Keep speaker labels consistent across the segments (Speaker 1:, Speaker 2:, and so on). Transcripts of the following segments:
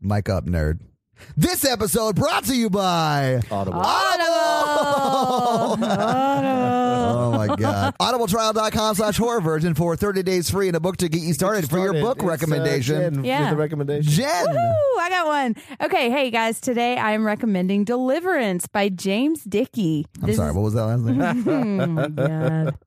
Speaker 1: Mic up, nerd. This episode brought to you by
Speaker 2: Audible.
Speaker 3: Oh.
Speaker 1: Audible. oh my god. Audibletrial.com slash horror virgin for 30 days free and a book to get you started, for your book
Speaker 2: It's, uh, Jen
Speaker 1: recommendation.
Speaker 2: with
Speaker 4: Yeah.
Speaker 2: the recommendation.
Speaker 1: Jen.
Speaker 4: Woo, I got one. Okay, hey guys, today I am recommending Deliverance by James Dickey.
Speaker 1: I'm sorry, what was that last name?
Speaker 4: God.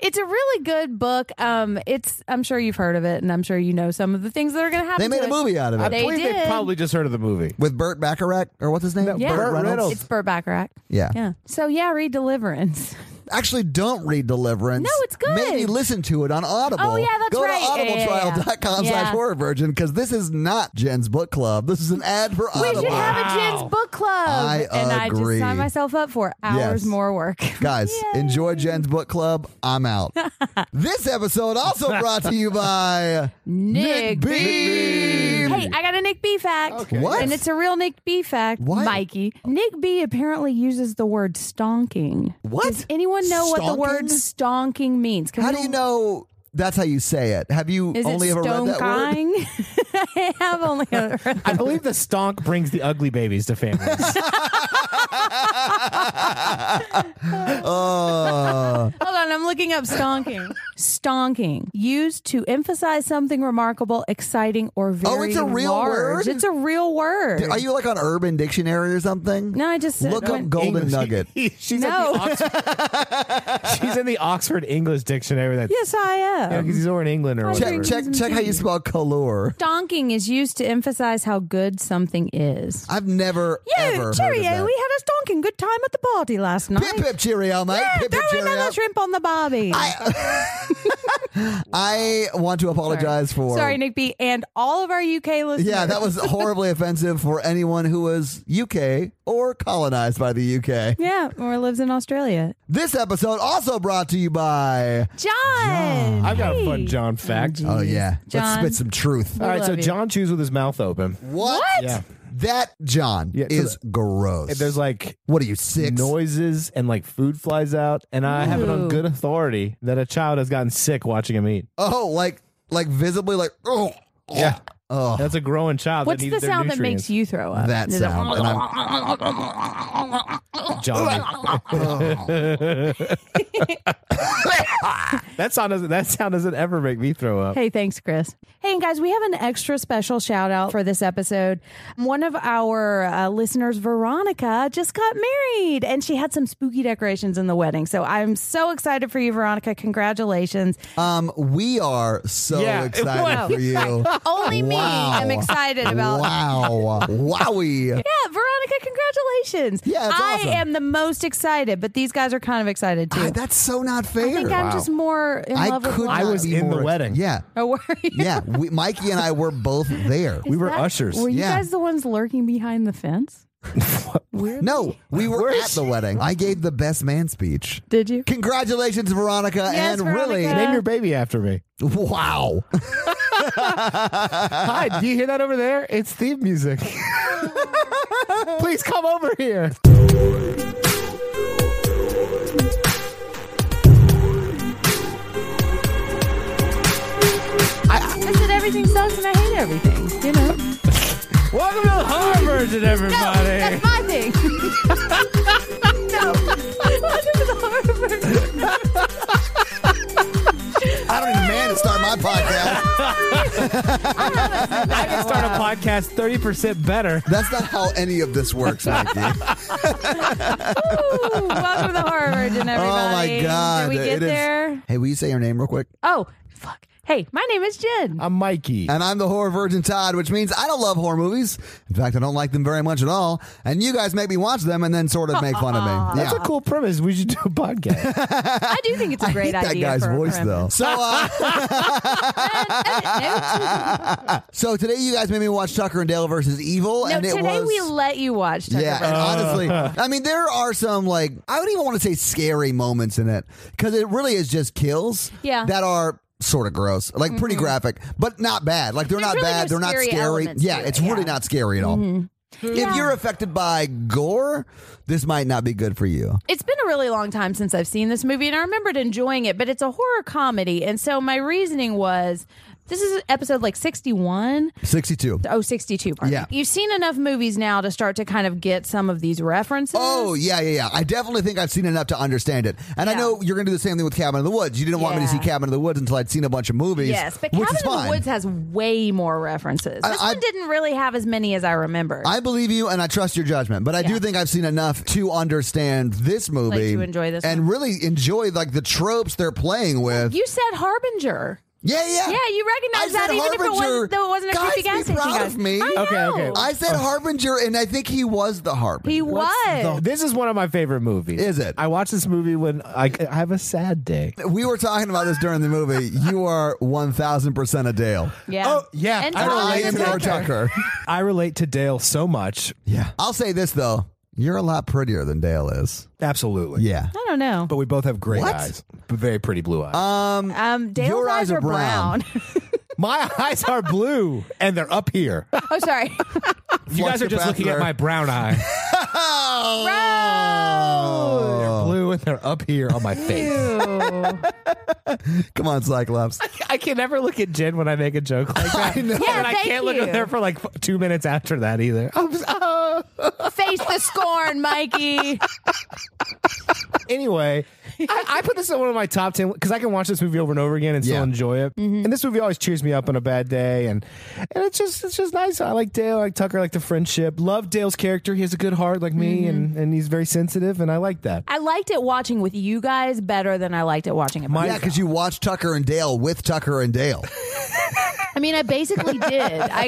Speaker 4: It's a really good book. Um, it's I'm sure you've heard of it, and I'm sure you know some of the things that are going to
Speaker 1: they
Speaker 4: happen.
Speaker 1: made
Speaker 4: to
Speaker 1: a
Speaker 4: it.
Speaker 1: movie out of
Speaker 2: I
Speaker 1: it.
Speaker 4: They
Speaker 2: believe they
Speaker 4: did.
Speaker 2: probably just heard of the movie.
Speaker 1: With Burt Bacharach, or what's his name?
Speaker 2: No,
Speaker 4: Yeah.
Speaker 1: Burt
Speaker 4: Burt
Speaker 1: Reynolds.
Speaker 2: Reynolds.
Speaker 4: It's Burt Bacharach.
Speaker 1: Yeah.
Speaker 4: Yeah. So yeah, read Deliverance.
Speaker 1: Actually, don't read Deliverance.
Speaker 4: No, it's good.
Speaker 1: Maybe listen to it on Audible.
Speaker 4: Oh, yeah, that's
Speaker 1: Go
Speaker 4: right. Yeah, yeah,
Speaker 1: to
Speaker 4: yeah.
Speaker 1: audibletrial.com slash
Speaker 4: Yeah.
Speaker 1: horror virgin because this is not Jen's book club. This is an ad for
Speaker 4: We
Speaker 1: Audible.
Speaker 4: should have a Jen's book club.
Speaker 1: I
Speaker 4: and I
Speaker 1: agree.
Speaker 4: just signed myself up for hours
Speaker 1: Yes.
Speaker 4: more work.
Speaker 1: Guys,
Speaker 4: Yay.
Speaker 1: enjoy Jen's book club. I'm out. this episode also brought to you by
Speaker 4: Nick,
Speaker 1: Beebe.
Speaker 4: Hey, I got a Nick B fact.
Speaker 2: Okay.
Speaker 1: What?
Speaker 4: And it's a real Nick B fact,
Speaker 1: What?
Speaker 4: Mikey. Nick B apparently uses the word stonking.
Speaker 1: What?
Speaker 4: Does anyone know what the word stonking means? 'Cause
Speaker 1: How
Speaker 4: we
Speaker 1: do you
Speaker 4: don't-
Speaker 1: know that's how you say it? Have you
Speaker 4: Is
Speaker 1: only
Speaker 4: it
Speaker 1: ever read that word?
Speaker 4: stonking? I have only ever read
Speaker 3: I believe the stonk brings the ugly babies to families.
Speaker 1: Uh,
Speaker 4: Hold on, I'm looking up stonking. stonking. Used to emphasize something remarkable, exciting, or very
Speaker 1: Oh, it's a real
Speaker 4: large.
Speaker 1: word?
Speaker 4: It's a real word.
Speaker 1: are you like on Urban Dictionary or something?
Speaker 4: No, I just
Speaker 1: Look up
Speaker 4: went-
Speaker 1: Golden
Speaker 3: English-
Speaker 1: Nugget.
Speaker 3: she's,
Speaker 4: No.
Speaker 3: in the Oxford, she's in the Oxford English Dictionary. That's,
Speaker 4: Yes, I am.
Speaker 3: because he's over in England or
Speaker 4: I
Speaker 1: Check
Speaker 3: whatever.
Speaker 1: check check how you spell color.
Speaker 4: Stonking is used to emphasize how good something is.
Speaker 1: I've never
Speaker 4: Yeah,
Speaker 1: ever
Speaker 4: cheerio! We
Speaker 1: heard
Speaker 4: had
Speaker 1: of that.
Speaker 4: a stonking good time at the party last night.
Speaker 1: Pip pip cheerio, mate.
Speaker 4: Yeah,
Speaker 1: pip pip
Speaker 4: throw
Speaker 1: cheerio.
Speaker 4: another shrimp on the barbie.
Speaker 1: I want to apologize for.
Speaker 4: Sorry, Nick B, and all of our UK listeners.
Speaker 1: Yeah, that was horribly offensive for anyone who was UK or colonized by the UK.
Speaker 4: Yeah, or lives in Australia.
Speaker 1: This episode also brought to you by.
Speaker 4: John,
Speaker 3: I've got a
Speaker 4: Hey.
Speaker 3: fun John fact.
Speaker 4: Oh,
Speaker 1: Oh yeah, let's
Speaker 4: John.
Speaker 1: spit some truth.
Speaker 4: We
Speaker 3: All right, so
Speaker 4: love you.
Speaker 3: John chews with his mouth open.
Speaker 1: What?
Speaker 3: Yeah.
Speaker 1: That John
Speaker 3: Yeah, so
Speaker 1: is gross.
Speaker 3: There's like
Speaker 1: what are you six?
Speaker 3: noises and like food flies out, and I have it on
Speaker 4: Ooh.
Speaker 3: good authority that a child has gotten sick watching him eat.
Speaker 1: Oh, like like visibly like oh
Speaker 3: Yeah,
Speaker 1: oh
Speaker 3: that's a growing child.
Speaker 4: What's
Speaker 3: that
Speaker 4: the
Speaker 3: needs their
Speaker 4: sound that
Speaker 3: nutrients.
Speaker 4: makes you throw up?
Speaker 1: that
Speaker 4: Is it-
Speaker 1: sound. And I'm-
Speaker 3: John. that sound doesn't. That sound doesn't ever make me throw up.
Speaker 4: Hey, thanks, Chris. Hey, and guys, we have an extra special shout out for this episode. One of our uh, listeners, Veronica, just got married and she had some spooky decorations in the wedding. So I'm so excited for you, Veronica. Congratulations.
Speaker 1: um, we are so
Speaker 3: Yeah, it
Speaker 1: excited
Speaker 3: was.
Speaker 1: for you.
Speaker 4: Only me.
Speaker 1: Wow.
Speaker 4: I'm excited about.
Speaker 1: Wow, wowie.
Speaker 4: Yeah, Veronica, congratulations.
Speaker 1: Yeah, that's
Speaker 4: I
Speaker 1: awesome.
Speaker 4: am the most excited, but these guys are kind of excited too.
Speaker 1: Ah, that's so not fair.
Speaker 4: I think I'm just more in
Speaker 1: I
Speaker 4: love with
Speaker 1: could.
Speaker 4: life.
Speaker 3: I
Speaker 1: not
Speaker 3: was
Speaker 1: be
Speaker 3: in the
Speaker 1: more-
Speaker 3: wedding.
Speaker 1: Yeah,
Speaker 4: Oh, were you?
Speaker 1: yeah. We, Mikey and I were both there.
Speaker 3: we were
Speaker 4: That-
Speaker 3: ushers.
Speaker 4: Were you
Speaker 1: Yeah.
Speaker 4: guys the ones lurking behind the fence? Weird.
Speaker 1: No, we were
Speaker 3: Where
Speaker 1: at
Speaker 3: is
Speaker 1: the wedding. I gave the best man speech.
Speaker 4: Did you?
Speaker 1: Congratulations, Veronica,
Speaker 4: Yes,
Speaker 1: and
Speaker 4: Veronica.
Speaker 3: Name your baby after me.
Speaker 1: really, wow.
Speaker 3: Hi, do you hear that over there? It's theme music. Please come over here.
Speaker 4: I said everything sucks and I hate everything. You know?
Speaker 3: Welcome to the Horror Virgin, everybody.
Speaker 4: That's my thing. no. Welcome to the horror version.
Speaker 1: I don't even man to start my podcast.
Speaker 3: I can start a podcast 30% better.
Speaker 1: That's not how any of this works, Mikey.
Speaker 4: Ooh, welcome to the horror version,
Speaker 1: oh
Speaker 4: everybody.
Speaker 1: my god,
Speaker 4: Did we get
Speaker 1: It is-
Speaker 4: there?
Speaker 1: Hey, will you say your name real quick?
Speaker 4: Oh, fuck. Hey, my name is Jen.
Speaker 3: I'm Mikey.
Speaker 1: And I'm the horror virgin Todd, which means I don't love horror movies. In fact, I don't like them very much at all. And you guys make me watch them and then sort of make fun of me. Yeah.
Speaker 3: That's a cool premise. We should do a podcast.
Speaker 4: I do think it's a great
Speaker 1: I hate
Speaker 4: idea.
Speaker 1: that guy's
Speaker 4: for a
Speaker 1: voice
Speaker 4: premise.
Speaker 1: though. So, uh, so today you guys made me watch Tucker and Dale versus Evil,
Speaker 4: No,
Speaker 1: and it
Speaker 4: today
Speaker 1: was
Speaker 4: we let you watch. Tucker
Speaker 1: yeah. And
Speaker 4: Carlson.
Speaker 1: honestly, I mean, there are some like I don't even want to say scary moments in it because it really is just kills.
Speaker 4: Yeah. Mm-hmm.
Speaker 1: that are. Sort of gross, like pretty graphic, but not bad. Like they're
Speaker 4: There's
Speaker 1: not
Speaker 4: really
Speaker 1: bad.
Speaker 4: no
Speaker 1: they're not
Speaker 4: scary
Speaker 1: scary.
Speaker 4: elements
Speaker 1: Yeah,
Speaker 4: to it,
Speaker 1: it's really
Speaker 4: yeah. Mm-hmm.
Speaker 1: not scary at all. If
Speaker 4: Yeah.
Speaker 1: you're affected by gore, this might not be good for you.
Speaker 4: It's been a really long time since I've seen this movie, and I remembered enjoying it, but it's a horror comedy. And so my reasoning was This is episode like 61.
Speaker 1: 62.
Speaker 4: Oh, 62, pardon.
Speaker 1: Yeah.
Speaker 4: You've seen enough movies now to start to kind of get some of these references.
Speaker 1: Oh, yeah, yeah, yeah. I definitely think I've seen enough to understand it. And I
Speaker 4: Yeah.
Speaker 1: know you're going to do the same thing with Cabin in the Woods. You didn't want me to
Speaker 4: Yeah.
Speaker 1: see Cabin in the Woods until I'd seen a bunch of movies.
Speaker 4: Yes, but
Speaker 1: which
Speaker 4: Cabin
Speaker 1: is
Speaker 4: in
Speaker 1: fine.
Speaker 4: the Woods has way more references.
Speaker 1: I-
Speaker 4: This
Speaker 1: I-
Speaker 4: one didn't really have as many as I remembered.
Speaker 1: I believe you and I trust your judgment, but I do
Speaker 4: Yeah.
Speaker 1: think I've seen enough to understand this movie.
Speaker 4: to enjoy this
Speaker 1: and really enjoy like the tropes they're playing with.
Speaker 4: you said Harbinger.
Speaker 1: yeah, yeah.
Speaker 4: Yeah, you recognize
Speaker 1: I
Speaker 4: that
Speaker 1: said
Speaker 4: even if it
Speaker 1: Harbinger.
Speaker 4: wasn't, though it wasn't a
Speaker 1: Guys,
Speaker 4: creepy gas
Speaker 1: be
Speaker 4: station.
Speaker 1: proud
Speaker 4: guys.
Speaker 1: of me.
Speaker 4: I
Speaker 3: Okay,
Speaker 4: know.
Speaker 3: okay.
Speaker 1: I said Harbinger and I think he was the Harbinger.
Speaker 4: he was.
Speaker 3: This is one of my favorite movies.
Speaker 1: Is it?
Speaker 3: I watched this movie when I, I have a sad day.
Speaker 1: we were talking about this during the movie. You are 1000% a Dale.
Speaker 4: yeah.
Speaker 3: Oh, yeah,
Speaker 4: And
Speaker 3: I
Speaker 1: I
Speaker 3: don't
Speaker 4: Colin
Speaker 3: like
Speaker 1: relate
Speaker 3: him
Speaker 1: to
Speaker 3: or
Speaker 1: no
Speaker 4: Tucker.
Speaker 1: Tucker.
Speaker 3: I relate to Dale so much.
Speaker 1: Yeah. I'll say this though. You're a lot prettier than Dale is.
Speaker 3: Absolutely.
Speaker 1: Yeah.
Speaker 4: I don't know.
Speaker 3: But we both have great
Speaker 1: What?
Speaker 3: eyes, but very pretty blue eyes.
Speaker 4: Um, Dale's
Speaker 1: Your eyes
Speaker 4: eyes,
Speaker 1: are
Speaker 4: are brown.
Speaker 3: my eyes are blue, and they're up here.
Speaker 4: oh, sorry.
Speaker 3: You guys are just looking at my brown eye.
Speaker 1: Oh!
Speaker 3: They're blue and they're up here on my face.
Speaker 1: Come on, Cyclops.
Speaker 3: I can never look at Jen when I make a joke like that. I know.
Speaker 4: Yeah,
Speaker 3: and I
Speaker 4: thank
Speaker 3: can't look
Speaker 4: you.
Speaker 3: at her for like f- two minutes after that either. I'm s- oh.
Speaker 4: Face the scorn, Mikey.
Speaker 3: Anyway, I, I put this in one of my top 10 because I can watch this movie over and over again and still
Speaker 1: Yeah.
Speaker 3: enjoy it. And this movie always cheers me up on a bad day. And, and it's just it's just nice. I like Dale. I like Tucker. I like the friendship. Love Dale's character. He has a good heart like me and, and he's very sensitive. And I like that.
Speaker 4: I liked it watching with you guys better than I liked it watching it. by
Speaker 1: Yeah, because you watched Tucker and Dale with Tucker and Dale.
Speaker 4: I mean, I basically did. I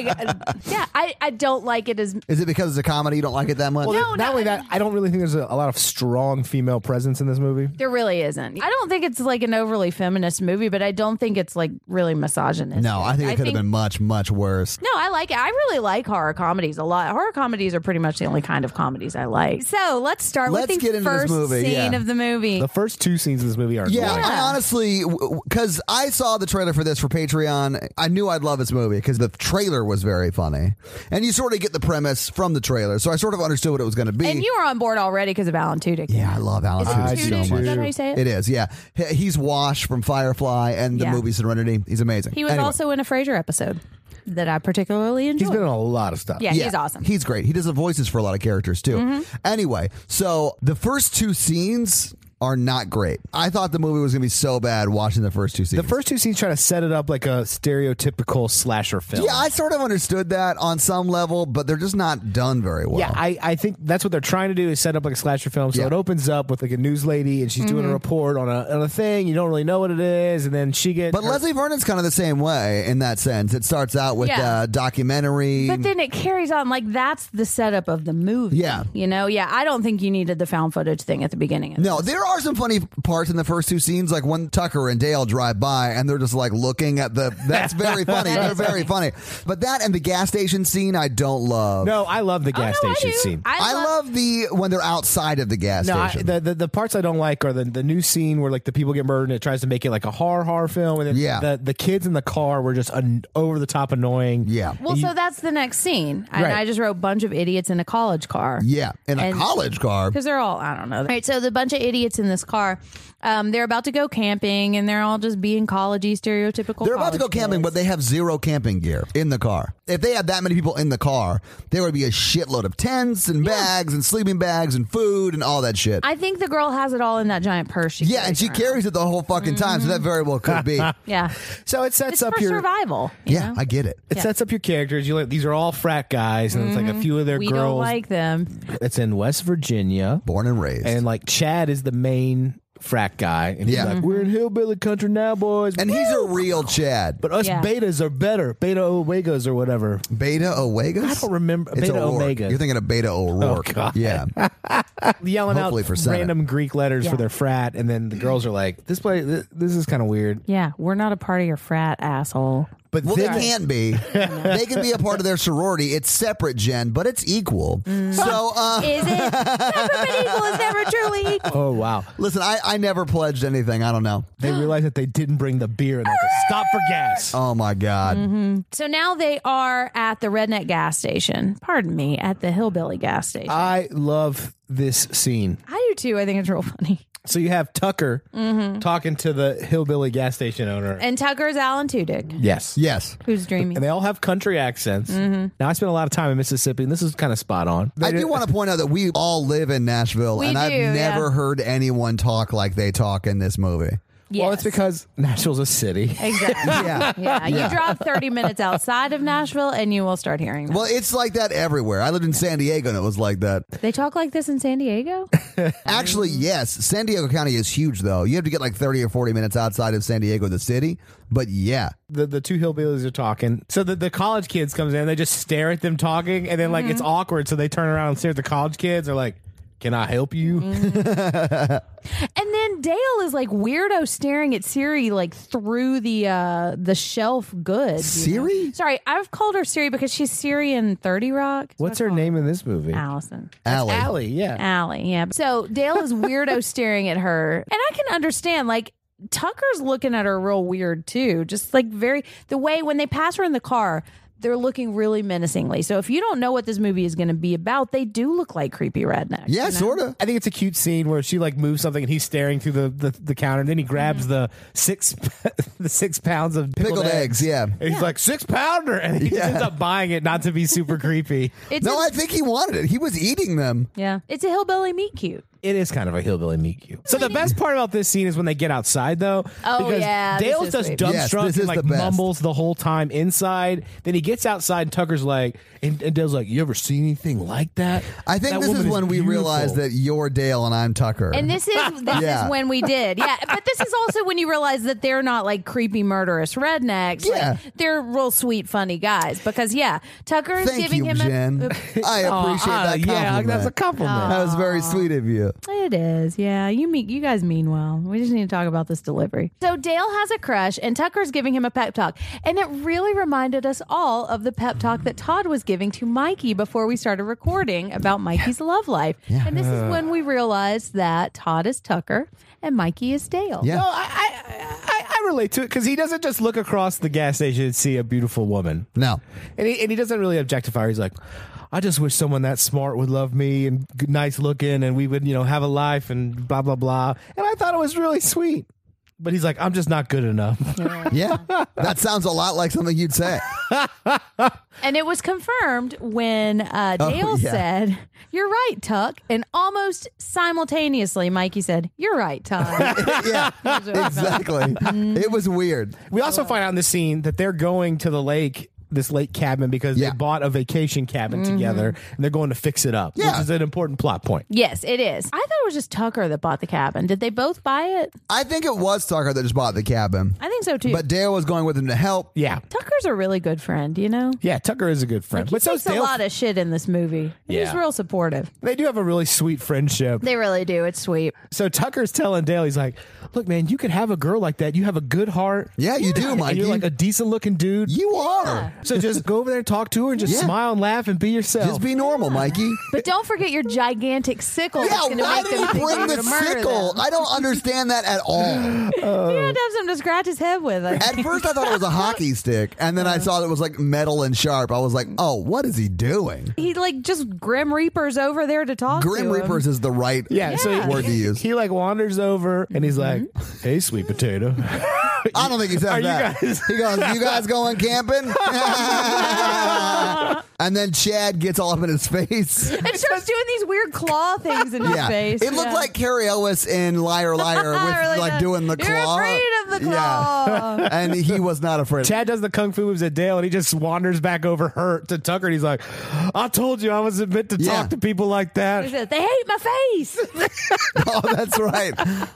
Speaker 4: yeah, I, I don't like it as
Speaker 1: Is it because it's a comedy you don't like it that much?
Speaker 4: No.
Speaker 3: not only that, I don't really think there's a, a lot of strong female presence in this movie.
Speaker 4: there really isn't. I don't think it's like an overly feminist movie, but I don't think it's like really misogynistic.
Speaker 1: No, I think it could have been much, much worse.
Speaker 4: No, I like it. I really like horror comedies a lot. Horror comedies are pretty much the only kind of comedies I like. So let's start
Speaker 1: Let's
Speaker 4: with the
Speaker 1: get into this
Speaker 4: first
Speaker 1: movmovie, yeah.
Speaker 4: scene of the movie.
Speaker 3: The first two scenes in this movie are
Speaker 1: Yeah,
Speaker 3: great.
Speaker 1: I honestly, because I saw the trailer for this for Patreon, I knew I'd love this movie because the trailer was very funny, and you sort of get the premise from the trailer, so I sort of understood what it was going to be.
Speaker 4: and you were on board already because of Alan Tudyk.
Speaker 1: yeah, I love Alan
Speaker 3: I
Speaker 1: Tudyk
Speaker 3: do
Speaker 1: so
Speaker 4: Tudyk,
Speaker 1: much.
Speaker 4: is that how you say it?
Speaker 1: It is, yeah. He- He's Wash from Firefly and the
Speaker 4: Yeah.
Speaker 1: movie Serenity. He's amazing.
Speaker 4: He was
Speaker 1: Anyway.
Speaker 4: also in a Frasier episode that I particularly enjoyed.
Speaker 3: He's been in a lot of stuff.
Speaker 4: yeah,
Speaker 1: Yeah,
Speaker 4: he's awesome. Mm-hmm.
Speaker 1: He's great. He does the voices for a lot of characters too. Anyway, so the first two scenes are not great. I thought the movie was going to be so bad watching the first two scenes.
Speaker 3: The first two scenes try to set it up like a stereotypical slasher film.
Speaker 1: Yeah, I sort of understood that on some level, but they're just not done very well.
Speaker 3: Yeah, I, I think that's what they're trying to do is set up like a slasher film. So
Speaker 1: Yeah.
Speaker 3: it opens up with like a news lady and she's doing
Speaker 4: Mm-hmm.
Speaker 3: a report on a, on a thing. You don't really know what it is. And then she gets.
Speaker 1: but Leslie Vernon's kind of the same way in that sense. It starts out with
Speaker 4: Yeah.
Speaker 1: uh, documentary.
Speaker 4: But then it carries on like that's the setup of the movie.
Speaker 1: Yeah.
Speaker 4: you know, yeah. I don't think you needed the found footage thing at the beginning. Of
Speaker 1: no, there are some funny parts in the first two scenes, like when Tucker and Dale drive by and they're just like looking at the. That's very funny. they're very funny. But that and the gas station scene, I don't love.
Speaker 3: no, I love the gas
Speaker 4: Oh, no, I
Speaker 3: station
Speaker 4: do.
Speaker 3: scene.
Speaker 4: I,
Speaker 1: I,
Speaker 4: love,
Speaker 1: love the when they're outside of the gas
Speaker 3: no, I,
Speaker 1: station.
Speaker 3: the, the the parts I don't like are the the new scene where like the people get murdered and it tries to make it like a horror horror film and then
Speaker 1: Yeah.
Speaker 3: the the kids in the car were just an, over the top annoying.
Speaker 1: yeah,
Speaker 4: Well, so that's the next scene, and
Speaker 3: Right.
Speaker 4: I just wrote bunch of idiots in a college car.
Speaker 1: yeah, in a
Speaker 4: And-
Speaker 1: college car.
Speaker 4: because they're all I don't know. All right, so the bunch of idiots in this car, um, they're about to go camping, and they're all just being collegey, stereotypical.
Speaker 1: They're about to go
Speaker 4: college
Speaker 1: camping,
Speaker 4: kids.
Speaker 1: but they have zero camping gear in the car. If they had that many people in the car, there would be a shitload of tents and bags and sleeping bags and food and all that shit.
Speaker 4: I think the girl has it all in that giant purse. She
Speaker 1: yeah, and she
Speaker 4: around.
Speaker 1: carries it the whole fucking time, so
Speaker 4: Mm-hmm.
Speaker 1: that very well could be.
Speaker 4: Yeah,
Speaker 3: So it sets
Speaker 4: it's
Speaker 3: up
Speaker 4: for
Speaker 3: your
Speaker 4: survival. you
Speaker 1: yeah,
Speaker 4: know?
Speaker 1: I get it.
Speaker 3: It
Speaker 4: Yeah. Mm-hmm.
Speaker 3: sets up your characters. You like these are all frat guys, and it's like a few of their
Speaker 4: we
Speaker 3: girls.
Speaker 4: don't like them.
Speaker 3: it's in West Virginia,
Speaker 1: Born and raised.
Speaker 3: and
Speaker 1: And,
Speaker 3: like Chad is the main frat guy, and he's
Speaker 1: Yeah.
Speaker 3: like,
Speaker 4: Mm-hmm.
Speaker 3: "We're in hillbilly country now, boys."
Speaker 1: he's a real Chad. But
Speaker 3: but us
Speaker 4: Yeah.
Speaker 3: betas are better, beta omegas or whatever.
Speaker 1: Beta Omegas?
Speaker 3: I don't remember-
Speaker 1: It's
Speaker 3: Beta
Speaker 1: O'Rourke.
Speaker 3: Omega.
Speaker 1: You're thinking of Beta O'Rourke.
Speaker 3: Oh, God.
Speaker 1: Yeah.
Speaker 3: Yelling
Speaker 1: Hopefully
Speaker 3: out
Speaker 1: for Senate.
Speaker 3: random Greek letters
Speaker 4: Yeah.
Speaker 3: for their frat, and then the girls are like, "This play, th- this is kind of weird."
Speaker 4: Yeah, we're not a part of your frat, asshole.
Speaker 3: But
Speaker 1: Well, they
Speaker 3: then
Speaker 1: can be. They can be a part of their sorority. It's separate, Jen, but it's equal. So, uh,
Speaker 4: Is it? never been equal is never truly equal.
Speaker 3: oh wow,
Speaker 1: listen, I, I never pledged anything. I don't know.
Speaker 3: they realize that they didn't bring the beer, and they have to stop for gas.
Speaker 1: Oh, my God.
Speaker 4: So now they are at the redneck gas station. Pardon
Speaker 1: Uh,
Speaker 4: me, at the hillbilly gas station.
Speaker 3: I love this scene.
Speaker 4: I do too. I think it's real funny.
Speaker 3: So you have Tucker
Speaker 4: Mm-hmm.
Speaker 3: talking to the hillbilly gas station owner.
Speaker 4: And Tucker's Alan Tudyk,
Speaker 3: yes.
Speaker 1: Yes.
Speaker 4: who's dreaming.
Speaker 3: And they all have country accents.
Speaker 4: Mm-hmm.
Speaker 3: Now I spent a lot of time in Mississippi, and this is kind of spot on.
Speaker 1: I do want to point out that we all live in Nashville,
Speaker 4: We
Speaker 1: and I've
Speaker 4: do, yeah.
Speaker 1: never heard anyone talk like they talk in this movie.
Speaker 4: Yes.
Speaker 3: Well, it's because Nashville's a city.
Speaker 4: Exactly.
Speaker 1: Yeah.
Speaker 4: Yeah, you drive 30 minutes outside of Nashville and you will start hearing them.
Speaker 1: Well, it's like that everywhere. I lived in San Diego and it was like that.
Speaker 4: They talk like this in San Diego?
Speaker 1: Actually, yes, San Diego County is huge though. You have to get like 30 or 40 minutes outside of San Diego the city, but yeah.
Speaker 3: the, the two hillbillies are talking. So the, the college kids comes in, they just stare at them talking, and then like
Speaker 1: Mm-hmm.
Speaker 3: it's awkward. So they turn around and stare at the college kids. They're like, "Can I help you?"
Speaker 1: Mm-hmm.
Speaker 4: And then Dale is like weirdo staring at Siri like through the uh the shelf goods. you know?
Speaker 1: Siri?
Speaker 4: Sorry, I've called her Siri because she's Siri in 30 Rock.
Speaker 3: What's her name in this movie?
Speaker 4: Allison.
Speaker 1: Allie.
Speaker 3: Allie. Yeah.
Speaker 4: Allie, yeah. So Dale is weirdo staring at her. And I can understand, like, Tucker's looking at her real weird too. Just like very, the way when they pass her in the car, they're looking really menacingly. So if you don't know what this movie is going to be about, they do look like creepy rednecks.
Speaker 1: Yeah, sort of.
Speaker 3: I think it's a cute scene where she like moves something and he's staring through the, the, the counter and then he grabs
Speaker 1: Mm-hmm.
Speaker 3: the six the six pounds of pickled,
Speaker 1: Pickled eggs, yeah.
Speaker 3: And he's like six pounder and he just ends up buying it not to be super creepy.
Speaker 4: It's
Speaker 1: No,
Speaker 4: a-
Speaker 1: I think he wanted it. He was eating them.
Speaker 4: yeah. It's a hillbilly meat cute.
Speaker 3: It is kind of a hillbilly meet cute. So the best part about this scene is when they get outside, though.
Speaker 4: Oh,
Speaker 3: because
Speaker 4: yeah, this
Speaker 3: Dale's
Speaker 4: is
Speaker 3: just
Speaker 4: sweet.
Speaker 3: dumbstruck
Speaker 1: Yes, this
Speaker 3: and
Speaker 1: is
Speaker 3: like
Speaker 1: the best.
Speaker 3: mumbles the whole time inside. Then he gets outside, and Tucker's like, and, and Dale's like, "You ever seen anything like that?"
Speaker 1: I think
Speaker 3: That
Speaker 1: this is
Speaker 3: woman
Speaker 1: when we
Speaker 3: beautiful."
Speaker 1: realized that you're Dale and I'm Tucker.
Speaker 4: And this is this
Speaker 1: Yeah.
Speaker 4: is when we did. Yeah. But this is also when you realize that they're not like creepy murderous rednecks. Like,
Speaker 1: Yeah.
Speaker 4: they're real sweet, funny guys. Because yeah, Tucker is
Speaker 1: Thank you,
Speaker 4: giving him
Speaker 1: Jen.
Speaker 4: a
Speaker 1: I appreciate
Speaker 3: Ah,
Speaker 1: that compliment.
Speaker 3: yeah, that's a compliment.
Speaker 1: that was very sweet of you.
Speaker 4: It is, yeah. You mean you guys mean well. We just need to talk about this delivery. So Dale has a crush, and Tucker's giving him a pep talk, and it really reminded us all of the pep talk that Todd was giving to Mikey before we started recording about Mikey's love life. And this is when we realized that Todd is Tucker and Mikey is Dale.
Speaker 1: Yeah.
Speaker 3: No, I, I, I, I relate to it because he doesn't just look across the gas station and see a beautiful woman.
Speaker 1: No.
Speaker 3: And he, and he doesn't really objectify her. He's like, I just wish someone that smart would love me and g- nice looking and we would, you know, have a life and blah, blah, blah. And I thought it was really sweet. But he's like, I'm just not good enough.
Speaker 1: Yeah. that sounds a lot like something you'd say.
Speaker 4: And it was confirmed when uh,
Speaker 1: Oh,
Speaker 4: Dale
Speaker 1: yeah.
Speaker 4: said, "You're right, Tuck," and almost simultaneously, Mikey said, "You're right, Todd."
Speaker 1: yeah. Exactly. it was weird.
Speaker 3: we also find out in this scene that they're going to the lake, this lake cabin, because
Speaker 1: Yeah.
Speaker 3: they bought a vacation cabin
Speaker 4: Mm-hmm.
Speaker 3: together and they're going to fix it up,
Speaker 1: Yeah.
Speaker 3: which is an important plot point.
Speaker 4: Yes, it is. I thought it was just Tucker that bought the cabin. Did they both buy it?
Speaker 1: I think it was Tucker that just bought the cabin.
Speaker 4: I think so too.
Speaker 1: But Dale was going with him to help.
Speaker 3: Yeah.
Speaker 4: Tucker's a really good friend, you know.
Speaker 3: Yeah, Tucker is a good friend.
Speaker 4: He
Speaker 3: but so
Speaker 4: takes
Speaker 3: is
Speaker 4: a
Speaker 3: Dale.
Speaker 4: lot of shit in this movie. He's
Speaker 3: Yeah.
Speaker 4: real supportive.
Speaker 3: they do have a really sweet friendship.
Speaker 4: They really do. It's sweet.
Speaker 3: So Tucker's telling Dale, he's like, "Look, man, you could have a girl like that. You have a good heart.
Speaker 1: Yeah, you do,
Speaker 3: and
Speaker 1: Mikey.
Speaker 3: you're like a decent looking dude.
Speaker 1: you are.
Speaker 3: so just go over there and talk to her and just
Speaker 1: Yeah.
Speaker 3: smile and laugh and be yourself.
Speaker 1: Just be normal, Mikey.
Speaker 4: But don't forget your gigantic sickle.
Speaker 1: Yeah,
Speaker 4: that's gonna
Speaker 1: why
Speaker 4: make
Speaker 1: did
Speaker 4: them
Speaker 1: he
Speaker 4: think you
Speaker 1: bring
Speaker 4: were
Speaker 1: the
Speaker 4: to murder
Speaker 1: sickle?
Speaker 4: them.
Speaker 1: I don't understand that at all.
Speaker 4: He had to have something to scratch his head with. I
Speaker 1: At first, I thought it was a hockey stick, and then I
Speaker 4: Uh-huh.
Speaker 1: saw that it was like metal and sharp. I was like, "Oh, what is he doing?"
Speaker 4: He like just Grim Reapers over there to talk.
Speaker 1: Grim
Speaker 4: to him.
Speaker 1: Reapers is the right
Speaker 3: yeah, so
Speaker 1: word to use. Mm-hmm.
Speaker 3: He like wanders over and he's like, "Hey, sweet potato."
Speaker 1: I don't think he
Speaker 3: Are
Speaker 1: said
Speaker 3: you
Speaker 1: that.
Speaker 3: guys-
Speaker 1: He goes, "You guys going camping?" and then Chad gets all up in his face.
Speaker 4: and starts doing these weird claw things in his
Speaker 1: Yeah,
Speaker 4: face.
Speaker 1: it looked
Speaker 4: Yeah.
Speaker 1: like Carrie Ellis in Liar Liar with
Speaker 4: Really
Speaker 1: like
Speaker 4: good.
Speaker 1: doing the
Speaker 4: You're
Speaker 1: claw.
Speaker 4: afraid of the claw.
Speaker 1: Yeah, and he was not afraid.
Speaker 3: Chad does the kung fu moves at Dale and he just wanders back over her to Tucker and he's like, "I told you I wasn't meant to
Speaker 1: Yeah.
Speaker 3: talk to people like
Speaker 4: He
Speaker 3: that."
Speaker 4: said, They hate my face.
Speaker 1: oh, that's right. Oh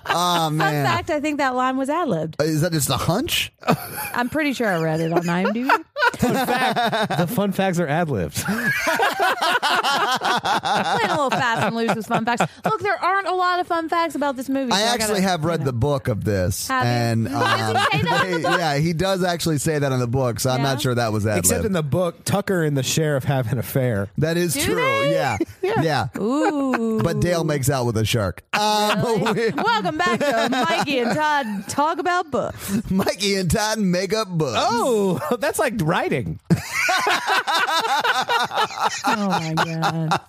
Speaker 4: Fun
Speaker 1: man,
Speaker 4: fact, I think that line was ad libbed.
Speaker 1: is that just a hunch?
Speaker 4: I'm pretty sure I read it on IMDb.
Speaker 3: the fun facts are ad libs.
Speaker 4: Playing a little fast and loose with fun facts. Look, there aren't a lot of fun facts about this movie.
Speaker 1: I
Speaker 4: so
Speaker 1: actually
Speaker 4: gotta-
Speaker 1: have read the book of this,
Speaker 4: Have you?
Speaker 1: and
Speaker 4: Does he
Speaker 1: um,
Speaker 4: say that in the
Speaker 1: they- yeah, he does actually say that in the book. So I'm
Speaker 4: Yeah.
Speaker 1: not sure that was ad
Speaker 3: Except in
Speaker 1: lib.
Speaker 3: the book, Tucker and the sheriff have an affair.
Speaker 1: That is true.
Speaker 4: they?
Speaker 1: Yeah. yeah,
Speaker 4: Ooh.
Speaker 1: But Dale makes out with a shark. Um, we-
Speaker 4: Welcome back to Mikey and Todd Talk About Books.
Speaker 1: Mikey and Todd make up books.
Speaker 3: Oh, that's like writing.
Speaker 4: Oh my god!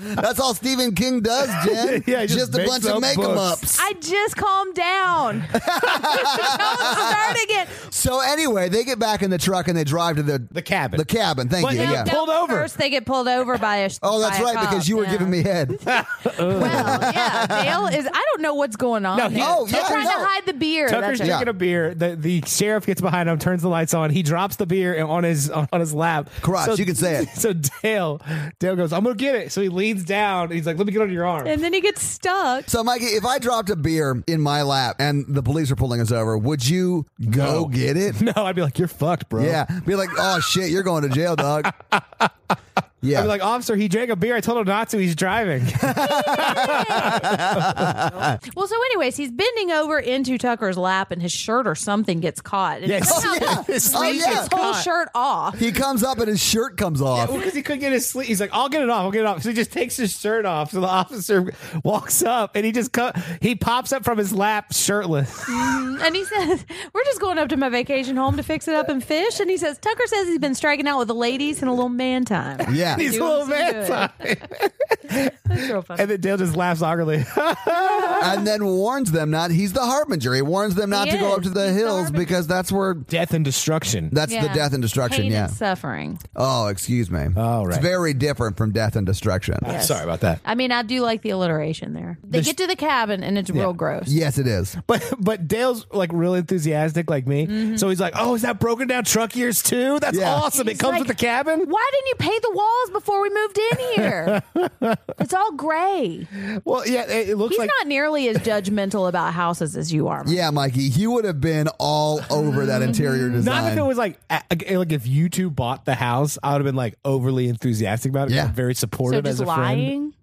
Speaker 1: That's all Stephen King does, Jen.
Speaker 3: Yeah, he
Speaker 1: just,
Speaker 3: just
Speaker 1: a
Speaker 3: makes
Speaker 1: bunch
Speaker 3: up
Speaker 1: of make 'em
Speaker 3: books.
Speaker 1: ups.
Speaker 4: I just calmed down. Don't start again.
Speaker 1: So anyway, they get back in the truck and they drive to the
Speaker 3: The cabin.
Speaker 1: The cabin. Thank
Speaker 3: But
Speaker 1: you.
Speaker 3: now
Speaker 1: Yeah.
Speaker 3: don't- Pulled over.
Speaker 4: First, they get pulled over by a.
Speaker 1: Oh, that's
Speaker 4: by a
Speaker 1: right,
Speaker 4: cop.
Speaker 1: because you were
Speaker 4: Yeah.
Speaker 1: giving me head.
Speaker 4: Well, yeah, Dale is. I don't know what's going on.
Speaker 3: No, he-
Speaker 4: there.
Speaker 1: Oh,
Speaker 4: They're
Speaker 1: yeah,
Speaker 4: trying
Speaker 1: no.
Speaker 4: to hide the beer.
Speaker 3: Tucker's
Speaker 4: That's right.
Speaker 1: Yeah.
Speaker 3: drinking a beer. The, the sheriff gets behind him, turns the lights on. He drops the beer and on his on, on his lap.
Speaker 1: Crotch, you can say it.
Speaker 3: So Dale, Dale goes, "I'm gonna get it." So he leans down. And he's like, "Let me get under your arm."
Speaker 4: And then he gets stuck.
Speaker 1: So, Mikey, if I dropped a beer in my lap and the police were pulling us over, would you go
Speaker 3: No.
Speaker 1: get it?
Speaker 3: no, I'd be like, "You're fucked, bro."
Speaker 1: Yeah. Be like, oh, shit, you're going to jail, dog.
Speaker 3: I'd
Speaker 1: Yeah.
Speaker 3: be like, "Officer, he drank a beer. I told him not to. He's driving."
Speaker 4: Well, so anyways, he's bending over into Tucker's lap, and his shirt or something gets caught. And
Speaker 3: Yes.
Speaker 4: somehow
Speaker 1: Oh, yeah.
Speaker 4: this
Speaker 1: Oh,
Speaker 4: sleeve
Speaker 1: yeah.
Speaker 4: his whole shirt off.
Speaker 1: he comes up and his shirt comes off.
Speaker 3: because he couldn't get his sleeve. He's like, "I'll get it off. I'll get it off." So he just takes his shirt off. So the officer walks up and he just co- he pops up from his lap shirtless.
Speaker 4: And he says, "We're just going up to my vacation home to fix it up and fish." And he says, "Tucker says he's been striking out with the ladies in a little man time."
Speaker 1: Yeah.
Speaker 3: He's a
Speaker 4: Do him
Speaker 3: little
Speaker 4: some
Speaker 3: man
Speaker 4: good.
Speaker 3: time.
Speaker 4: That's real funny.
Speaker 3: And then Dale just laughs awkwardly.
Speaker 1: and then warns them not. He's the harbinger. He warns them not
Speaker 4: He
Speaker 1: to go
Speaker 4: is.
Speaker 1: up to the
Speaker 4: He's the
Speaker 1: hills
Speaker 4: harbinger.
Speaker 1: because that's where.
Speaker 3: Death and destruction.
Speaker 1: That's the
Speaker 4: Yeah.
Speaker 1: death and destruction,
Speaker 4: Pain
Speaker 1: yeah.
Speaker 4: and suffering.
Speaker 1: oh, excuse me.
Speaker 3: All
Speaker 1: It's
Speaker 3: right.
Speaker 1: very different from death and destruction.
Speaker 4: Yes.
Speaker 3: Sorry about that.
Speaker 4: I mean, I do like the alliteration there. They
Speaker 3: There's-
Speaker 4: get to the cabin, and it's real gross.
Speaker 1: Yes, it is.
Speaker 3: But but Dale's like really enthusiastic like me.
Speaker 4: Mm-hmm.
Speaker 3: So he's like, "Oh, is that broken down truck years too? That's
Speaker 1: Yeah.
Speaker 3: awesome.
Speaker 4: He's
Speaker 3: it comes
Speaker 4: like,
Speaker 3: with the cabin."
Speaker 4: Why didn't you paint the walls before we moved in here? it's all gray.
Speaker 3: Well, yeah, it, it looks
Speaker 4: He's
Speaker 3: like
Speaker 4: not nearly as judgmental about houses as you are. Mike.
Speaker 1: Yeah, Mikey, he would have been all over that interior design.
Speaker 3: Not if it was like a- a- like if you two bought the house, I would have been like overly enthusiastic about it.
Speaker 1: Yeah.
Speaker 3: very
Speaker 4: So
Speaker 3: supportive
Speaker 4: just
Speaker 3: as a friend.
Speaker 4: lying.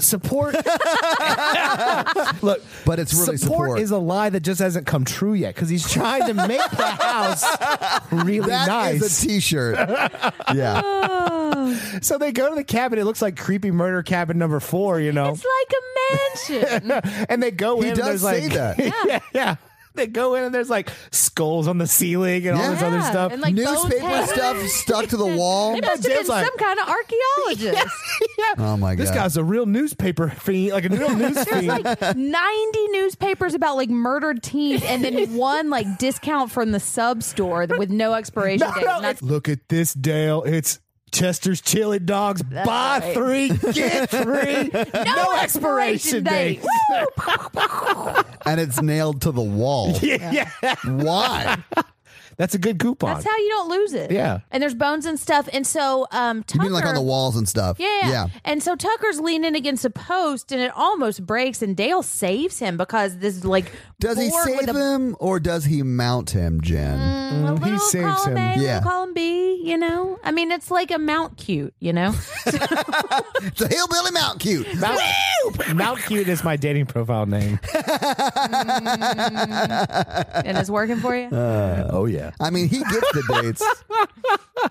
Speaker 3: support. Look,
Speaker 1: But it's really support.
Speaker 3: is a lie that just hasn't come true yet because he's trying to make the house really
Speaker 1: That
Speaker 3: nice.
Speaker 1: is a t-shirt. yeah.
Speaker 3: so they go to the cabin. It looks like creepy murder cabin number four. You know,
Speaker 4: It's like a mansion.
Speaker 3: and they go
Speaker 1: He
Speaker 3: in.
Speaker 1: does
Speaker 3: and there's like,
Speaker 1: say that.
Speaker 3: yeah, yeah. They go in and there's like skulls on the ceiling and all this other
Speaker 4: Yeah,
Speaker 3: stuff.
Speaker 4: and, like, bones
Speaker 1: Newspaper
Speaker 4: hanging.
Speaker 1: stuff stuck to the wall.
Speaker 4: They must have been
Speaker 3: Jim's like-
Speaker 4: some kind of archaeologist.
Speaker 3: yeah.
Speaker 1: Oh my
Speaker 3: This
Speaker 1: God.
Speaker 3: guy's a real newspaper fiend, like a real news fiend.
Speaker 4: Ninety newspapers about like murdered teens, and then one like discount from the sub store with no expiration
Speaker 3: No,
Speaker 4: date.
Speaker 3: no,
Speaker 4: And that's-
Speaker 3: it's- look at this, Dale. It's Chester's Chili Dogs. Buy
Speaker 4: right.
Speaker 3: three, get three. no, expiration date.
Speaker 1: and it's nailed to the wall.
Speaker 3: Yeah.
Speaker 1: Why?
Speaker 3: that's a good coupon.
Speaker 4: That's how you don't lose it.
Speaker 3: Yeah.
Speaker 4: And there's bones and stuff. And so um Tucker
Speaker 1: You mean like on the walls and stuff?
Speaker 4: Yeah.
Speaker 1: Yeah.
Speaker 4: And so Tucker's leaning against a post and it almost breaks and Dale saves him because this like
Speaker 1: Does he
Speaker 4: board
Speaker 1: save
Speaker 4: with a, Mm.
Speaker 1: him or does he mount him, Jen?
Speaker 4: a little
Speaker 3: He saves him.
Speaker 4: column A,
Speaker 1: Yeah.
Speaker 4: little column B, you know? I mean it's like a mount cute, you know?
Speaker 1: It's a hillbilly mount cute.
Speaker 3: Mount, Mount Cute is my dating profile name.
Speaker 4: and it's working for you.
Speaker 1: Uh.
Speaker 3: oh, yeah.
Speaker 1: I mean, he gets the dates.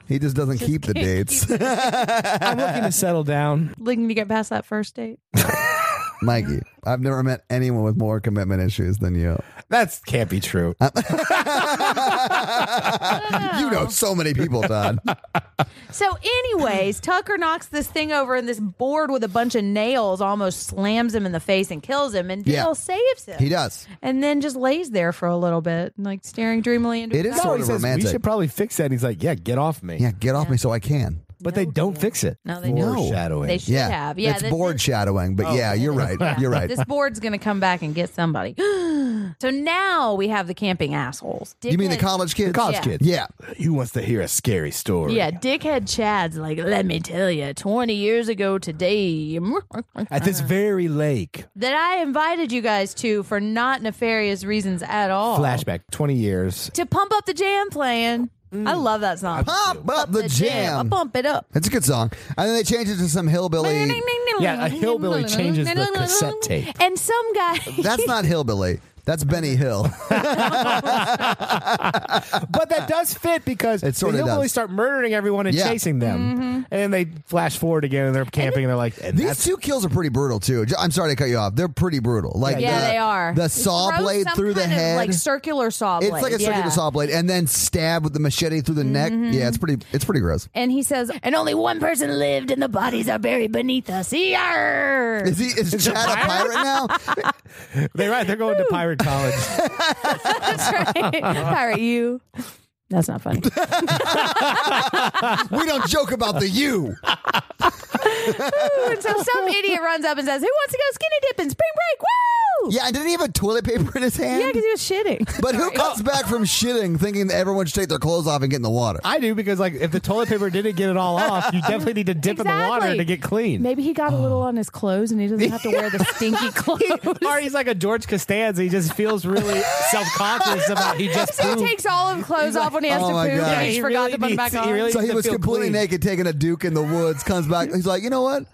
Speaker 1: He just doesn't keep the dates.
Speaker 3: I'm looking to settle down.
Speaker 4: Looking to get past that first date.
Speaker 1: Mikey, I've never met anyone with more commitment issues than you.
Speaker 3: That can't be true.
Speaker 1: You know so many people, Todd.
Speaker 4: So, anyways, Tucker knocks this thing over and this board with a bunch of nails almost slams him in the face and kills him. And
Speaker 1: Yeah.
Speaker 4: Dale saves him.
Speaker 1: He does.
Speaker 4: and then just lays there for a little bit, like staring dreamily into
Speaker 1: It
Speaker 4: his
Speaker 1: is
Speaker 4: eyes.
Speaker 1: sort
Speaker 3: he
Speaker 1: of
Speaker 3: says,
Speaker 1: romantic.
Speaker 3: We should probably fix that. And he's like, yeah, get off me.
Speaker 1: Yeah, get off me so I can.
Speaker 3: But they don't fix it.
Speaker 4: No, they
Speaker 1: No.
Speaker 4: don't.
Speaker 3: Foreshadowing.
Speaker 4: They should
Speaker 1: Yeah. Oh.
Speaker 4: have. Yeah,
Speaker 1: it's
Speaker 4: that-
Speaker 1: board shadowing, but yeah, you're right. You're right.
Speaker 4: This board's going to come back and get somebody. so now we have the camping assholes. Dickhead,
Speaker 1: You mean the college kids?
Speaker 3: College
Speaker 4: Yeah.
Speaker 3: kid.
Speaker 1: Yeah.
Speaker 3: He wants to hear a scary story.
Speaker 4: Yeah, dickhead Chad's like, let me tell you, 20 years ago today
Speaker 3: At this
Speaker 4: Uh-huh.
Speaker 3: very lake.
Speaker 4: that I invited you guys to for not nefarious reasons at all.
Speaker 3: Flashback, 20 years.
Speaker 4: To pump up the jam playing. I love that song.
Speaker 1: Pop up the
Speaker 4: I
Speaker 1: jam.
Speaker 4: bump it up.
Speaker 1: It's a good song. And then they changed it to some hillbilly.
Speaker 3: Yeah, a hillbilly changes the cassette tape.
Speaker 4: And some guy
Speaker 1: That's not hillbilly. That's Benny Hill.
Speaker 3: But that does fit because
Speaker 1: It sorta
Speaker 3: they
Speaker 1: does.
Speaker 3: really start murdering everyone and
Speaker 1: Yeah.
Speaker 3: chasing them,
Speaker 4: Mm-hmm.
Speaker 3: and then they flash forward again and they're camping and they're like, and
Speaker 1: These
Speaker 3: that's-
Speaker 1: two kills are pretty brutal too. J- I'm sorry to cut you off. They're pretty brutal. Like
Speaker 4: Yeah,
Speaker 1: the-
Speaker 4: they are.
Speaker 1: The
Speaker 4: It
Speaker 1: saw
Speaker 4: throws
Speaker 1: blade
Speaker 4: some
Speaker 1: through the
Speaker 4: kind of,
Speaker 1: head.
Speaker 4: like circular saw blade.
Speaker 1: it's like a circular
Speaker 4: yeah.
Speaker 1: saw blade, and then stab with the machete through the neck. Yeah, it's pretty. It's pretty gross.
Speaker 4: And he says, and only one person lived, and the bodies are buried beneath us. Yarr!
Speaker 1: Is he? Is, Chad a pirate now?
Speaker 3: they're right. They're going to pirate college.
Speaker 4: That's right. Pirate you. That's not funny.
Speaker 1: we don't joke about the you.
Speaker 4: And so some idiot runs up and says, "Who wants to go skinny dipping? Spring break! Woo!"
Speaker 1: Yeah, and didn't he have a toilet paper in his hand?
Speaker 4: Yeah, because he was shitting.
Speaker 1: but who comes back from shitting thinking that everyone should take their clothes off and get in the water?
Speaker 3: I do because like if the toilet paper didn't get it all off, you definitely need to dip in the water
Speaker 4: Exactly.
Speaker 3: to get clean.
Speaker 4: Maybe he got a little on his clothes and he doesn't have to wear the stinky clothes.
Speaker 3: Or he's like a George Costanza. He just feels really self conscious about he just
Speaker 4: So
Speaker 3: pooped.
Speaker 4: he takes all of his clothes off when he has
Speaker 1: Oh
Speaker 4: to
Speaker 1: my
Speaker 4: poop.
Speaker 1: God.
Speaker 4: and he,
Speaker 3: Yeah, he
Speaker 4: forgot
Speaker 3: really
Speaker 4: to put them back
Speaker 3: needs-
Speaker 4: on.
Speaker 3: he really-
Speaker 1: so he
Speaker 3: to
Speaker 1: was
Speaker 3: feel
Speaker 1: completely
Speaker 3: clean.
Speaker 1: naked, taking a duke in the woods. Comes back, he's like, you know what?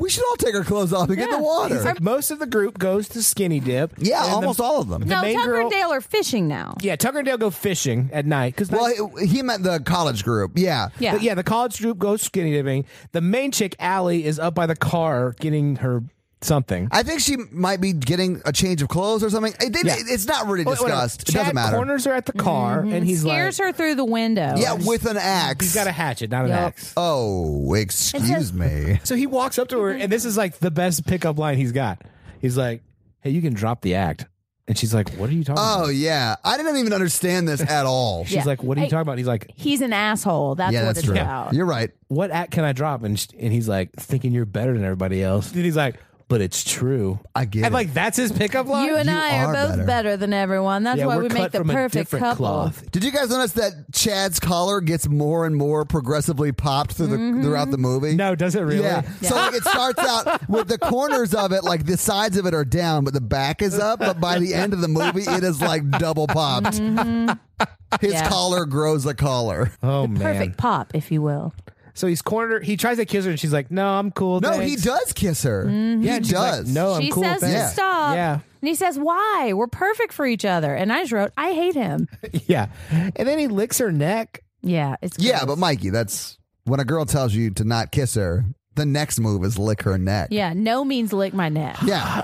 Speaker 1: We should all take our clothes off and get in the
Speaker 4: Yeah.
Speaker 1: water.
Speaker 4: He's like-
Speaker 3: Most of the group goes to skinny dip.
Speaker 1: yeah,
Speaker 3: And the-
Speaker 1: almost all of them.
Speaker 4: no,
Speaker 3: main
Speaker 4: Tucker
Speaker 3: girl-
Speaker 4: and Dale are fishing now.
Speaker 3: Yeah, Tucker and Dale go fishing at night because
Speaker 1: Well, he, he meant the college group. Yeah.
Speaker 4: Yeah.
Speaker 3: yeah, the college group goes skinny dipping. The main chick Allie is up by the car getting her something.
Speaker 1: I think she might be getting a change of clothes or something. It, it-
Speaker 3: Yeah.
Speaker 1: It's not really
Speaker 3: Wait, wait,
Speaker 1: discussed. it
Speaker 3: Chad
Speaker 1: doesn't matter.
Speaker 3: Corners her at the car and he's
Speaker 4: Mm-hmm. Scares
Speaker 3: like,
Speaker 4: her through the window.
Speaker 1: yeah, with an axe.
Speaker 3: he's got a hatchet, not an
Speaker 4: Yup.
Speaker 3: axe.
Speaker 1: oh, excuse me.
Speaker 3: So he walks up to her, and this is like the best pickup line he's got. He's like, "Hey, you can drop the act," and she's like, "What are you talking?" about?
Speaker 1: Oh yeah, I didn't even understand this at all.
Speaker 3: She's
Speaker 4: Yeah.
Speaker 3: like, "What are you
Speaker 4: Hey.
Speaker 3: talking about?" And he's like,
Speaker 4: He's an asshole. That's
Speaker 1: yeah,
Speaker 4: what
Speaker 1: that's
Speaker 4: it's
Speaker 1: true.
Speaker 4: about.
Speaker 1: You're right.
Speaker 3: "What act can I drop?" And sh- and he's like, "Thinking you're better than everybody else." And he's like, "But it's true."
Speaker 1: I get it.
Speaker 3: And like that's his pickup line.
Speaker 4: You and
Speaker 1: You
Speaker 4: I are,
Speaker 1: are
Speaker 4: both
Speaker 1: better.
Speaker 4: better. than everyone. That's
Speaker 3: yeah,
Speaker 4: why
Speaker 3: we're
Speaker 4: we
Speaker 3: cut
Speaker 4: make the
Speaker 3: from a
Speaker 4: perfect
Speaker 3: different
Speaker 4: couple.
Speaker 3: cloth.
Speaker 1: Did you guys notice that Chad's collar gets more and more progressively popped through the,
Speaker 4: Mm-hmm.
Speaker 1: throughout the movie?
Speaker 3: No, does it really?
Speaker 1: Yeah. So like it starts out with the corners of it, like the sides of it are down, but the back is up. But by the end of the movie, it is like double popped. His
Speaker 4: Mm-hmm. Yeah.
Speaker 1: collar grows a collar.
Speaker 3: Oh man.
Speaker 4: Perfect pop, if you will.
Speaker 3: So he's cornered. her- He tries to kiss her, and she's like, "No, I'm cool."
Speaker 1: No, he
Speaker 3: thanks."
Speaker 1: does kiss her.
Speaker 4: Mm-hmm.
Speaker 3: Yeah,
Speaker 1: he
Speaker 3: and she's like,
Speaker 1: does.
Speaker 3: no, I'm
Speaker 4: she
Speaker 3: cool.
Speaker 4: says to
Speaker 3: thanks."
Speaker 4: stop.
Speaker 3: Yeah.
Speaker 4: And he says, Why? We're perfect for each other. And I just wrote, I hate him.
Speaker 3: yeah. And then he licks her neck.
Speaker 4: Yeah. It's
Speaker 1: Yeah,
Speaker 4: gross.
Speaker 1: but Mikey, that's when a girl tells you to not kiss her. The next move is lick her neck.
Speaker 4: Yeah, no means lick my neck.
Speaker 1: Yeah.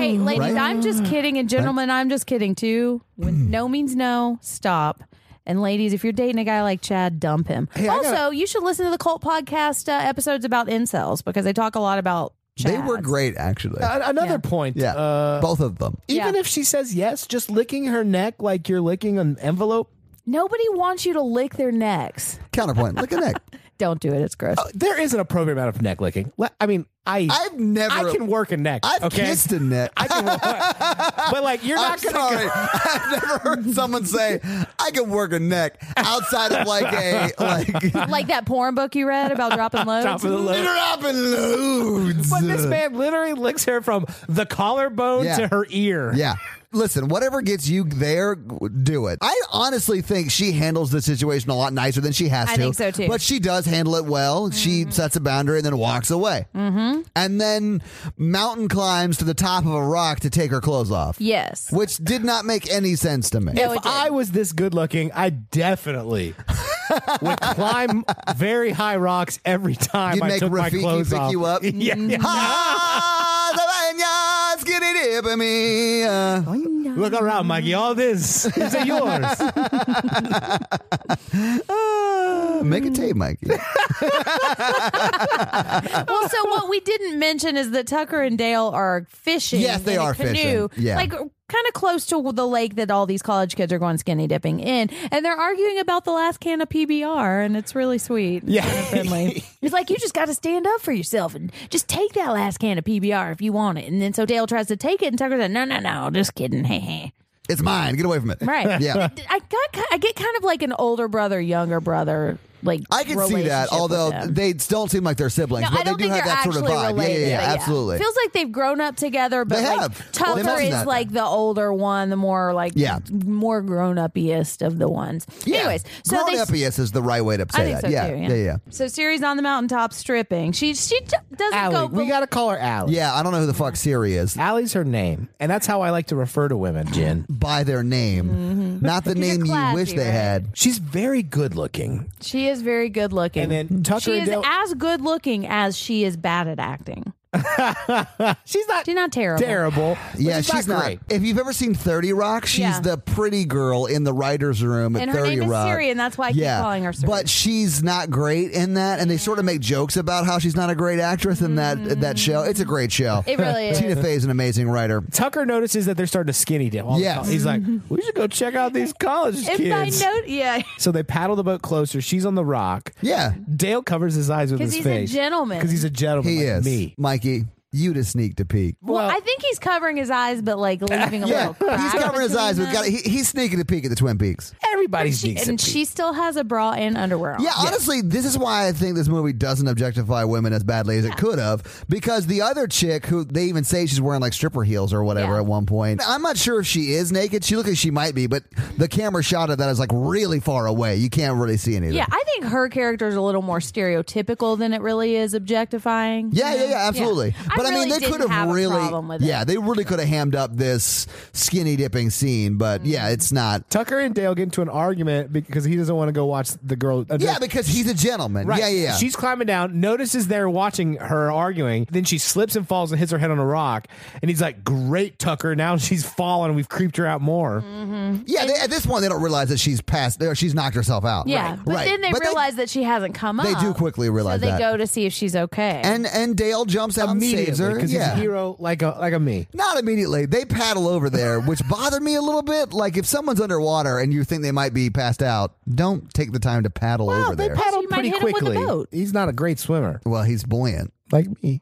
Speaker 4: Hey, ladies,
Speaker 1: Right?
Speaker 4: I'm just kidding. And gentlemen, I'm just kidding too. When no means no, stop. And ladies, if you're dating a guy like Chad, dump him.
Speaker 3: I
Speaker 4: also, you should listen to the Cult Podcast uh, episodes about incels because they talk a lot about Chad.
Speaker 1: They were great, actually.
Speaker 3: A- another point.
Speaker 1: Yeah.
Speaker 3: Uh,
Speaker 1: Both of them.
Speaker 3: Even
Speaker 4: Yeah.
Speaker 3: if she says yes, just licking her neck like you're licking an envelope.
Speaker 4: Nobody wants you to lick their necks.
Speaker 1: Counterpoint. Lick a neck.
Speaker 4: Don't do it. It's gross.
Speaker 3: There is an appropriate amount of neck licking. Le- I mean, I
Speaker 1: I've never.
Speaker 3: I can work a neck.
Speaker 1: I've
Speaker 3: okay?
Speaker 1: kissed uh, a neck.
Speaker 3: I can work, but like you're
Speaker 1: I'm
Speaker 3: not gonna.
Speaker 1: sorry.
Speaker 3: Go,
Speaker 1: I've never heard someone say I can work a neck outside of like a like
Speaker 4: like that porn book you read about dropping loads.
Speaker 3: Drop of the load.
Speaker 1: dropping loads.
Speaker 3: But this man literally licks her from the collarbone
Speaker 1: Yeah.
Speaker 3: to her ear.
Speaker 1: Yeah. Listen, whatever gets you there, do it. I honestly think she handles the situation a lot nicer than she has
Speaker 4: I
Speaker 1: to.
Speaker 4: think so, too.
Speaker 1: But she does handle it well. She sets a boundary and then walks away. Mm-hmm. And then mountain climbs to the top of a rock to take her clothes off.
Speaker 4: Yes.
Speaker 1: Which did not make any sense to me.
Speaker 4: Oh, it
Speaker 3: If
Speaker 4: did.
Speaker 3: I was this good looking, I definitely would climb very high rocks every time
Speaker 1: You'd
Speaker 3: I
Speaker 1: make
Speaker 3: took my
Speaker 1: Rafiki
Speaker 3: clothes
Speaker 1: pick
Speaker 3: off.
Speaker 1: you up.
Speaker 3: yeah, yeah.
Speaker 4: Mm-hmm.
Speaker 1: Ah, the vineyards, get it up in me. Uh,
Speaker 4: Oh,
Speaker 3: Look around, Mikey. All this is yours.
Speaker 1: Make a tape, Mikey.
Speaker 4: Well, so what we didn't mention is that Tucker and Dale are fishing.
Speaker 1: Yes, they
Speaker 4: in a
Speaker 1: are fishing.
Speaker 4: canoe,
Speaker 1: Yeah.
Speaker 4: like kind of close to the lake that all these college kids are going skinny dipping in, and they're arguing about the last can of PBR, and it's really sweet.
Speaker 3: Yeah.
Speaker 4: and friendly. It's like you just got to stand up for yourself and just take that last can of PBR if you want it. And then so Dale tries to take it, and Tucker said, "No, no, no, just kidding." Heh heh."
Speaker 1: It's mine. Get away from it.
Speaker 4: Right.
Speaker 1: Yeah.
Speaker 4: I got. I get kind of like an older brother, younger brother like
Speaker 1: I can see that,
Speaker 4: relationship with
Speaker 1: although
Speaker 4: them.
Speaker 1: they don't seem like they're siblings,
Speaker 2: No, I
Speaker 1: but
Speaker 2: don't
Speaker 1: they do
Speaker 2: think
Speaker 1: have
Speaker 2: they're
Speaker 1: that sort of
Speaker 2: actually
Speaker 1: vibe.
Speaker 2: related.
Speaker 1: yeah, yeah,
Speaker 2: but
Speaker 1: yeah, absolutely.
Speaker 4: Feels like they've grown up together, but
Speaker 1: They
Speaker 4: like
Speaker 1: have. They've
Speaker 4: Tucker
Speaker 1: mentioned
Speaker 4: is
Speaker 1: that.
Speaker 4: like the older one, the more like
Speaker 1: Yeah.
Speaker 4: more grown upiest of the ones.
Speaker 1: yeah.
Speaker 4: Anyways, so
Speaker 1: grown
Speaker 4: they
Speaker 1: up yes is the right way to say
Speaker 4: I
Speaker 1: that.
Speaker 4: think so
Speaker 1: yeah,
Speaker 4: too.
Speaker 1: yeah, yeah.
Speaker 4: So Siri's on the mountaintop stripping. She she t- doesn't go.
Speaker 3: Allie. We
Speaker 4: bel-
Speaker 3: got to call her Allie.
Speaker 1: Yeah, I don't know who the fuck Siri is
Speaker 3: Allie's her name, and that's how I like to refer to women, Jen.
Speaker 1: by their name, not the
Speaker 4: you're
Speaker 1: name you
Speaker 4: Mm-hmm. classy,
Speaker 1: wish they
Speaker 4: right?
Speaker 1: had.
Speaker 3: She's very good looking.
Speaker 4: she is very good looking.
Speaker 3: And then Tucker
Speaker 4: she
Speaker 3: and
Speaker 4: is
Speaker 3: Dale-
Speaker 4: as good looking as she is bad at acting.
Speaker 3: she's not
Speaker 4: She's not terrible.
Speaker 3: terrible. but
Speaker 1: Yeah, she's not.
Speaker 3: great.
Speaker 1: If you've ever seen Thirty Rock, she's
Speaker 4: Yeah.
Speaker 1: the pretty girl in the writers' room at
Speaker 4: And her
Speaker 1: Thirty
Speaker 4: name is
Speaker 1: Rock.
Speaker 4: Siri, and that's why I keep calling her Siri.
Speaker 1: But she's not great in that, and they sort of make jokes about how she's not a great actress in that that show. It's a great show.
Speaker 4: It really is.
Speaker 1: Tina Fey is an amazing writer.
Speaker 3: Tucker notices that they're starting to skinny dip. all the
Speaker 1: Yes.
Speaker 3: time. he's like, we should go check out these college
Speaker 4: If I
Speaker 3: kids.
Speaker 4: know, yeah,
Speaker 3: so they paddle the boat closer. She's on the rock.
Speaker 1: Yeah,
Speaker 3: Dale covers his eyes with
Speaker 4: 'Cause
Speaker 3: his
Speaker 4: he's a
Speaker 3: face.
Speaker 4: gentleman.
Speaker 3: Because he's a gentleman.
Speaker 1: he
Speaker 3: like
Speaker 1: is.
Speaker 3: Me.
Speaker 1: Mikey, you to sneak to peek.
Speaker 4: Well, I think he's covering his eyes, but like leaving a
Speaker 1: Yeah,
Speaker 4: little. Crack
Speaker 1: he's covering his
Speaker 4: between
Speaker 1: eyes. We've
Speaker 4: them.
Speaker 1: got he, he's sneaking to peek at the Twin Peaks.
Speaker 3: everybody
Speaker 4: She,
Speaker 3: sneaks.
Speaker 4: and
Speaker 3: a peek.
Speaker 4: she still has a bra and underwear. on.
Speaker 1: Yeah, honestly, this is why I think this movie doesn't objectify women as badly as it could have. Because the other chick, who they even say she's wearing like stripper heels or whatever
Speaker 4: Yeah.
Speaker 1: at one point, I'm not sure if she is naked. She looks like she might be, but the camera shot of that is like really far away. You can't really see anything.
Speaker 4: Yeah, I think her character is a little more stereotypical than it really is objectifying.
Speaker 1: Yeah,
Speaker 4: you
Speaker 1: yeah,
Speaker 4: know?
Speaker 1: yeah, absolutely.
Speaker 4: I
Speaker 1: But I,
Speaker 4: really
Speaker 1: mean, they
Speaker 4: didn't
Speaker 1: could have,
Speaker 4: have a
Speaker 1: really,
Speaker 4: problem with it.
Speaker 1: yeah, they really could have hammed up this skinny dipping scene. But yeah,
Speaker 4: Mm-hmm.
Speaker 1: it's not.
Speaker 3: Tucker and Dale get into an argument because he doesn't want to go watch the girl.
Speaker 1: Yeah, because he's a gentleman.
Speaker 3: Right.
Speaker 1: Yeah, yeah, yeah.
Speaker 3: She's climbing down, notices they're watching her arguing. Then she slips and falls and hits her head on a rock. And he's like, Great, Tucker. Now she's fallen. We've creeped her out more.
Speaker 1: yeah. They, at this point, they don't realize that she's passed. Or she's knocked herself out.
Speaker 4: Yeah,
Speaker 1: right.
Speaker 4: but
Speaker 1: right.
Speaker 4: then they realize that she hasn't come
Speaker 1: They
Speaker 4: up.
Speaker 1: do quickly realize
Speaker 4: so they
Speaker 1: that.
Speaker 4: go to see if she's okay.
Speaker 1: And and Dale jumps out and
Speaker 3: Immediately.
Speaker 1: saves her.
Speaker 3: Because
Speaker 1: Yeah.
Speaker 3: he's a hero like a, like a me.
Speaker 1: Not immediately. They paddle over there, which bothered me a little bit. Like if someone's underwater and you think they might be passed out, don't take the time to paddle
Speaker 4: Oh,
Speaker 1: over there.
Speaker 4: paddle- you might hit him with a boat.
Speaker 3: He's not a great swimmer
Speaker 1: well, he's buoyant.
Speaker 3: like me.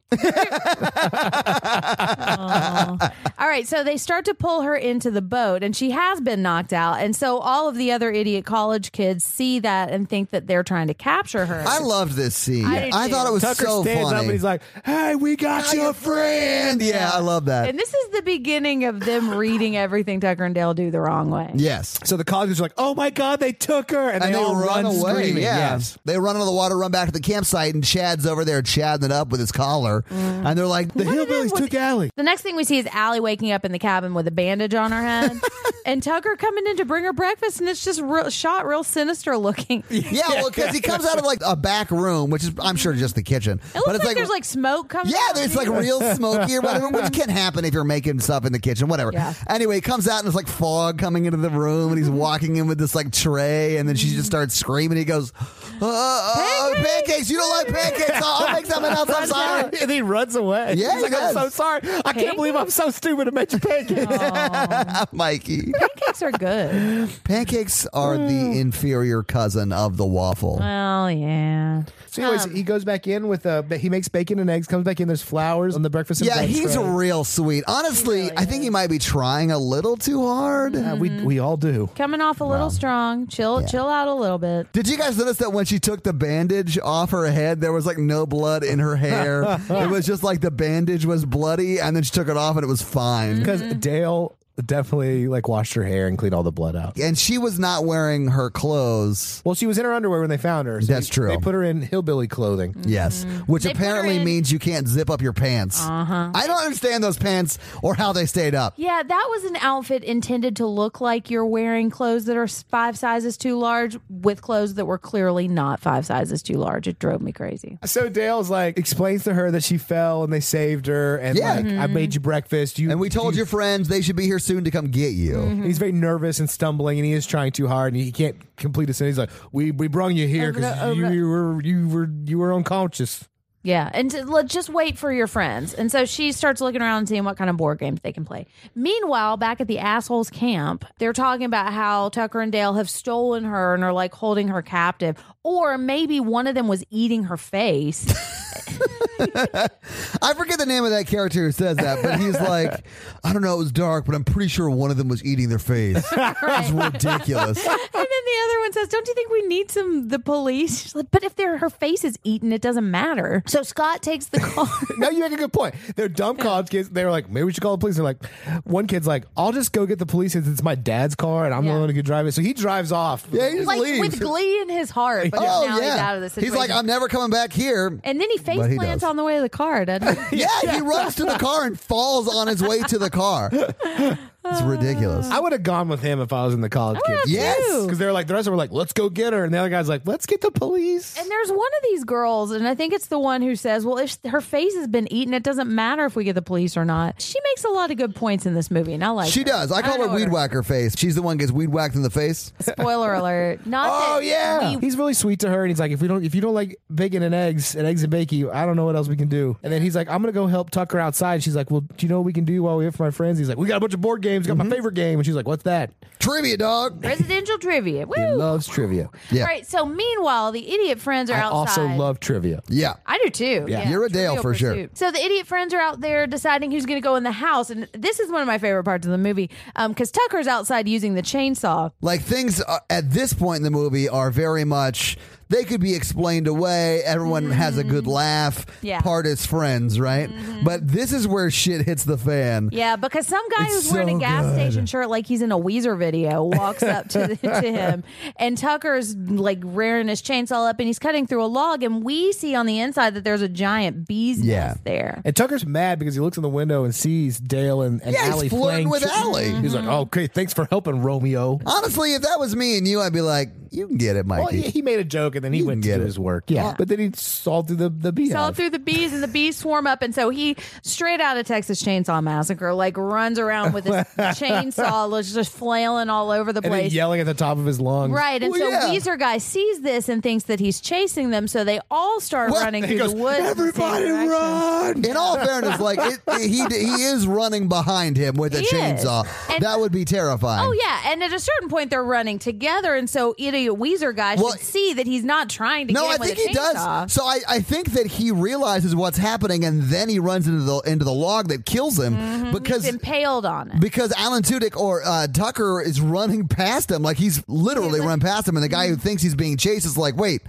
Speaker 4: all right, so they start to pull her into the boat, and she has been knocked out. And so all of the other idiot college kids see that and think that they're trying to capture her.
Speaker 1: I loved this scene.
Speaker 4: I did
Speaker 1: thought
Speaker 4: too.
Speaker 1: it was
Speaker 3: Tucker
Speaker 1: so
Speaker 3: stands
Speaker 1: funny.
Speaker 3: up and he's like, Hey, we got
Speaker 1: Got
Speaker 3: you
Speaker 1: your
Speaker 3: a friend.
Speaker 1: yeah, I love that.
Speaker 4: and this is the beginning of them reading everything Tucker and Dale do the wrong way.
Speaker 1: yes.
Speaker 3: So the colleges are like, Oh my God, they took her. And,
Speaker 1: And they,
Speaker 3: all
Speaker 1: run, away.
Speaker 3: screaming.
Speaker 1: Yeah.
Speaker 3: Yes.
Speaker 1: They run into the water, run back to the campsite, and Chad's over there chadding it up with his collar.
Speaker 4: Mm.
Speaker 1: And they're like,
Speaker 3: The hillbillies took Allie.
Speaker 4: The next thing we see is Allie waking up in the cabin with a bandage on her head, and Tucker coming in to bring her breakfast, and it's just real, shot real sinister looking. It
Speaker 1: Yeah, well, because he comes out of like a back room, which is I'm sure just the kitchen.
Speaker 4: looks like, there's like smoke coming.
Speaker 1: yeah,
Speaker 4: out.
Speaker 1: there's like real smoky or whatever, which can happen if you're making stuff in the kitchen, whatever.
Speaker 4: Yeah.
Speaker 1: Anyway, he comes out and there's like fog coming into the room, and he's walking in with this like tray, and then she just starts screaming. He goes, uh, uh, pancakes. You don't like pancakes? Oh, I'll, I'll make something else. I'm sorry.
Speaker 3: And he runs away.
Speaker 1: Yeah,
Speaker 3: He's like,
Speaker 1: he does.
Speaker 3: I'm so sorry. I can't believe I'm so stupid to make you pancakes.
Speaker 1: Mikey,
Speaker 4: pancakes are good.
Speaker 1: pancakes are the inferior cousin of the waffle.
Speaker 4: Well, yeah.
Speaker 3: so, anyways, he goes back in with uh, he makes bacon and eggs. Comes back in. There's flowers on the breakfast. And
Speaker 1: yeah,
Speaker 3: brunch
Speaker 1: he's
Speaker 3: tray.
Speaker 1: real sweet. Honestly, I think he might be trying a little too hard.
Speaker 3: Uh, we we all do.
Speaker 4: Coming off a little strong. Chill, chill out a little bit.
Speaker 1: Did you guys notice that when she took the bandage off her head, there was like no blood in her hair? It was just like the bandage was bloody, and then she took it off and it was fine.
Speaker 4: Mm-hmm.
Speaker 3: Because Dale definitely like washed her hair and cleaned all the blood out.
Speaker 1: And she was not wearing her clothes.
Speaker 3: Well, she was in her underwear when they found her. so
Speaker 1: That's
Speaker 3: they-
Speaker 1: true.
Speaker 3: They put her in hillbilly clothing.
Speaker 1: Yes, which
Speaker 4: Mm-hmm. They put her
Speaker 1: apparently
Speaker 4: in-
Speaker 1: means you can't zip up your pants. Uh-huh. I don't understand those pants or how they stayed up.
Speaker 4: Yeah, that was an outfit intended to look like you're wearing clothes that are s- five sizes too large with clothes that were clearly not five sizes too large. It drove me crazy.
Speaker 3: So Dale's like explains to her that she fell and they saved her and
Speaker 1: Yeah.
Speaker 3: like I made you breakfast. You
Speaker 1: And we told your friends they should be here soon to come get you.
Speaker 4: Mm-hmm.
Speaker 3: And He's very nervous and stumbling, and he is trying too hard, and he can't complete a sentence. He's like, "We we brung you here because you, you were you were you were unconscious."
Speaker 4: Yeah, and to, let, just wait for your friends. And so she starts looking around and seeing what kind of board games they can play. Meanwhile, back at the assholes camp, they're talking about how Tucker and Dale have stolen her and are like holding her captive, or maybe one of them was eating her face.
Speaker 1: I forget the name of that character who says that, but he's like, I don't know, it was dark, but I'm pretty sure one of them was eating their face. It's ridiculous.
Speaker 4: and then the other everyone says, "Don't you think we need some the police?" She's like, "But if their her face is eaten, it doesn't matter." So Scott takes the car.
Speaker 3: No, you make a good point. They're dumb college kids. They're like, maybe we should call the police. They're like, one kid's like, I'll just go get the police since it's my dad's car and I'm
Speaker 4: Yeah.
Speaker 3: the one who can drive it. So he drives off.
Speaker 1: Yeah, he just
Speaker 4: like
Speaker 1: leaves.
Speaker 4: with glee in his heart, but
Speaker 1: oh
Speaker 4: now
Speaker 1: yeah,
Speaker 4: he's out of the situation.
Speaker 1: like, I'm never coming back here.
Speaker 4: and then he face
Speaker 1: But he
Speaker 4: plants
Speaker 1: does.
Speaker 4: on the way to the car, doesn't he?
Speaker 1: Yeah, he runs to the car and falls on his way to the car. It's ridiculous.
Speaker 3: I would have gone with him if I was in the college kids.
Speaker 1: yes.
Speaker 3: Because they're like, the rest of them were like, let's go get her. And the other guy's like, let's get the police.
Speaker 4: And there's one of these girls, and I think it's the one who says, "Well, if her face has been eaten, it doesn't matter if we get the police or not." She makes a lot of good points in this movie, and I like.
Speaker 1: She
Speaker 4: her.
Speaker 1: does. I call her
Speaker 4: know
Speaker 1: weed whacker face. She's the one who gets weed whacked in the face.
Speaker 4: Spoiler alert! Not.
Speaker 3: Oh
Speaker 4: that
Speaker 3: yeah,
Speaker 4: we-
Speaker 3: he's really sweet to her, and he's like, if we don't, if you don't like bacon and eggs and eggs and bacon, I don't know what else we can do. And then he's like, I'm gonna go help Tucker outside. She's like, well, do you know what we can do while we wait for my friends? He's like, we got a bunch of board games. Got my favorite game, and she's like, what's that?
Speaker 1: Trivia, dog.
Speaker 4: residential trivia. Woo!
Speaker 3: He loves trivia.
Speaker 1: Yeah.
Speaker 4: All right. So meanwhile, the idiot friends are
Speaker 3: I
Speaker 4: outside.
Speaker 3: also love trivia.
Speaker 1: Yeah.
Speaker 4: I do too.
Speaker 3: Yeah.
Speaker 1: You're a
Speaker 4: Trivial
Speaker 1: Dale for sure.
Speaker 4: Pursuit. So the idiot friends are out there deciding who's going to go in the house, and this is one of my favorite parts of the movie because Tucker's outside using the chainsaw.
Speaker 1: Like things are, at this point in the movie are very much they could be explained away. Everyone has a good laugh.
Speaker 4: Mm-hmm. Yeah. Mm-hmm.
Speaker 1: Part is friends, right? But this is where shit hits the fan.
Speaker 4: Yeah, because some guy
Speaker 3: It's
Speaker 4: who's wearing a
Speaker 3: so
Speaker 4: gas
Speaker 3: good.
Speaker 4: station shirt, like he's in a Weezer video, walks up to, the, to him, and Tucker's like rearing his chainsaw up, and he's cutting through a log, and we see on the inside that there's a giant bee's
Speaker 1: Yeah.
Speaker 4: nest there.
Speaker 3: And Tucker's mad because he looks in the window and sees Dale and, and
Speaker 1: Yeah, he's
Speaker 3: Allie
Speaker 1: flirting
Speaker 3: playing
Speaker 1: with
Speaker 3: chi-
Speaker 1: Allie.
Speaker 3: He's like,
Speaker 4: Mm-hmm.
Speaker 3: oh, okay, thanks for helping Romeo.
Speaker 1: Honestly, if that was me and you, I'd be like, you can get it, Mikey.
Speaker 3: Well, yeah, he made a joke and then he went to
Speaker 1: get
Speaker 3: do
Speaker 1: it.
Speaker 3: his work. Yeah. but then he saw through the the beehive.
Speaker 4: Saw through the bees and the bees swarm up, and so he straight out of Texas Chainsaw Massacre, like runs around with his chainsaw, was just flailing all over the
Speaker 3: and then
Speaker 4: place.
Speaker 3: yelling at the top of his lungs.
Speaker 4: Right, and
Speaker 1: Well,
Speaker 4: so
Speaker 1: yeah.
Speaker 4: Weezer guy sees this and thinks that he's chasing them, so they all start
Speaker 1: What?
Speaker 4: running
Speaker 3: He
Speaker 4: through
Speaker 3: goes,
Speaker 4: the woods. in the same
Speaker 3: everybody
Speaker 4: direction."
Speaker 3: run!
Speaker 1: In all fairness, like it, he he is running behind him with a
Speaker 4: He is.
Speaker 1: chainsaw.
Speaker 4: And-
Speaker 1: that would be terrifying.
Speaker 4: Oh yeah, and at a certain point they're running together, and so idiot Weezer guy
Speaker 1: Well,
Speaker 4: should see that he's not trying to
Speaker 1: No,
Speaker 4: get
Speaker 1: I
Speaker 4: him
Speaker 1: think
Speaker 4: with
Speaker 1: he
Speaker 4: a chainsaw.
Speaker 1: does. So I, I think that he realizes what's happening and then he runs into the into the log that kills him
Speaker 4: He's
Speaker 1: because
Speaker 4: impaled on it.
Speaker 1: because Alan Tudyk or uh, Tucker is running past him like he's literally
Speaker 4: He's like- mm-hmm.
Speaker 1: run past him and the guy who thinks he's being chased is like, "Wait,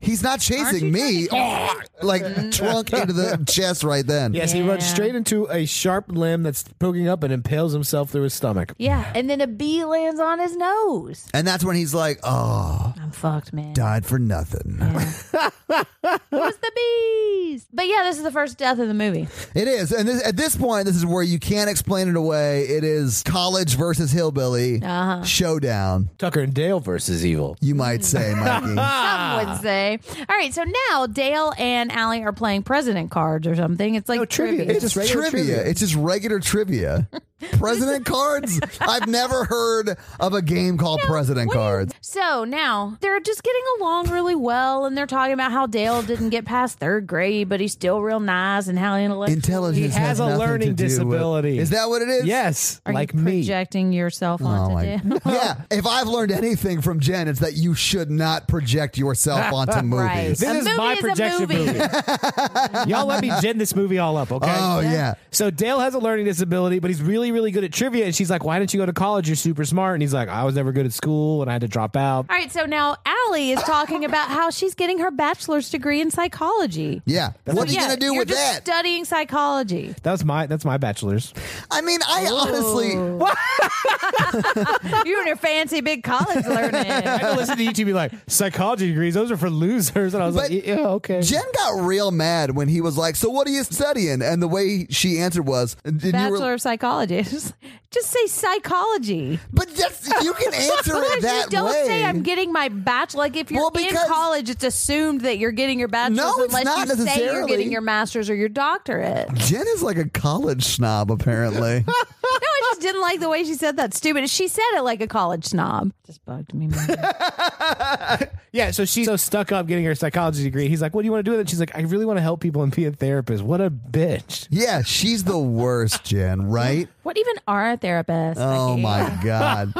Speaker 1: he's not chasing
Speaker 4: you
Speaker 1: me." Oh,
Speaker 4: trying to Mm-hmm.
Speaker 1: like trunk into the chest right then.
Speaker 3: Yes, he runs
Speaker 4: Yeah.
Speaker 3: straight into a sharp limb that's poking up and impales himself through his stomach.
Speaker 4: Yeah, and then a bee lands on his nose.
Speaker 1: And that's when he's like, "Oh,
Speaker 4: I'm fucked, man.
Speaker 1: died for nothing."
Speaker 4: It's the bees. But yeah, this is the first death of the movie.
Speaker 1: It is, and this, at this point, this is where you can't explain it away. It is college versus hillbilly
Speaker 3: Uh-huh.
Speaker 1: showdown.
Speaker 3: Tucker and Dale versus evil.
Speaker 1: You might say, Mikey.
Speaker 4: Some would say. All right, so now Dale and Allie are playing president cards or something. It's like
Speaker 3: No, trivia.
Speaker 4: trivia.
Speaker 3: It's just regular
Speaker 1: trivia.
Speaker 3: trivia.
Speaker 1: It's just regular trivia. president cards. I've never heard of a game called President
Speaker 4: what do you-
Speaker 1: Cards.
Speaker 4: So now they're just getting along really well, and they're talking about how Dale didn't get past third grade, but he's still real nice and how intellectual.
Speaker 1: Intelligence
Speaker 3: He has a
Speaker 1: nothing to
Speaker 3: learning
Speaker 1: do with-
Speaker 3: disability.
Speaker 1: Is that what it is?
Speaker 3: Yes,
Speaker 4: Are
Speaker 3: like
Speaker 4: you
Speaker 3: me.
Speaker 4: projecting yourself
Speaker 1: Oh
Speaker 4: onto
Speaker 1: my.
Speaker 4: Dale?
Speaker 1: yeah. If I've learned anything from Jen, it's that you should not project yourself onto
Speaker 4: Right.
Speaker 1: movies.
Speaker 4: A
Speaker 3: This
Speaker 4: movie
Speaker 3: is my
Speaker 4: is a
Speaker 3: projection
Speaker 4: movie.
Speaker 3: movie. Y'all let me gin this movie all up, okay?
Speaker 1: Oh yeah.
Speaker 3: So Dale has a learning disability, but he's really, really good at trivia. And she's like, "Why didn't you go to college? You're super smart." And he's like, "I was never good at school, and I had to drop out."
Speaker 4: All right, so now Allie is talking about how she's getting her bachelor's degree in psychology.
Speaker 1: Yeah. What are you
Speaker 4: Yeah,
Speaker 1: gonna do
Speaker 4: you're
Speaker 1: with
Speaker 4: just
Speaker 1: that?
Speaker 4: Studying psychology.
Speaker 3: That's my that's my bachelor's.
Speaker 1: I mean, I honestly
Speaker 4: Oh. you and your fancy big college
Speaker 3: I
Speaker 4: learning.
Speaker 3: had to listen to you two be like, "Psychology degrees; those are for losers." And I was
Speaker 1: But-
Speaker 3: like, "Yeah, okay."
Speaker 1: Jen got real mad when he was like, "So what are you studying?" And the way she answered was, and you were-
Speaker 4: Bachelor of psychology. Just say psychology.
Speaker 1: But that's, you can answer
Speaker 4: But
Speaker 1: it that
Speaker 4: you don't
Speaker 1: way.
Speaker 4: say I'm getting my bachelor. Like if you're
Speaker 1: Well,
Speaker 4: in
Speaker 1: because-
Speaker 4: college, it's assumed that you're getting your bachelor's
Speaker 1: No, it's
Speaker 4: unless
Speaker 1: not
Speaker 4: you say you're
Speaker 1: necessarily.
Speaker 4: getting your master's or your doctorate. no,
Speaker 1: Jen is like a college snob, apparently.
Speaker 4: I just didn't like the way she said that. Stupid. She said it like a college snob. Just bugged me. man.
Speaker 3: yeah, so she's so stuck up getting her psychology degree. He's like, "What do you want to do with it?" She's like, "I really want to help people and be a therapist." What a bitch!
Speaker 1: yeah, she's the worst, Jen. Right?
Speaker 4: What even are therapists?
Speaker 1: Oh
Speaker 4: Becky?
Speaker 1: my God.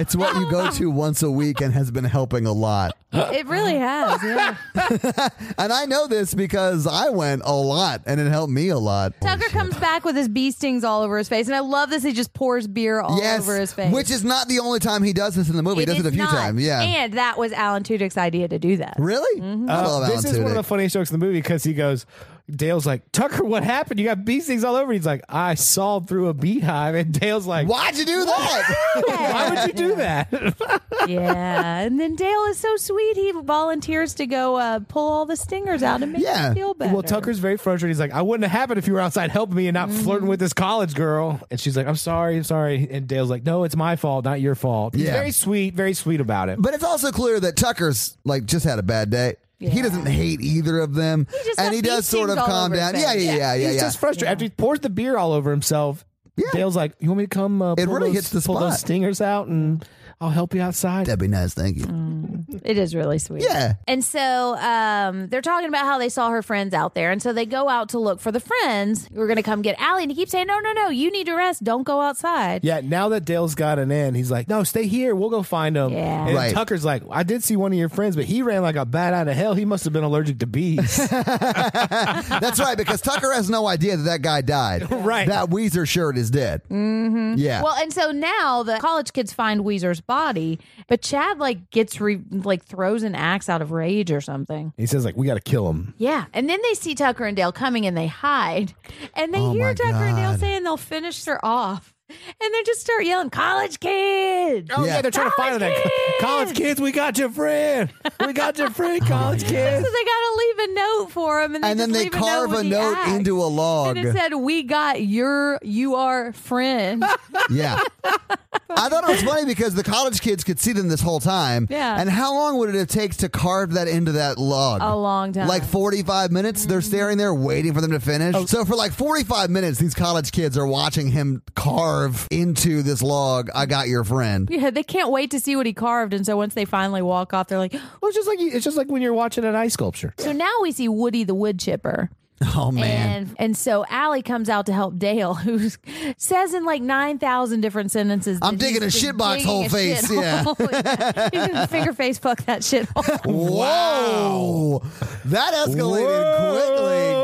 Speaker 1: It's what you go to once a week and has been helping a lot.
Speaker 4: It really has. Yeah.
Speaker 1: And I know this because I went a lot and it helped me a lot.
Speaker 4: Tucker comes back with his bee stings all over his face, and I love this. He just pours beer all
Speaker 1: Yes,
Speaker 4: over his face.
Speaker 1: which is not the only time he does this in the movie. he does
Speaker 4: is
Speaker 1: it a few
Speaker 4: not.
Speaker 1: times. Yeah.
Speaker 4: And Mm-hmm. that was Alan Tudyk's idea to do that.
Speaker 1: really? I love
Speaker 3: Uh, this
Speaker 1: Alan
Speaker 3: is one
Speaker 1: Tudyk.
Speaker 3: of the funniest jokes in the movie because he goes, Dale's like, Tucker, what happened? You got bee stings all over. He's like, I sawed through a beehive. And Dale's like,
Speaker 1: Why'd you do that?
Speaker 3: Why would you do that?
Speaker 4: yeah. And then Dale is so sweet. He volunteers to go uh, pull all the stingers out and make
Speaker 1: Yeah.
Speaker 4: him feel better.
Speaker 3: Well, Tucker's very frustrated. He's like, I wouldn't have happened if you were outside helping me and not flirting with this college girl. And she's like, I'm sorry, I'm sorry. And Dale's like, No, it's my fault, not your fault. He's
Speaker 1: Yeah.
Speaker 3: very sweet, very sweet about it.
Speaker 1: but it's also clear that Tucker's like just had a bad day. He
Speaker 4: Yeah.
Speaker 1: doesn't hate either of them.
Speaker 4: just
Speaker 1: and
Speaker 4: got
Speaker 1: he
Speaker 4: bee
Speaker 1: does sort of
Speaker 4: stings all
Speaker 1: calm
Speaker 4: over his
Speaker 1: down.
Speaker 4: face.
Speaker 1: Yeah, yeah, yeah, Uh, yeah.
Speaker 3: He's
Speaker 1: yeah.
Speaker 3: just frustrated. After he pours the beer all over himself, Dale's like, You want me to come uh,
Speaker 1: It
Speaker 3: pull
Speaker 1: really
Speaker 3: those-
Speaker 1: hits the
Speaker 3: pull those
Speaker 1: spot.
Speaker 3: stingers out and I'll help you outside?
Speaker 1: That'd be nice. Thank you.
Speaker 4: Mm. It is really sweet.
Speaker 1: Yeah.
Speaker 4: And so um, they're talking about how they saw her friends out there. And so they go out to look for the friends. We're going to come get Allie. And he keeps saying, no, no, no, you need to rest. Don't go outside.
Speaker 3: Yeah, now that Dale's got an in, he's like, "No, stay here. We'll go find him."
Speaker 4: Yeah.
Speaker 3: And
Speaker 1: Right.
Speaker 3: Tucker's like, "I did see one of your friends, but he ran like a bat out of hell. He must have been allergic to bees."
Speaker 1: That's right, because Tucker has no idea that that guy died.
Speaker 3: Right.
Speaker 1: That Weezer shirt is dead. Mm-hmm. Yeah.
Speaker 4: Well, and so now the college kids find Weezer's body, but Chad like gets re- like throws an axe out of rage or something.
Speaker 3: he says, "Like we got to kill him."
Speaker 4: Yeah, and then they see Tucker and Dale coming, and they hide, and they hear
Speaker 1: Oh my
Speaker 4: Tucker and Dale
Speaker 1: God.
Speaker 4: saying they'll finish her off, and they just start yelling, "College kids!"
Speaker 3: Oh yeah,
Speaker 1: Yeah.
Speaker 3: they're trying to find
Speaker 4: College
Speaker 3: that
Speaker 4: kids!
Speaker 3: college kids. We got your friend. We got your friend, college
Speaker 1: Oh,
Speaker 4: So
Speaker 3: kids.
Speaker 4: they gotta leave a note for him, and,
Speaker 1: and then
Speaker 4: just
Speaker 1: they
Speaker 4: leave
Speaker 1: carve a
Speaker 4: with the
Speaker 1: note
Speaker 4: axe.
Speaker 1: into a log.
Speaker 4: And it said, "We got your you are friend."
Speaker 1: Yeah. I thought it was funny because the college kids could see them this whole time.
Speaker 4: Yeah.
Speaker 1: And how long would it have taken to carve that into that log?
Speaker 4: A long time. Mm-hmm. Oh.
Speaker 1: Like 45 minutes? They're staring there waiting for them to finish. So for like 45 minutes, these college kids are watching him carve into this log, I got your friend.
Speaker 4: yeah, they can't wait to see what he carved, and so once they finally walk off, they're like,
Speaker 3: Well, it's just like you- it's just like when you're watching an ice sculpture.
Speaker 4: So now we see Woody the wood chipper.
Speaker 1: Oh, man.
Speaker 4: And and so Allie comes out to help Dale, who says in like nine thousand different sentences.
Speaker 1: I'm
Speaker 4: that
Speaker 1: digging
Speaker 4: he's
Speaker 1: a
Speaker 4: been
Speaker 1: shitbox
Speaker 4: digging
Speaker 1: hole
Speaker 4: a
Speaker 1: face,
Speaker 4: shithole. he's gonna finger face fuck that shit hole.
Speaker 1: Whoa. That escalated
Speaker 3: Whoa.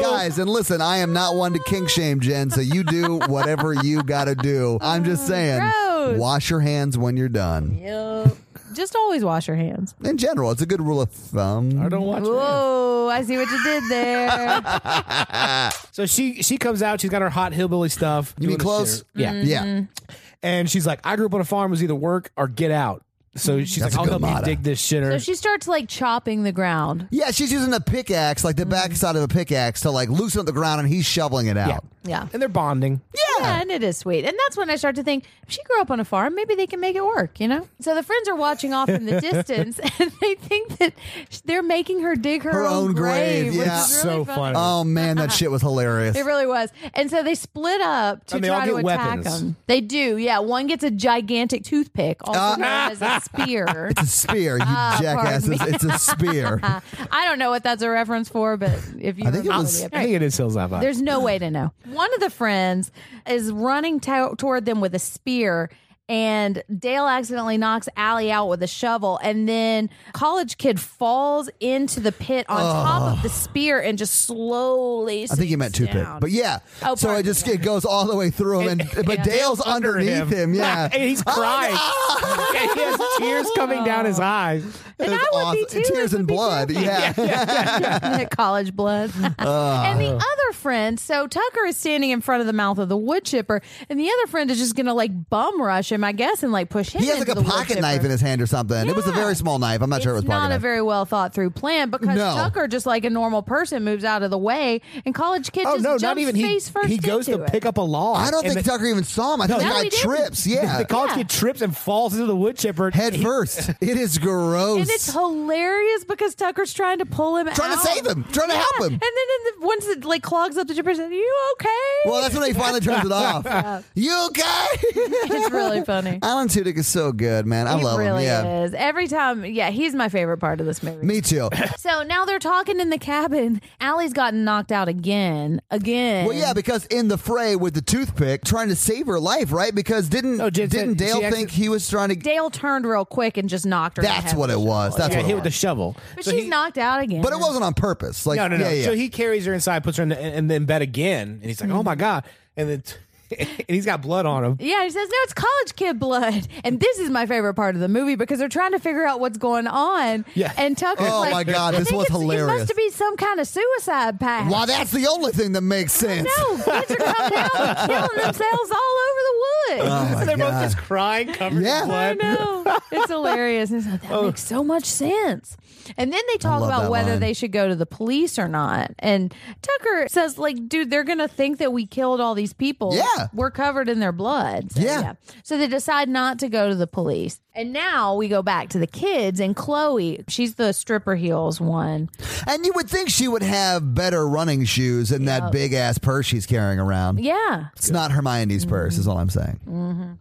Speaker 1: quickly. Guys, and listen, I am not one to kink shame, Jen, so you do whatever you got to do. I'm just saying,
Speaker 4: Mm, gross.
Speaker 1: wash your hands when you're done.
Speaker 4: Just always wash your hands.
Speaker 1: In general, it's a good rule of thumb.
Speaker 3: I don't watch. it.
Speaker 4: Whoa, I see what you did there.
Speaker 3: So she she comes out. She's got her hot hillbilly stuff.
Speaker 1: You mean
Speaker 3: doing the
Speaker 1: close?
Speaker 3: shitter. Yeah.
Speaker 1: Yeah.
Speaker 4: Mm-hmm.
Speaker 3: And she's like, "I grew up on a farm. It was either work or get out." So she's
Speaker 1: Mm-hmm. That's a
Speaker 3: like, "I'll
Speaker 1: good
Speaker 3: help
Speaker 1: motto.
Speaker 3: you dig this shitter."
Speaker 4: so she starts like chopping the ground.
Speaker 1: Yeah, she's using a pickaxe, like the
Speaker 4: Mm-hmm.
Speaker 1: backside of a pickaxe, to like loosen up the ground, and he's shoveling it out.
Speaker 4: Yeah.
Speaker 3: and they're bonding.
Speaker 4: Yeah, and it is sweet. And that's when I start to think if she grew up on a farm, maybe they can make it work, you know? So the friends are watching off in the distance and they think that sh- they're making her dig her,
Speaker 1: Her own grave,
Speaker 4: which
Speaker 1: yeah.
Speaker 4: is
Speaker 3: So
Speaker 4: really
Speaker 3: funny.
Speaker 1: Oh man, that shit was hilarious.
Speaker 4: It really was. And so they split up to
Speaker 3: And they all
Speaker 4: try to
Speaker 3: get
Speaker 4: attack
Speaker 3: weapons.
Speaker 4: them. They do, yeah. One gets a gigantic toothpick, also
Speaker 1: Uh,
Speaker 4: known as a spear.
Speaker 1: It's a spear, you
Speaker 4: Ah, pardon
Speaker 1: jackasses.
Speaker 4: me.
Speaker 1: It's a spear.
Speaker 4: I don't know what that's a reference for, but if you
Speaker 1: I think it
Speaker 4: remember
Speaker 1: was-
Speaker 4: the
Speaker 3: I think it is Hills Have Eyes.
Speaker 4: There's no way to know. One of the friends is running to- toward them with a spear. And Dale accidentally knocks Allie out with a shovel, and then college kid falls into the pit on top of the spear and just slowly.
Speaker 1: I think he meant toothpick, but yeah.
Speaker 4: Oh,
Speaker 1: so it
Speaker 4: pardon,
Speaker 1: just it goes all the way through him, and but Dale's underneath him. Yeah,
Speaker 3: and he's crying. and he has tears coming down
Speaker 4: Oh.
Speaker 3: his eyes.
Speaker 1: It
Speaker 4: and
Speaker 1: was
Speaker 4: I would be
Speaker 1: awesome.
Speaker 4: too.
Speaker 1: Tears
Speaker 4: This would
Speaker 1: and
Speaker 4: be
Speaker 1: blood. Yeah.
Speaker 4: college blood. and
Speaker 1: Uh.
Speaker 4: the other friend, so Tucker is standing in front of the mouth of the wood chipper, and the other friend is just gonna like bum rush him, I guess, and like push him.
Speaker 1: He has like
Speaker 4: into
Speaker 1: a
Speaker 4: the wood
Speaker 1: pocket
Speaker 4: chipper.
Speaker 1: knife in his hand or something. It was a
Speaker 4: Yeah.
Speaker 1: very small knife. I'm not sure it was
Speaker 4: it's
Speaker 1: pocket
Speaker 4: not a
Speaker 1: knife.
Speaker 4: very well thought through plan because
Speaker 1: No.
Speaker 4: Tucker, just like a normal person, moves out of the way, and college kid
Speaker 3: Oh
Speaker 4: just
Speaker 3: no,
Speaker 4: jumps
Speaker 3: not even he.
Speaker 4: face first
Speaker 3: He goes to
Speaker 4: into it.
Speaker 3: pick up a log.
Speaker 1: I don't
Speaker 3: and
Speaker 1: think
Speaker 3: the,
Speaker 1: Tucker even saw him. I think
Speaker 3: No,
Speaker 1: the guy
Speaker 4: he didn't.
Speaker 1: trips. Yeah,
Speaker 3: the college
Speaker 4: Yeah.
Speaker 3: kid trips and falls into the wood chipper.
Speaker 1: head
Speaker 3: He-
Speaker 1: first. It is gross.
Speaker 4: And it's hilarious because Tucker's trying to pull him
Speaker 1: Trying to
Speaker 4: out.
Speaker 1: save him. Trying to help him.
Speaker 4: And then in the, once it like clogs walks up to Chipper and says, Are you okay?
Speaker 1: Well, that's when he finally turns it off. You okay?
Speaker 4: it's really funny.
Speaker 1: Alan Tudyk is so good, man. I
Speaker 4: he
Speaker 1: love
Speaker 4: really
Speaker 1: him. Yeah.
Speaker 4: is. Every time, yeah, he's my favorite part of this movie.
Speaker 1: Me too.
Speaker 4: So now they're talking in the cabin. Allie's gotten knocked out again. Again.
Speaker 1: Well, yeah, because in the fray with the toothpick, trying to save her life, right? Because didn't
Speaker 3: No, Jen said
Speaker 1: didn't Dale
Speaker 3: she acci-
Speaker 1: think he was trying to?
Speaker 4: Dale turned real quick and just knocked her. in the
Speaker 1: That's
Speaker 4: head
Speaker 1: what it
Speaker 4: with a
Speaker 1: was.
Speaker 4: shovel.
Speaker 1: That's
Speaker 3: yeah,
Speaker 1: what it
Speaker 3: hit
Speaker 1: was.
Speaker 3: with the shovel.
Speaker 4: But
Speaker 3: So
Speaker 4: she's
Speaker 3: he-
Speaker 4: knocked out again.
Speaker 1: but it wasn't on purpose. Like
Speaker 3: No, no, no.
Speaker 1: Yeah, yeah.
Speaker 3: So he carries her inside, puts her in the in, in bed again, and he's like, "Oh my god!" And then and he's got blood on him.
Speaker 4: Yeah, he says, no, it's college kid blood. And this is my favorite part of the movie because they're trying to figure out what's going on.
Speaker 3: Yeah.
Speaker 4: And Tucker's
Speaker 1: Oh
Speaker 4: like,
Speaker 1: my God,
Speaker 4: "I
Speaker 1: this
Speaker 4: think
Speaker 1: was
Speaker 4: it's- It
Speaker 1: hilarious."
Speaker 4: must be some kind of suicide pact.
Speaker 1: Why? That's the only thing that makes sense.
Speaker 4: No, kids are coming out and killing themselves all over the woods.
Speaker 1: Oh my
Speaker 3: They're both
Speaker 1: God.
Speaker 3: just crying, covered
Speaker 1: Yeah.
Speaker 3: in
Speaker 4: I
Speaker 3: blood.
Speaker 4: know. It's hilarious. And it's like, that makes so much sense. And then they talk
Speaker 1: Oh. love
Speaker 4: about
Speaker 1: that
Speaker 4: whether
Speaker 1: line.
Speaker 4: they should go to the police or not. And Tucker says, like, dude, they're going to think that we killed all these people.
Speaker 1: Yeah.
Speaker 4: We're covered in their blood. So,
Speaker 1: Yeah.
Speaker 4: So they decide not to go to the police. And now we go back to the kids and Chloe. She's the stripper heels one.
Speaker 1: And you would think she would have better running shoes than that big ass purse she's carrying around.
Speaker 4: Yeah.
Speaker 1: It's not Hermione's
Speaker 4: Mm-hmm.
Speaker 1: purse, is all I'm saying.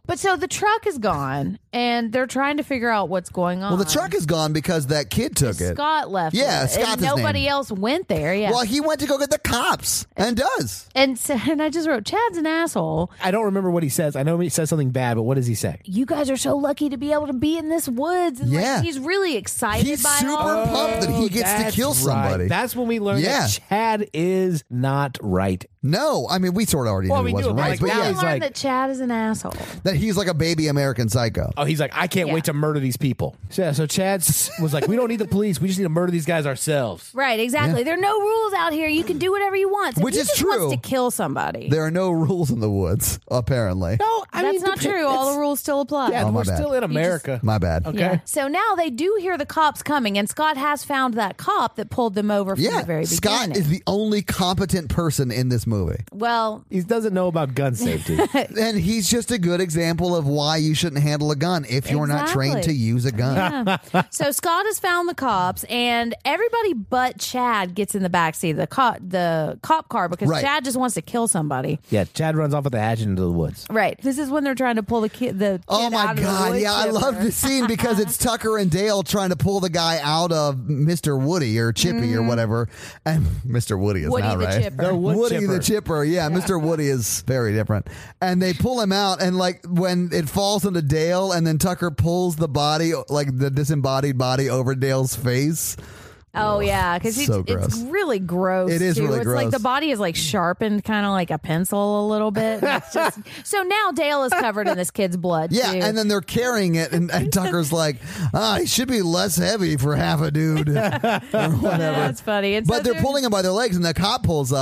Speaker 4: But so the truck is gone and they're trying to figure out what's going on.
Speaker 1: Well, the truck is gone because that kid took it.
Speaker 4: Scott left.
Speaker 1: Yeah,
Speaker 4: it,
Speaker 1: Scott's
Speaker 4: and
Speaker 1: his
Speaker 4: Nobody
Speaker 1: name.
Speaker 4: else went there. Yeah.
Speaker 1: Well, he went to go get the cops and does.
Speaker 4: And so, and I just wrote, Chad's an asshole.
Speaker 3: I don't remember what he says. I know he says something bad, but what does he say?
Speaker 4: You guys are so lucky to be able to be in this woods. And
Speaker 1: Yeah.
Speaker 4: like, he's really excited
Speaker 1: He's
Speaker 4: by
Speaker 1: super
Speaker 4: all of
Speaker 1: pumped that he gets to
Speaker 3: Oh, That's
Speaker 1: kill
Speaker 3: right.
Speaker 1: somebody.
Speaker 3: That's when we learn
Speaker 1: Yeah.
Speaker 3: that Chad is not right.
Speaker 1: No, I mean we sort of already
Speaker 3: Well,
Speaker 1: knew
Speaker 3: we
Speaker 1: it
Speaker 3: knew
Speaker 1: wasn't
Speaker 3: about
Speaker 1: right,
Speaker 3: like
Speaker 1: but
Speaker 3: that
Speaker 1: yeah,
Speaker 4: I
Speaker 3: He's
Speaker 4: learned
Speaker 3: like-
Speaker 4: that Chad is an asshole.
Speaker 1: that he's like a baby American psycho.
Speaker 3: Oh, he's like, I can't
Speaker 4: Yeah.
Speaker 3: wait to murder these people. So, yeah, so Chad s- was like, we don't need the police. We just need to murder these guys ourselves.
Speaker 4: Right, exactly. There are no rules out here. You can do whatever you want. If
Speaker 1: Which
Speaker 4: he
Speaker 1: is
Speaker 4: just
Speaker 1: true.
Speaker 4: wants to kill somebody.
Speaker 1: There are no rules in the woods, apparently.
Speaker 3: No, I
Speaker 4: That's
Speaker 3: mean,
Speaker 4: not
Speaker 3: dep-
Speaker 4: true. All
Speaker 3: it's-
Speaker 4: the rules still apply.
Speaker 3: Yeah,
Speaker 1: Oh, my
Speaker 3: we're
Speaker 1: bad.
Speaker 3: still in America.
Speaker 1: My bad.
Speaker 3: okay.
Speaker 4: Yeah. So now they do hear the cops coming, and Scott has found that cop that pulled them over from
Speaker 1: Yeah,
Speaker 4: the very beginning.
Speaker 1: Scott is the only competent person in this movie,
Speaker 4: well,
Speaker 3: He doesn't know about gun safety.
Speaker 4: Uh,
Speaker 1: and he's just a good example of why you shouldn't handle a gun if you're not trained to
Speaker 4: Exactly.
Speaker 1: use a gun.
Speaker 4: So Scott has found the cops, and everybody but Chad gets in the backseat of the cop the cop car because
Speaker 1: Right.
Speaker 4: Chad just wants to kill somebody.
Speaker 3: yeah, Chad runs off with a hatchet into the woods.
Speaker 4: Right. This is when they're trying to pull the kid. The
Speaker 1: Oh
Speaker 4: kid
Speaker 1: my
Speaker 4: out of the
Speaker 1: god!
Speaker 4: wood
Speaker 1: Yeah, I
Speaker 4: chipper.
Speaker 1: love this scene because it's Tucker and Dale trying to pull the guy out of Mister Woody or Chippy or whatever, and Mister Woody is
Speaker 4: Mm. Woody
Speaker 1: not
Speaker 4: the
Speaker 1: right.
Speaker 4: chipper.
Speaker 3: The wood
Speaker 1: Woody
Speaker 3: chipper.
Speaker 1: the chipper, yeah, Mr. Woody is very different. And they pull him out, and like when it falls into Dale, and then Tucker pulls the body, like the disembodied body, over Dale's face.
Speaker 4: Oh yeah, because
Speaker 1: So
Speaker 4: it's
Speaker 1: gross.
Speaker 4: really gross.
Speaker 1: It is
Speaker 4: too.
Speaker 1: really
Speaker 4: it's
Speaker 1: gross.
Speaker 4: Like the body is like sharpened, kind of like a pencil a little bit. It's just- so now Dale is covered in this kid's blood.
Speaker 1: Yeah,
Speaker 4: too.
Speaker 1: and then they're carrying it, and, and Tucker's like, "Ah, he should be less heavy for half a dude."
Speaker 4: that's funny. And so
Speaker 1: But they're pulling him by their legs, and the cop pulls
Speaker 4: Mm.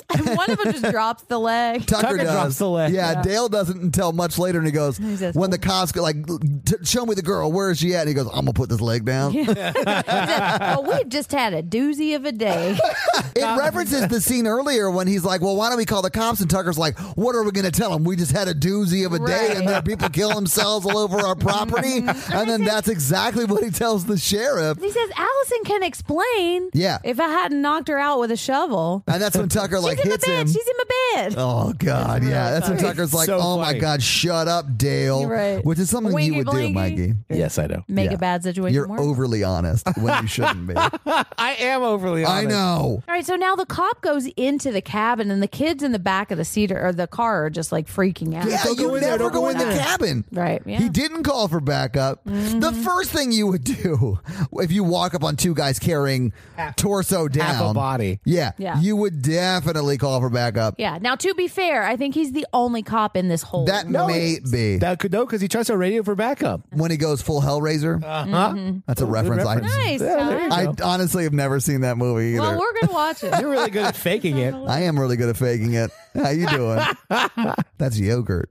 Speaker 1: up.
Speaker 4: One of them just drops the leg.
Speaker 1: Tucker,
Speaker 3: Tucker
Speaker 1: does.
Speaker 3: drops the leg.
Speaker 1: Yeah, Dale doesn't until much later, and he goes,
Speaker 4: says, "Oh."
Speaker 1: "When the cops go, like, t- show me the girl. Where is she at?" And he goes, "I'm gonna put this leg down."
Speaker 4: well, we've just had a doozy of a day.
Speaker 1: It references the scene earlier when he's like, "Well, why don't we call the cops?" And Tucker's like, "What are we gonna tell them? We just had a doozy of a day, and there are people killing themselves all over our property." and then that's exactly what he tells the sheriff.
Speaker 4: He says Allison can explain.
Speaker 1: Yeah.
Speaker 4: If I hadn't knocked her out with a shovel,
Speaker 1: And that's when Tucker like
Speaker 4: she's in my
Speaker 1: hits
Speaker 4: bed.
Speaker 1: him.
Speaker 4: She's in my bed.
Speaker 1: Oh God, yeah. That's when Tucker's like,
Speaker 3: So
Speaker 1: "Oh my
Speaker 3: funny.
Speaker 1: God, shut up, Dale,"
Speaker 4: You're right.
Speaker 1: which is something you
Speaker 4: Winky
Speaker 1: would do,
Speaker 4: blinky.
Speaker 1: Mikey.
Speaker 3: Yes, I know.
Speaker 4: Make
Speaker 1: Yeah.
Speaker 4: a bad situation
Speaker 1: You're
Speaker 4: worse.
Speaker 1: overly honest when you shouldn't be.
Speaker 3: I am overly
Speaker 1: I
Speaker 3: honest.
Speaker 1: know.
Speaker 4: All right, so now the cop goes into the cabin, and the kids in the back of the cedar or the car are just like freaking out.
Speaker 1: Yeah,
Speaker 3: Don't
Speaker 1: you
Speaker 3: go in there,
Speaker 1: never
Speaker 3: don't
Speaker 1: go
Speaker 3: go
Speaker 1: in
Speaker 3: in
Speaker 1: the
Speaker 3: there.
Speaker 1: cabin.
Speaker 4: Right, yeah. Mm-hmm.
Speaker 1: He didn't call for backup. The first thing you would do if you walk up on two guys carrying torso down,
Speaker 3: body.
Speaker 1: Yeah,
Speaker 4: Yeah.
Speaker 1: you would definitely call for backup.
Speaker 4: Yeah. Now, to be fair, I think he's the only cop in this whole.
Speaker 1: That may be
Speaker 3: That could no, because he tries to radio for backup.
Speaker 1: when he goes full Hellraiser.
Speaker 3: Uh huh.
Speaker 1: That's a reference. I,
Speaker 4: nice.
Speaker 3: Yeah, there
Speaker 4: Ty.
Speaker 3: you
Speaker 1: I honestly have never seen that movie either.
Speaker 4: well, we're gonna watch it.
Speaker 3: You're really good at faking it.
Speaker 1: I am really good at faking it. How you doing? That's yogurt.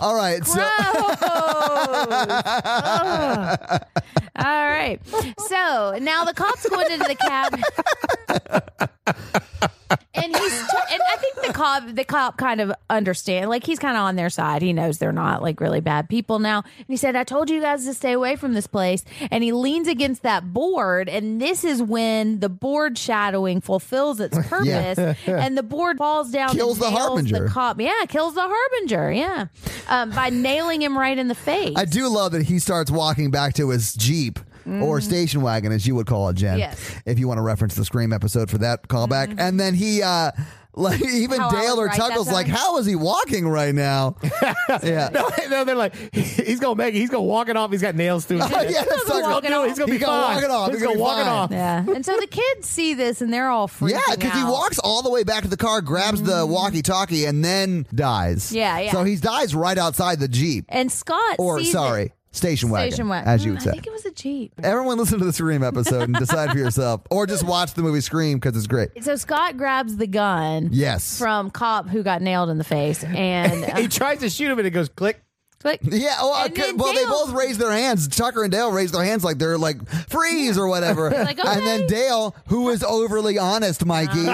Speaker 1: All right, so
Speaker 4: Gross. Ugh. All right. So now the cops going into the cabin. And he's, and I think the cop, the cop kind of understand, like he's kind of on their side. He knows they're not like really bad people now. And he said, "I told you guys to stay away from this place." And he leans against that board, and this is when the board shadowing fulfills its purpose, and the board falls down, and
Speaker 1: Kills the
Speaker 4: nails
Speaker 1: harbinger.
Speaker 4: The cop, yeah, kills the harbinger, yeah, um, by nailing him right in the face.
Speaker 1: I do love that he starts walking back to his Jeep or station wagon, as you would call it, Jen.
Speaker 4: Mm-hmm. Yes. Mm-hmm.
Speaker 1: If you want to reference the Scream episode for that callback. And then he, uh, like, even
Speaker 4: How I
Speaker 1: Dale
Speaker 4: was
Speaker 1: or
Speaker 4: right that
Speaker 1: Tuckle's like,
Speaker 4: time.
Speaker 1: how is he walking right now? yeah.
Speaker 3: No, no, they're like, he's gonna make it. He's gonna walk it off. He's got nails through. his
Speaker 1: Oh,
Speaker 3: head.
Speaker 1: yeah, that's
Speaker 3: he's gonna
Speaker 1: Tucker.
Speaker 4: walking
Speaker 3: do
Speaker 4: off.
Speaker 3: it. He's gonna
Speaker 1: He's
Speaker 3: be
Speaker 1: gonna
Speaker 3: fine.
Speaker 1: walk it off.
Speaker 3: He's
Speaker 1: He's
Speaker 3: gonna
Speaker 1: gonna
Speaker 3: walk
Speaker 1: be
Speaker 3: it
Speaker 1: fine.
Speaker 3: off.
Speaker 4: yeah, and so the kids see this, and they're all freaking
Speaker 1: Yeah, because he
Speaker 4: out. Mm-hmm.
Speaker 1: walks all the way back to the car, grabs the walkie-talkie, and then dies.
Speaker 4: Yeah, yeah.
Speaker 1: So he dies right outside the jeep,
Speaker 4: and Scott
Speaker 1: or
Speaker 4: sees
Speaker 1: sorry,
Speaker 4: it.
Speaker 1: station wagon,
Speaker 4: station wagon,
Speaker 1: as you
Speaker 4: Mm,
Speaker 1: would say.
Speaker 4: I think it was a jeep.
Speaker 1: Everyone, listen to the Scream episode and decide for yourself, or just watch the movie Scream because it's great.
Speaker 4: So Scott grabs the gun
Speaker 1: Yes.
Speaker 4: from cop who got nailed in the face, and
Speaker 3: He
Speaker 4: uh,
Speaker 3: tries to shoot him, and it goes click.
Speaker 4: click.
Speaker 1: yeah, well,
Speaker 4: And
Speaker 1: okay,
Speaker 4: then
Speaker 1: well, they
Speaker 4: Dale-
Speaker 1: both raise their hands. Tucker and Dale raise their hands like they're like freeze or whatever.
Speaker 4: Like, okay.
Speaker 1: And then Dale, who is overly honest, Mikey,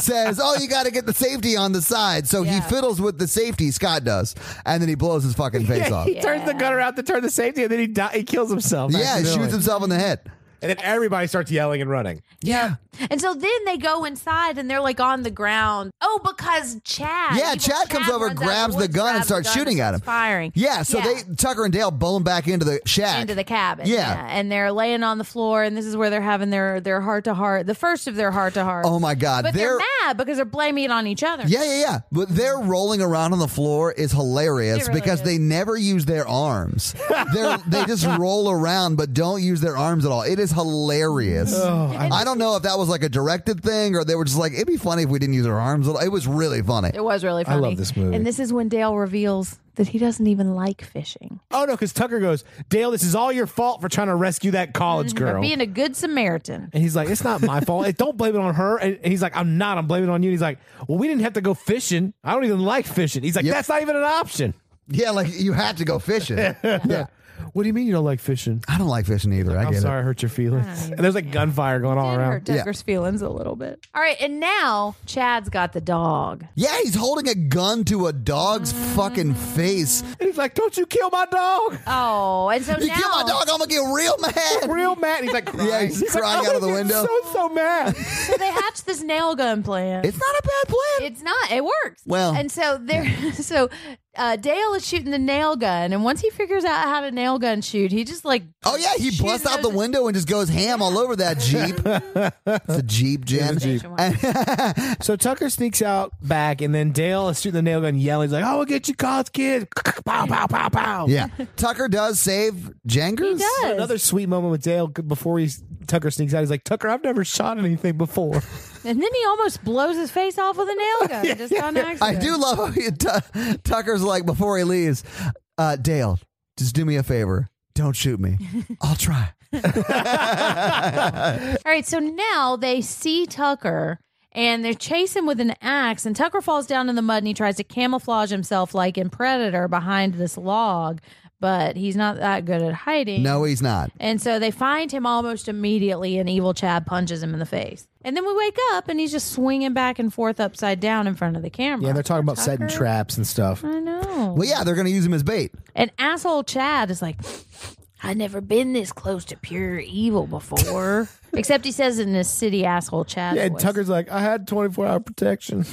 Speaker 1: says, "Oh, you got to get the safety on the side." So he
Speaker 4: Uh-huh. Yeah.
Speaker 1: fiddles with the safety. Scott does, and then he blows his fucking face off.
Speaker 3: He turns the gun around to turn the safety, and then he di- he kills himself.
Speaker 1: Yeah, he
Speaker 3: accidentally.
Speaker 1: shoots himself in the head.
Speaker 3: and then everybody starts yelling and running.
Speaker 1: Yeah.
Speaker 4: And so then they go inside and they're like on the ground. Oh, because Chad.
Speaker 1: Yeah,
Speaker 4: evil
Speaker 1: Chad comes over,
Speaker 4: runs out
Speaker 1: grabs
Speaker 4: of
Speaker 1: the
Speaker 4: woods,
Speaker 1: gun, and
Speaker 4: grabs the
Speaker 1: starts
Speaker 4: gun,
Speaker 1: shooting at him.
Speaker 4: Firing.
Speaker 1: Yeah, so they Tucker and Dale bone back into the shack.
Speaker 4: into the cabin.
Speaker 1: Yeah.
Speaker 4: And they're laying on the floor and this is where they're having their their heart to heart, the first of their heart to heart.
Speaker 1: oh my god.
Speaker 4: But they're, mad because they're blaming it on each other.
Speaker 1: Yeah, yeah, yeah. But their rolling around on the floor is hilarious
Speaker 4: It really
Speaker 1: because
Speaker 4: is.
Speaker 1: they never use their arms. They're, they just roll around but don't use their arms at all. It is hilarious. I don't know if that was like a directed thing or they were just like, it'd be funny if we didn't use our arms at all. It was really funny.
Speaker 4: It was really
Speaker 3: I
Speaker 4: funny.
Speaker 3: love this movie.
Speaker 4: And this is when Dale reveals that he doesn't even like fishing.
Speaker 3: Oh no, because Tucker goes, Dale, this is all your fault for trying to rescue that college
Speaker 4: For
Speaker 1: Oh.
Speaker 3: girl.
Speaker 4: being a good Samaritan.
Speaker 3: And he's like, it's not my fault. Don't blame it on her. And he's like, I'm not. I'm blaming it on you. And he's like, well, we didn't have to go fishing. I don't even like fishing. He's like,
Speaker 1: Yep.
Speaker 3: that's not even an option.
Speaker 1: Yeah, like you had to go fishing. yeah.
Speaker 3: What do you mean you don't like fishing?
Speaker 1: I don't like fishing either. I
Speaker 3: I'm
Speaker 1: get it.
Speaker 3: sorry I hurt your feelings. And there's like gunfire going all
Speaker 4: It hurt
Speaker 3: around.
Speaker 1: Yeah.
Speaker 4: Tucker's feelings a little bit. All right, and now Chad's got the dog.
Speaker 1: Yeah, he's holding a gun to a dog's
Speaker 4: Mm.
Speaker 1: fucking face.
Speaker 3: And he's like, don't you kill my dog.
Speaker 4: Oh, and so
Speaker 1: You
Speaker 4: now
Speaker 1: kill my dog, I'm gonna get real mad.
Speaker 3: Real mad. And he's like, crying.
Speaker 1: Yeah, he's
Speaker 3: like,
Speaker 1: crying
Speaker 3: I
Speaker 1: out of the
Speaker 3: would've been
Speaker 1: window.
Speaker 3: So, so mad.
Speaker 4: so they hatch this nail gun plan.
Speaker 1: It's not a bad plan.
Speaker 4: It's not. It works.
Speaker 1: Well-
Speaker 4: and so there. So uh, Dale is shooting the nail gun, and once he figures out how to nail gun shoot, he just like
Speaker 1: Oh yeah, he
Speaker 4: shoots
Speaker 1: busts out
Speaker 4: those-
Speaker 1: the window and just goes ham all over that jeep. it's a jeep, Jen.
Speaker 3: So Tucker sneaks out back, and then Dale is shooting the nail gun, yelling. He's like, "I will get you, college kid!" Pow, pow, pow, pow.
Speaker 1: Yeah, Tucker does save Jangers.
Speaker 4: He does.
Speaker 3: Another sweet moment with Dale before he Tucker sneaks out. He's like, "Tucker, I've never shot anything before."
Speaker 4: and then he almost blows his face off with a nail gun just on accident.
Speaker 1: I do love how he, Tu- Tucker's like before he leaves. Uh, Dale, just do me a favor. Don't shoot me. I'll try.
Speaker 4: All right, so now they see Tucker and they chase him with an axe, and Tucker falls down in the mud and he tries to camouflage himself like in Predator behind this log, but he's not that good at hiding.
Speaker 1: No, he's not.
Speaker 4: And so they find him almost immediately, and Evil Chad punches him in the face. And then we wake up, and he's just swinging back and forth upside down in front of the camera.
Speaker 3: Yeah, they're talking about setting traps and stuff.
Speaker 4: I know.
Speaker 1: Well, yeah, they're gonna use him as bait.
Speaker 4: And asshole Chad is like, I've never been this close to pure evil before. Except he says it in his city asshole Chad.
Speaker 3: Yeah, and
Speaker 4: voice.
Speaker 3: Tucker's like, "I had 24 hour protection."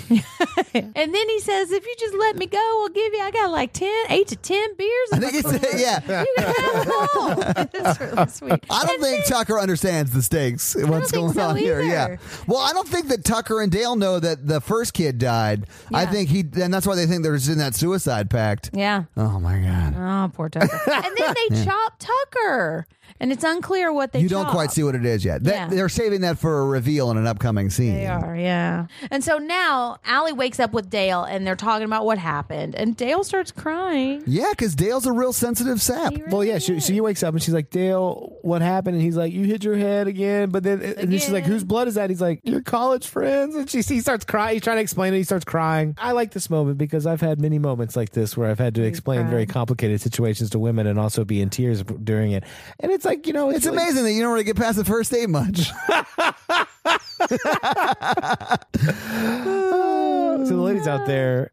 Speaker 4: And then he says, if you just let me go, I'll give you, I got like 10, 8 to 10 beers.
Speaker 1: I
Speaker 4: in my
Speaker 1: think it's
Speaker 4: cooler.
Speaker 1: yeah.
Speaker 4: You can have them all. That's really sweet.
Speaker 1: I don't
Speaker 4: And
Speaker 1: think Tucker understands the stakes. What's
Speaker 4: think
Speaker 1: going
Speaker 4: so
Speaker 1: on here?
Speaker 4: either.
Speaker 1: Yeah. Well, I don't think that Tucker and Dale know that the first kid died. I
Speaker 4: Yeah.
Speaker 1: think he, and that's why they think they're just in that suicide pact.
Speaker 4: Yeah.
Speaker 1: Oh my god!
Speaker 4: Oh, poor Tucker. and then they chop Tucker. And it's unclear what they
Speaker 1: You don't
Speaker 4: chop.
Speaker 1: quite see what it is yet. They,
Speaker 4: Yeah.
Speaker 1: They're saving that for a reveal in an upcoming scene.
Speaker 4: They are, yeah. And so now Allie wakes up with Dale and they're talking about what happened. And Dale starts crying.
Speaker 1: Yeah, because Dale's a real sensitive sap.
Speaker 3: Well, yeah, she, she wakes up and she's like, "Dale, what happened?" And he's like, "You hit your head again." But then, and then she's like,
Speaker 4: Again.
Speaker 3: "Whose blood is that?" He's like, "Your college friends." And she he starts crying. He's trying to explain it. He starts crying. I like this moment because I've had many moments like this where I've had to explain
Speaker 4: cried.
Speaker 3: very complicated situations to women and also be in tears during it. And it's like you know, it's,
Speaker 1: It's
Speaker 3: really-
Speaker 1: amazing that you don't really get past the first date much.
Speaker 3: So the ladies out there,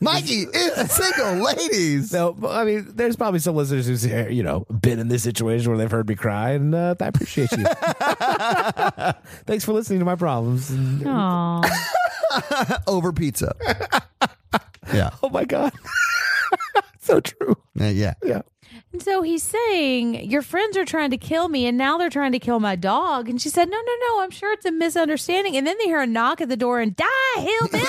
Speaker 1: Mikey is single, ladies.
Speaker 3: no, but, I mean, there's probably some listeners who's eh, you know been in this situation where they've heard me cry, and uh, I appreciate you. Thanks for listening to my problems. And-
Speaker 4: Aw.
Speaker 1: Over pizza. yeah.
Speaker 3: oh my god, so true.
Speaker 1: Uh, yeah.
Speaker 3: Yeah.
Speaker 4: And so he's saying, Your friends are trying to kill me, and now they're trying to kill my dog. And she said, No, no, no, I'm sure it's a misunderstanding. And then they hear a knock at the door and die, hillbilly.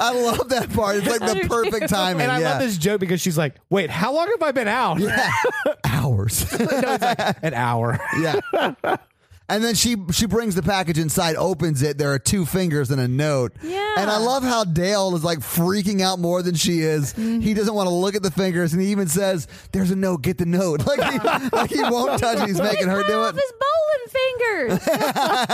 Speaker 1: I love that part. It's like the perfect timing.
Speaker 3: And I
Speaker 1: yeah.
Speaker 3: love this joke because she's like, "Wait, how long have I been out?
Speaker 1: Hours.
Speaker 3: An hour."
Speaker 1: yeah. And then she she brings the package inside, opens it. There are two fingers and a note.
Speaker 4: Yeah.
Speaker 1: And I love how Dale is like freaking out more than she is.
Speaker 4: Mm-hmm.
Speaker 1: He doesn't want to look at the fingers, and he even says, "There's a note. Get the note." Like he, like he won't touch it. He's making her do
Speaker 4: off
Speaker 1: it.
Speaker 4: his bowling fingers.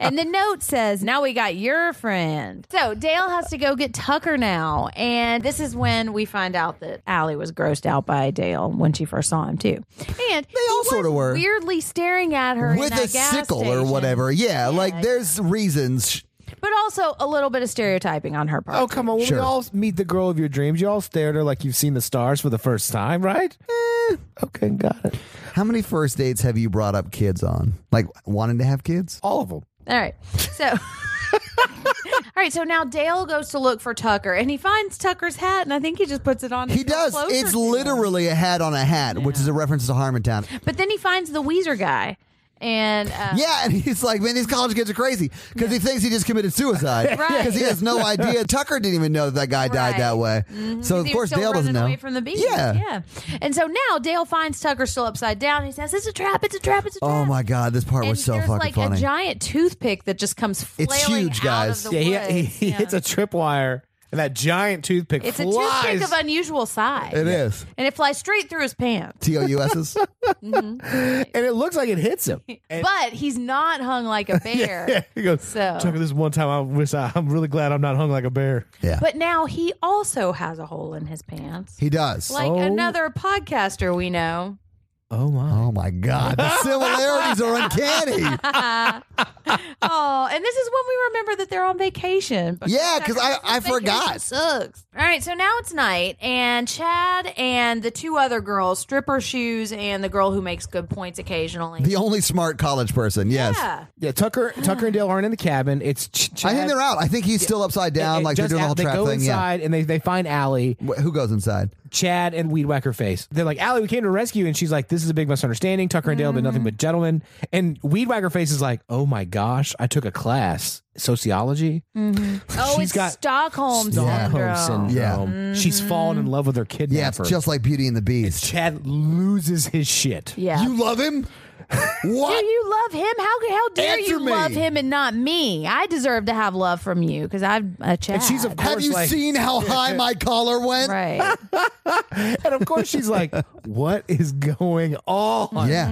Speaker 4: and the note says, Now we got your friend. So Dale has to go get Tucker now. And this is when we find out that Allie was grossed out by Dale when she first saw him, too. And they
Speaker 1: all sorta were.
Speaker 4: weirdly staring at her in
Speaker 1: With
Speaker 4: that
Speaker 1: a
Speaker 4: gas
Speaker 1: sickle or
Speaker 4: station.
Speaker 1: whatever. Yeah, like there's reasons.
Speaker 4: But also a little bit of stereotyping on her part.
Speaker 3: Oh come on! When
Speaker 1: Sure.
Speaker 3: we all meet the girl of your dreams, you all stare at her like you've seen the stars for the first time, right? Eh, okay, got it.
Speaker 1: How many first dates have you brought up kids on? Like wanting to have kids?
Speaker 3: All of them.
Speaker 4: All right. So All right, so now Dale goes to look for Tucker and he finds Tucker's hat and I think he just puts it on.
Speaker 1: He
Speaker 4: and goes
Speaker 1: does.
Speaker 4: closer
Speaker 1: It's
Speaker 4: to him.
Speaker 1: literally a hat on a hat, which is a reference to Harmontown.
Speaker 4: But then he finds the Weezer guy and uh,
Speaker 1: Yeah, and he's like, man, these college kids are crazy because he thinks he just committed suicide because
Speaker 4: Right.
Speaker 1: he has no idea. Tucker didn't even know that, that guy died
Speaker 4: Right.
Speaker 1: that way. So of
Speaker 4: They're
Speaker 1: course
Speaker 4: still
Speaker 1: Dale doesn't
Speaker 4: running
Speaker 1: know.
Speaker 4: Away from the beach.
Speaker 1: Yeah.
Speaker 4: yeah. And so now Dale finds Tucker still upside down. He says, "It's a trap! It's a trap! It's a trap!"
Speaker 1: oh my god, this part
Speaker 4: And
Speaker 1: was so
Speaker 4: there's
Speaker 1: fucking
Speaker 4: like
Speaker 1: funny.
Speaker 4: a giant toothpick that just comes flailing
Speaker 1: It's huge, guys.
Speaker 4: out of the
Speaker 3: Yeah, he, he,
Speaker 4: woods.
Speaker 3: he
Speaker 4: Yeah.
Speaker 3: hits a tripwire, and that giant toothpick
Speaker 4: It's a
Speaker 3: flies.
Speaker 4: toothpick of unusual size,
Speaker 1: It is
Speaker 4: and it flies straight through his pants.
Speaker 1: T O U S S.
Speaker 3: and it looks like it hits him. And
Speaker 4: but he's not hung like a bear.
Speaker 3: he goes,
Speaker 4: So-
Speaker 3: Tucker, this one time I wish I, I'm really glad I'm not hung like a bear.
Speaker 1: Yeah,
Speaker 4: But now he also has a hole in his pants.
Speaker 1: he does.
Speaker 4: Like
Speaker 3: Oh.
Speaker 4: another podcaster we know.
Speaker 3: Oh, my.
Speaker 1: oh my god, the similarities are uncanny.
Speaker 4: Oh, and this is when we remember that they're on vacation.
Speaker 1: Yeah, 'cause I- I
Speaker 4: Vacation
Speaker 1: forgot.
Speaker 4: Sucks. All right, so now it's night, and Chad and the two other girls, stripper shoes, and the girl who makes good points occasionally.
Speaker 1: The only smart college person. Yes.
Speaker 4: yeah.
Speaker 3: Yeah, Tucker Tucker and Dale aren't in the cabin. It's Ch- Chad.
Speaker 1: I think they're out. I think he's still upside down,
Speaker 3: and
Speaker 1: like they're
Speaker 3: just
Speaker 1: doing the
Speaker 3: out-
Speaker 1: whole
Speaker 3: They
Speaker 1: trap
Speaker 3: go
Speaker 1: thing. Yeah.
Speaker 3: inside and they, they find Allie.
Speaker 1: Wh- Who goes inside?
Speaker 3: Chad and Weed Whacker Face. They're like, Allie, we came to rescue. And she's like, this is a big misunderstanding. Tucker and Dale have been
Speaker 4: Mm.
Speaker 3: nothing but gentlemen. And Weed Whacker Face is like, oh my gosh, I took a class, sociology.
Speaker 4: Oh,
Speaker 3: She's
Speaker 4: it's
Speaker 3: got
Speaker 4: Stockholm,
Speaker 3: Stockholm
Speaker 4: syndrome.
Speaker 3: syndrome. She's fallen
Speaker 4: Mm.
Speaker 3: in love with her
Speaker 1: Yeah,
Speaker 3: kidnapper.
Speaker 1: it's just like Beauty and the Beast.
Speaker 3: Chad loses his shit.
Speaker 4: Yeah.
Speaker 1: You love him?
Speaker 4: Do
Speaker 1: What?
Speaker 4: you love him? How how dare
Speaker 1: Answer
Speaker 4: you
Speaker 1: me.
Speaker 4: love him and not me? I deserve to have love from you because I'm a Chad.
Speaker 3: And she's of course
Speaker 1: Have you
Speaker 3: like,
Speaker 1: seen how high my collar went?
Speaker 4: right.
Speaker 3: and of course she's like, what is going on?
Speaker 1: Yeah.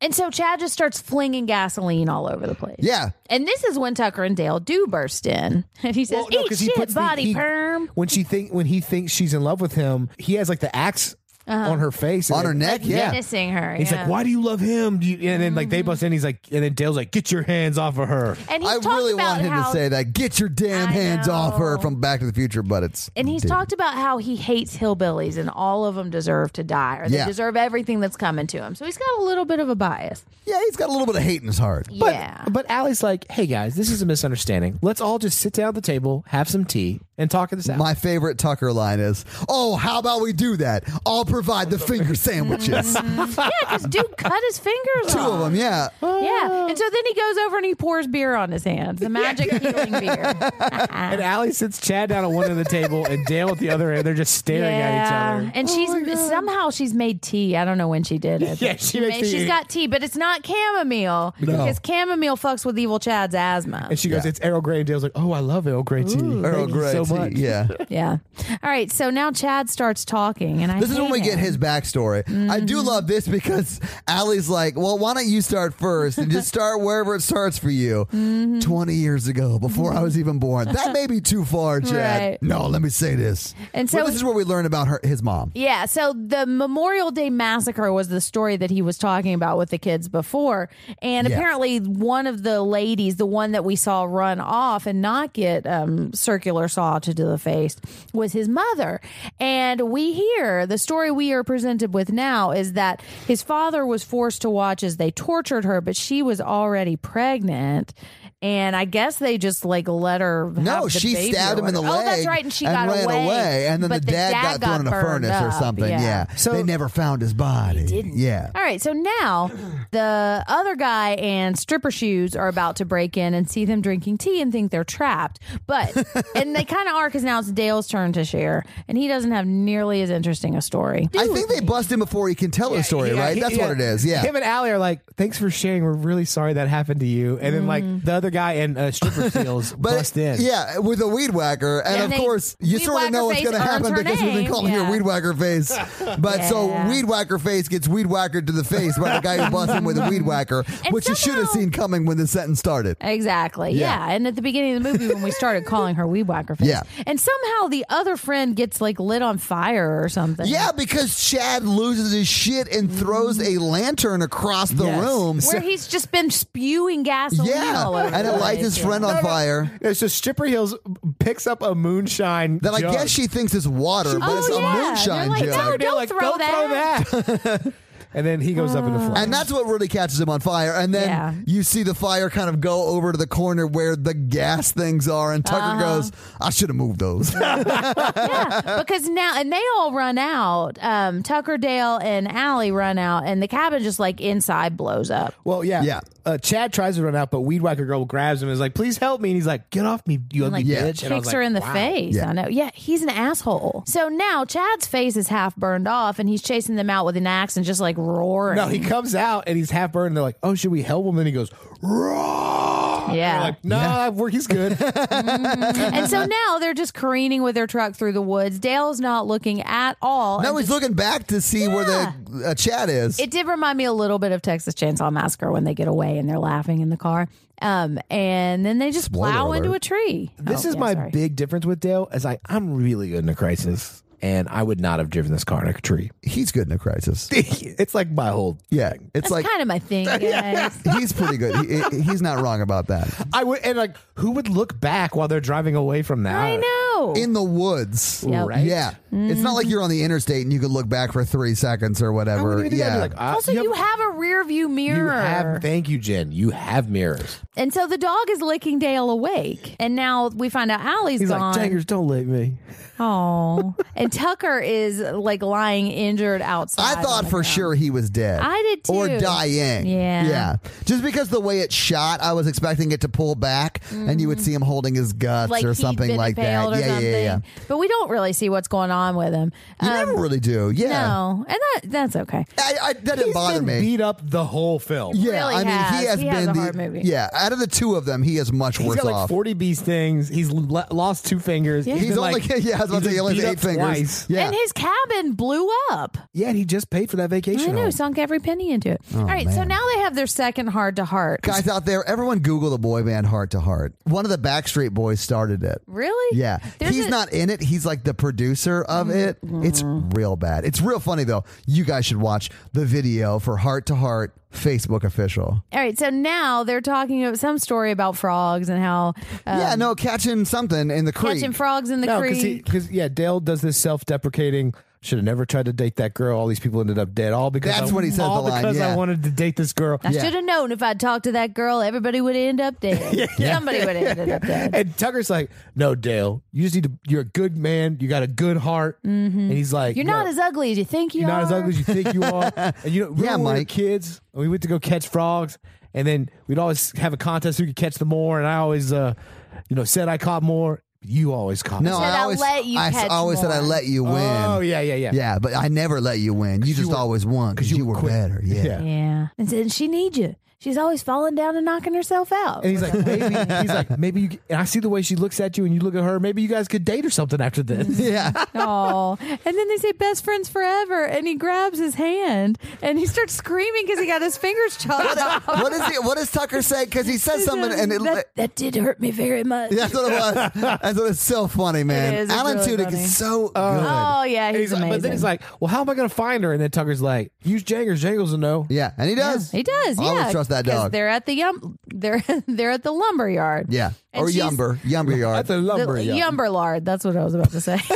Speaker 4: And so Chad just starts flinging gasoline all over the place.
Speaker 1: Yeah.
Speaker 4: And this is when Tucker and Dale do burst in. And he says,
Speaker 3: Well, no,
Speaker 4: Eat
Speaker 3: 'cause he
Speaker 4: shit,
Speaker 3: puts the-
Speaker 4: body
Speaker 3: he-
Speaker 4: perm.
Speaker 3: When she think when he thinks she's in love with him, he has like the axe on her face,
Speaker 1: On
Speaker 3: and-
Speaker 1: her neck? Yeah.
Speaker 4: Menacing her.
Speaker 3: He's
Speaker 4: Uh-huh. yeah.
Speaker 3: like, "Why do you love him?" Do you, and then like they bust in. He's like, and then Dale's like, "Get your hands off of her."
Speaker 4: And he's
Speaker 1: I
Speaker 4: talked
Speaker 1: really
Speaker 4: about
Speaker 1: want him to
Speaker 4: how,
Speaker 1: say that. Get your damn
Speaker 4: I
Speaker 1: hands off her
Speaker 4: know.
Speaker 1: from Back to the Future, but it's.
Speaker 4: And he's
Speaker 1: Dude.
Speaker 4: talked about how he hates hillbillies and all of them deserve to die or they
Speaker 1: Yeah.
Speaker 4: deserve everything that's coming to him. So he's got a little bit of a bias.
Speaker 1: Yeah, he's got a little bit of hate in his heart.
Speaker 3: But,
Speaker 4: yeah.
Speaker 3: But Allie's like, "Hey guys, this is a misunderstanding. Let's all just sit down at the table, have some tea, and talk this out."
Speaker 1: My favorite Tucker line is, "Oh, how about we do that? I'll provide the finger sandwiches,
Speaker 4: Mm-hmm.
Speaker 1: two
Speaker 4: yeah, because dude cut his fingers off.
Speaker 1: of them." Yeah,
Speaker 4: Yeah. And so then he goes over and he pours beer on his hands. The magic healing beer.
Speaker 3: and Allie sits Chad down at one end of the table and Dale at the other end. They're just staring at each other.
Speaker 4: And
Speaker 1: Oh
Speaker 4: she's somehow she's made tea. I don't know when she did it.
Speaker 3: Yeah,
Speaker 4: but
Speaker 3: she makes
Speaker 4: made- She's
Speaker 3: tea.
Speaker 4: got tea, but it's not chamomile because chamomile fucks with evil Chad's asthma.
Speaker 3: And she goes,
Speaker 1: Yeah.
Speaker 3: "It's Errol Grey." And Dale's like, "Oh, I love Errol Grey tea.
Speaker 1: Earl
Speaker 3: Thank you
Speaker 1: Grey
Speaker 3: so much.
Speaker 1: Yeah.
Speaker 4: Yeah. All right. So now Chad starts talking, and I.
Speaker 1: This is when
Speaker 4: hate
Speaker 1: we get
Speaker 4: him. Mm-hmm.
Speaker 1: his backstory. I do love this because Allie's like, well, why don't you start first and just start wherever it starts for you?
Speaker 4: Mm-hmm.
Speaker 1: 20 years ago, before I was even born. That may be too far, Chad.
Speaker 4: Right.
Speaker 1: No, let me say this.
Speaker 4: And
Speaker 1: Well,
Speaker 4: so-
Speaker 1: this is where we learn about her, his mom.
Speaker 4: Yeah, so the Memorial Day massacre was the story that he was talking about with the kids before. And
Speaker 1: Yeah.
Speaker 4: apparently one of the ladies, the one that we saw run off and not get um, circular saw to the face, was his mother. And we hear the story we are presented with now is that his father was forced to watch as they tortured her, but she was already pregnant. And I guess they just like let her.
Speaker 1: No,
Speaker 4: have the
Speaker 1: she
Speaker 4: baby
Speaker 1: stabbed
Speaker 4: or
Speaker 1: him in the
Speaker 4: whatever.
Speaker 1: leg.
Speaker 4: Oh, that's right, and she got
Speaker 1: ran
Speaker 4: away.
Speaker 1: And then
Speaker 4: But
Speaker 1: the, dad, got, thrown in a
Speaker 4: burned
Speaker 1: furnace or
Speaker 4: up.
Speaker 1: something. Yeah.
Speaker 3: So-
Speaker 1: they never found his body. Yeah.
Speaker 4: All right, so now the other guy and stripper shoes are about to break in and see them drinking tea and think they're trapped. But, and they kind of are because now it's Dale's turn to share, and he doesn't have nearly as interesting a story.
Speaker 1: I think they bust him before he can tell his story,
Speaker 3: Yeah,
Speaker 1: right?
Speaker 3: he-
Speaker 1: That's what it is. Yeah.
Speaker 3: Him and Allie are like, thanks for sharing. We're really sorry that happened to you. And then like the other guy and uh, stripper seals
Speaker 1: Mm. But
Speaker 3: bust in.
Speaker 1: yeah, with a weed whacker, and
Speaker 4: Yeah.
Speaker 1: of
Speaker 4: They-
Speaker 1: course you
Speaker 4: Weed
Speaker 1: sort of
Speaker 4: Whacker
Speaker 1: know what's
Speaker 4: Face
Speaker 1: going to happen
Speaker 4: earns her
Speaker 1: because we've been
Speaker 4: name.
Speaker 1: calling
Speaker 4: Yeah.
Speaker 1: her weed whacker face. But so
Speaker 4: Yeah.
Speaker 1: weed whacker face gets weed whackered to the face by the guy who busts him with a weed whacker,
Speaker 4: And
Speaker 1: which you should have
Speaker 4: somehow-
Speaker 1: seen coming when the sentence started.
Speaker 4: Exactly.
Speaker 1: Yeah.
Speaker 4: Yeah. And at the beginning of the movie, when we started calling her weed whacker face,
Speaker 1: Yeah.
Speaker 4: and somehow the other friend gets like lit on fire or something.
Speaker 1: Yeah, because Chad loses his shit and throws
Speaker 4: Mm-hmm.
Speaker 1: a lantern across the
Speaker 3: Yes.
Speaker 1: room.
Speaker 4: where he's just been spewing gasoline
Speaker 1: Yeah,
Speaker 4: all over.
Speaker 1: and it
Speaker 4: the
Speaker 1: lights
Speaker 4: place.
Speaker 1: his friend on
Speaker 3: No, no.
Speaker 1: fire.
Speaker 3: It's just Stripper Hills picks up a moonshine.
Speaker 1: That I
Speaker 3: jug.
Speaker 1: guess she thinks is water, but
Speaker 4: Oh,
Speaker 1: it's
Speaker 4: yeah.
Speaker 1: a
Speaker 4: They're
Speaker 1: moonshine
Speaker 4: like,
Speaker 1: jug.
Speaker 4: "No,
Speaker 3: They're
Speaker 4: don't
Speaker 3: like,
Speaker 4: throw
Speaker 3: don't throw that. and then he goes up in a flames.
Speaker 1: Uh. And that's what really catches him on fire. And then
Speaker 4: Yeah.
Speaker 1: you see the fire kind of go over to the corner where the gas things are. And Tucker goes, I should have moved those.
Speaker 4: yeah, because now and they all run out. Um, Tucker, Dale, and Allie run out, and the cabin just like inside blows up.
Speaker 3: Well, yeah.
Speaker 1: Yeah.
Speaker 3: Uh, Chad tries to run out, but Weed Whacker Girl grabs him and is like, please help me. And he's like, get off me, you ugly
Speaker 4: Like
Speaker 1: Yeah.
Speaker 3: bitch. And I was
Speaker 4: kicks her
Speaker 3: like,
Speaker 4: in the
Speaker 3: "Wow."
Speaker 4: face.
Speaker 1: Yeah.
Speaker 4: I know. Yeah, he's an asshole. So now Chad's face is half burned off, and he's chasing them out with an axe and just like roaring.
Speaker 3: No, he comes out and he's half burned. And they're like, oh, should we help him? And he goes, raw.
Speaker 4: Yeah.
Speaker 3: Like, no, nah, we're- he's good.
Speaker 4: and so now they're just careening with their truck through the woods. Dale's not looking at all.
Speaker 1: now
Speaker 4: and
Speaker 1: he's looking back to see where the uh, chat is.
Speaker 4: It did remind me a little bit of Texas Chainsaw Massacre when they get away and they're laughing in the car. Um, and then they just
Speaker 1: Spoiler
Speaker 4: plow into
Speaker 1: alert.
Speaker 4: a tree.
Speaker 3: This
Speaker 4: Oh,
Speaker 3: is
Speaker 4: yeah,
Speaker 3: my
Speaker 4: sorry.
Speaker 3: big difference with Dale. Is like I'm really good in a crisis, and I would not have driven this car in a tree.
Speaker 1: he's good in a crisis.
Speaker 3: it's like my whole.
Speaker 1: Yeah. It's like,
Speaker 4: kind of my thing, guys.
Speaker 1: he's pretty good. He- he- he's not wrong about that.
Speaker 3: I would and like who would look back while they're driving away from that?
Speaker 4: I know.
Speaker 1: In the woods.
Speaker 4: Yep. Right.
Speaker 1: Yeah. It's not like you're on the interstate and you could look back for three seconds or
Speaker 3: I wouldn't
Speaker 1: whatever.
Speaker 3: even do that. I'd
Speaker 1: Yeah.
Speaker 3: be like, ah,
Speaker 4: also, you have, a rear
Speaker 3: you
Speaker 4: view mirror.
Speaker 3: have- Thank you, Jen. You have mirrors.
Speaker 4: and so the dog is licking Dale awake. And now we find out Allie's
Speaker 3: He's
Speaker 4: gone.
Speaker 3: like, Jangers, don't lick me.
Speaker 4: oh. and Tucker is like lying injured outside.
Speaker 1: I
Speaker 4: on
Speaker 1: thought
Speaker 4: the
Speaker 1: for
Speaker 4: ground.
Speaker 1: sure he was dead.
Speaker 4: I did too.
Speaker 1: Or dying.
Speaker 4: Yeah.
Speaker 1: Yeah. Just because the way it shot, I was expecting it to pull back and you would see him holding his guts
Speaker 4: Mm. Like
Speaker 1: or
Speaker 4: he'd
Speaker 1: something
Speaker 4: been
Speaker 1: like that.
Speaker 4: impaled or
Speaker 1: yeah, yeah, yeah.
Speaker 4: something. But we don't really see what's going on with him.
Speaker 1: You
Speaker 4: Um,
Speaker 1: never really do. Yeah.
Speaker 4: No, and that that's okay.
Speaker 1: I, I, that didn't
Speaker 3: He's
Speaker 1: bother me.
Speaker 3: been beat up the whole film.
Speaker 1: yeah,
Speaker 4: really
Speaker 1: I mean, he
Speaker 4: has.
Speaker 1: has
Speaker 4: He
Speaker 1: been
Speaker 4: has a
Speaker 1: the
Speaker 4: hard movie.
Speaker 1: yeah. Out of the two of them, he is much
Speaker 3: He's
Speaker 1: worse
Speaker 3: got like
Speaker 1: off.
Speaker 3: 40 bees things. He's le- lost two fingers.
Speaker 4: Yeah.
Speaker 1: He's
Speaker 3: been,
Speaker 1: only
Speaker 3: like,
Speaker 1: yeah. I was about
Speaker 3: he's
Speaker 1: to say
Speaker 3: been
Speaker 1: he only
Speaker 3: beat
Speaker 1: has
Speaker 3: up
Speaker 1: eight fingers.
Speaker 3: twice.
Speaker 1: Yeah.
Speaker 4: And his cabin blew up.
Speaker 3: Yeah, and he just paid for that vacation.
Speaker 4: I know,
Speaker 3: home.
Speaker 4: sunk every penny into it. All right, so
Speaker 1: Oh, man.
Speaker 4: now they have their second heart to heart.
Speaker 1: Guys out there, everyone Google the boy band Heart to Heart. One of the Backstreet Boys started it.
Speaker 4: Really?
Speaker 1: Yeah.
Speaker 4: There's
Speaker 1: he's
Speaker 4: a- Mm-hmm.
Speaker 1: not in it. He's like the producer of it. It's real bad. It's real funny though. You guys should watch the video for Heart to Heart Facebook official.
Speaker 4: All right, so now they're talking about some story about frogs and how uh,
Speaker 1: yeah, no, catching something in the creek.
Speaker 4: catching frogs in the
Speaker 3: No, because
Speaker 4: creek.
Speaker 3: because yeah, Dale does this self-deprecating. Should have never tried to date that girl. All these people ended up dead. All because
Speaker 1: That's
Speaker 3: I,
Speaker 1: what he said,
Speaker 3: All
Speaker 1: the line,
Speaker 3: because
Speaker 1: yeah.
Speaker 3: I wanted to date this girl.
Speaker 4: I
Speaker 1: Yeah.
Speaker 4: should have known if I'd talked to that girl, everybody would end up dead. Somebody would have ended up dead.
Speaker 3: And Tucker's like, "No, Dale, you just need to. You're a good man. You got a good heart."
Speaker 1: Mm-hmm.
Speaker 3: And he's like,
Speaker 4: You're
Speaker 3: "No,
Speaker 4: not as ugly as you think you
Speaker 3: you're
Speaker 4: are.
Speaker 3: not as ugly as you think you are." and you know, remember
Speaker 1: Yeah,
Speaker 3: yeah, we were
Speaker 1: Mike.
Speaker 3: kids. and We went to go catch frogs, and then we'd always have a contest who could catch the more. And I always, uh, you know, said I caught more. You always caught.
Speaker 1: no,
Speaker 3: more.
Speaker 4: Said,
Speaker 1: I
Speaker 4: "I'll
Speaker 1: always,
Speaker 4: let you
Speaker 1: I s-
Speaker 4: catch
Speaker 1: always said I
Speaker 4: more."
Speaker 1: let you win.
Speaker 3: Oh yeah, yeah, yeah.
Speaker 1: Yeah, but I never let you win. You just
Speaker 3: were-
Speaker 1: always won because you, were
Speaker 3: quick.
Speaker 1: better. Yeah.
Speaker 3: Yeah.
Speaker 4: Yeah. And said, she needs you. she's always falling down and knocking herself out.
Speaker 3: And he's like, maybe he's like, maybe you. And I see the way she looks at you, and you look at her. Maybe you guys could date or something after this.
Speaker 1: Yeah.
Speaker 4: Oh, and then they say best friends forever, and he grabs his hand and he starts screaming because he got his fingers chopped off.
Speaker 1: what is he, what does Tucker say? Because he says something and it.
Speaker 4: that, that did hurt me very much.
Speaker 1: that's what it was. That's what it's so funny, man.
Speaker 4: It is, it's
Speaker 1: Alan
Speaker 4: really
Speaker 1: Tudyk
Speaker 4: funny.
Speaker 1: is so
Speaker 3: Uh,
Speaker 4: Oh yeah,
Speaker 3: And
Speaker 4: he's,
Speaker 3: like-
Speaker 4: amazing.
Speaker 3: but then he's like, well, how am I going to find her? And then Tucker's like, use Jangers. Jangles will know.
Speaker 1: good. Yeah, and he does.
Speaker 4: he does.
Speaker 1: Always
Speaker 4: yeah,
Speaker 1: trust that
Speaker 4: 'cause
Speaker 1: dog.
Speaker 4: They're at the yum. They're they're at the lumber yard.
Speaker 1: Yeah,
Speaker 4: And
Speaker 1: or
Speaker 4: she's-
Speaker 1: Yumber, Yumber Yard.
Speaker 3: That's a
Speaker 4: The
Speaker 3: lumber. yeah.
Speaker 4: lumber yard. That's what I was about to say.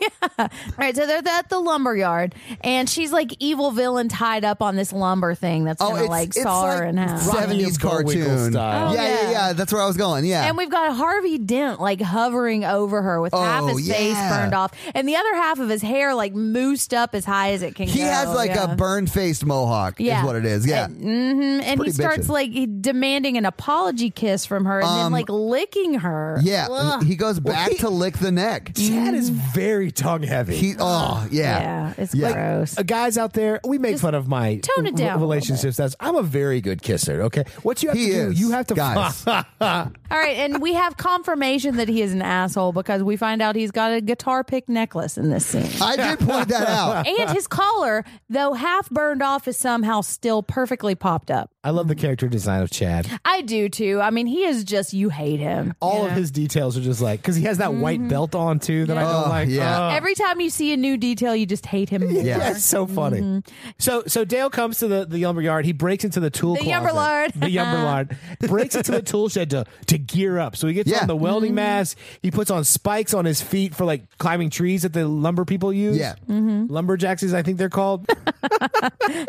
Speaker 4: Yeah. All right, so they're at the lumber yard, and she's like evil villain tied up on this lumber thing
Speaker 1: Oh,
Speaker 4: that's gonna like saw her in half.
Speaker 1: seventies
Speaker 3: Rodney and Bullwinkle
Speaker 1: cartoon.
Speaker 3: style.
Speaker 4: Oh,
Speaker 1: yeah, yeah,
Speaker 4: yeah.
Speaker 1: yeah. That's where I was going. Yeah,
Speaker 4: And we've got Harvey Dent like hovering over her with half
Speaker 1: Oh,
Speaker 4: his face
Speaker 1: yeah.
Speaker 4: burned off and the other half of his hair like moosed up as high as it can
Speaker 1: he
Speaker 4: go.
Speaker 1: has like
Speaker 4: yeah.
Speaker 1: a burned faced mohawk.
Speaker 4: Yeah.
Speaker 1: is what it is. Yeah,
Speaker 4: Mm, and he
Speaker 1: pretty
Speaker 4: starts
Speaker 1: bitchin'.
Speaker 4: like he- demanding an apology kiss from her and then
Speaker 1: Um,
Speaker 4: like licking her.
Speaker 1: yeah.
Speaker 4: Ugh.
Speaker 1: He- He goes back
Speaker 3: he-
Speaker 1: to lick the neck.
Speaker 3: Chad is very tongue heavy.
Speaker 1: He. Oh,
Speaker 4: Yeah,
Speaker 1: yeah.
Speaker 4: it's
Speaker 1: Yeah.
Speaker 4: gross.
Speaker 3: Uh, guys out there, we make fun of my
Speaker 4: tone it
Speaker 3: re-
Speaker 4: down a
Speaker 3: relationships. That's I'm a very good kisser. Okay, what you have
Speaker 1: He
Speaker 3: to do,
Speaker 1: is.
Speaker 3: you have to
Speaker 1: Guys.
Speaker 4: All right, and we have confirmation that he is an asshole because we find out he's got a guitar pick necklace in this scene.
Speaker 1: I did point that out.
Speaker 4: and his collar, though half burned off, is somehow still perfectly popped up.
Speaker 3: I love the character design of Chad.
Speaker 4: I do too. I mean, he is just you hate him.
Speaker 3: All of his details are just like because he has that
Speaker 4: Mm-hmm.
Speaker 3: white belt on too that I don't
Speaker 1: Oh,
Speaker 3: like.
Speaker 1: yeah.
Speaker 3: Oh.
Speaker 4: Every time you see a new detail, you just hate him more.
Speaker 3: Yeah, it's so funny. So so Dale comes to the, the lumber yard. He breaks into the tool
Speaker 4: Mm-hmm. The
Speaker 3: closet.
Speaker 4: lumber yard.
Speaker 3: The lumber yard. breaks into the tool shed to, to gear up. So he gets
Speaker 1: Yeah.
Speaker 3: on the
Speaker 4: Mm-hmm.
Speaker 3: welding mask. He puts on spikes on his feet for like climbing trees that the lumber people use.
Speaker 1: Yeah.
Speaker 4: Mm-hmm.
Speaker 3: Lumberjacks, is I think they're called.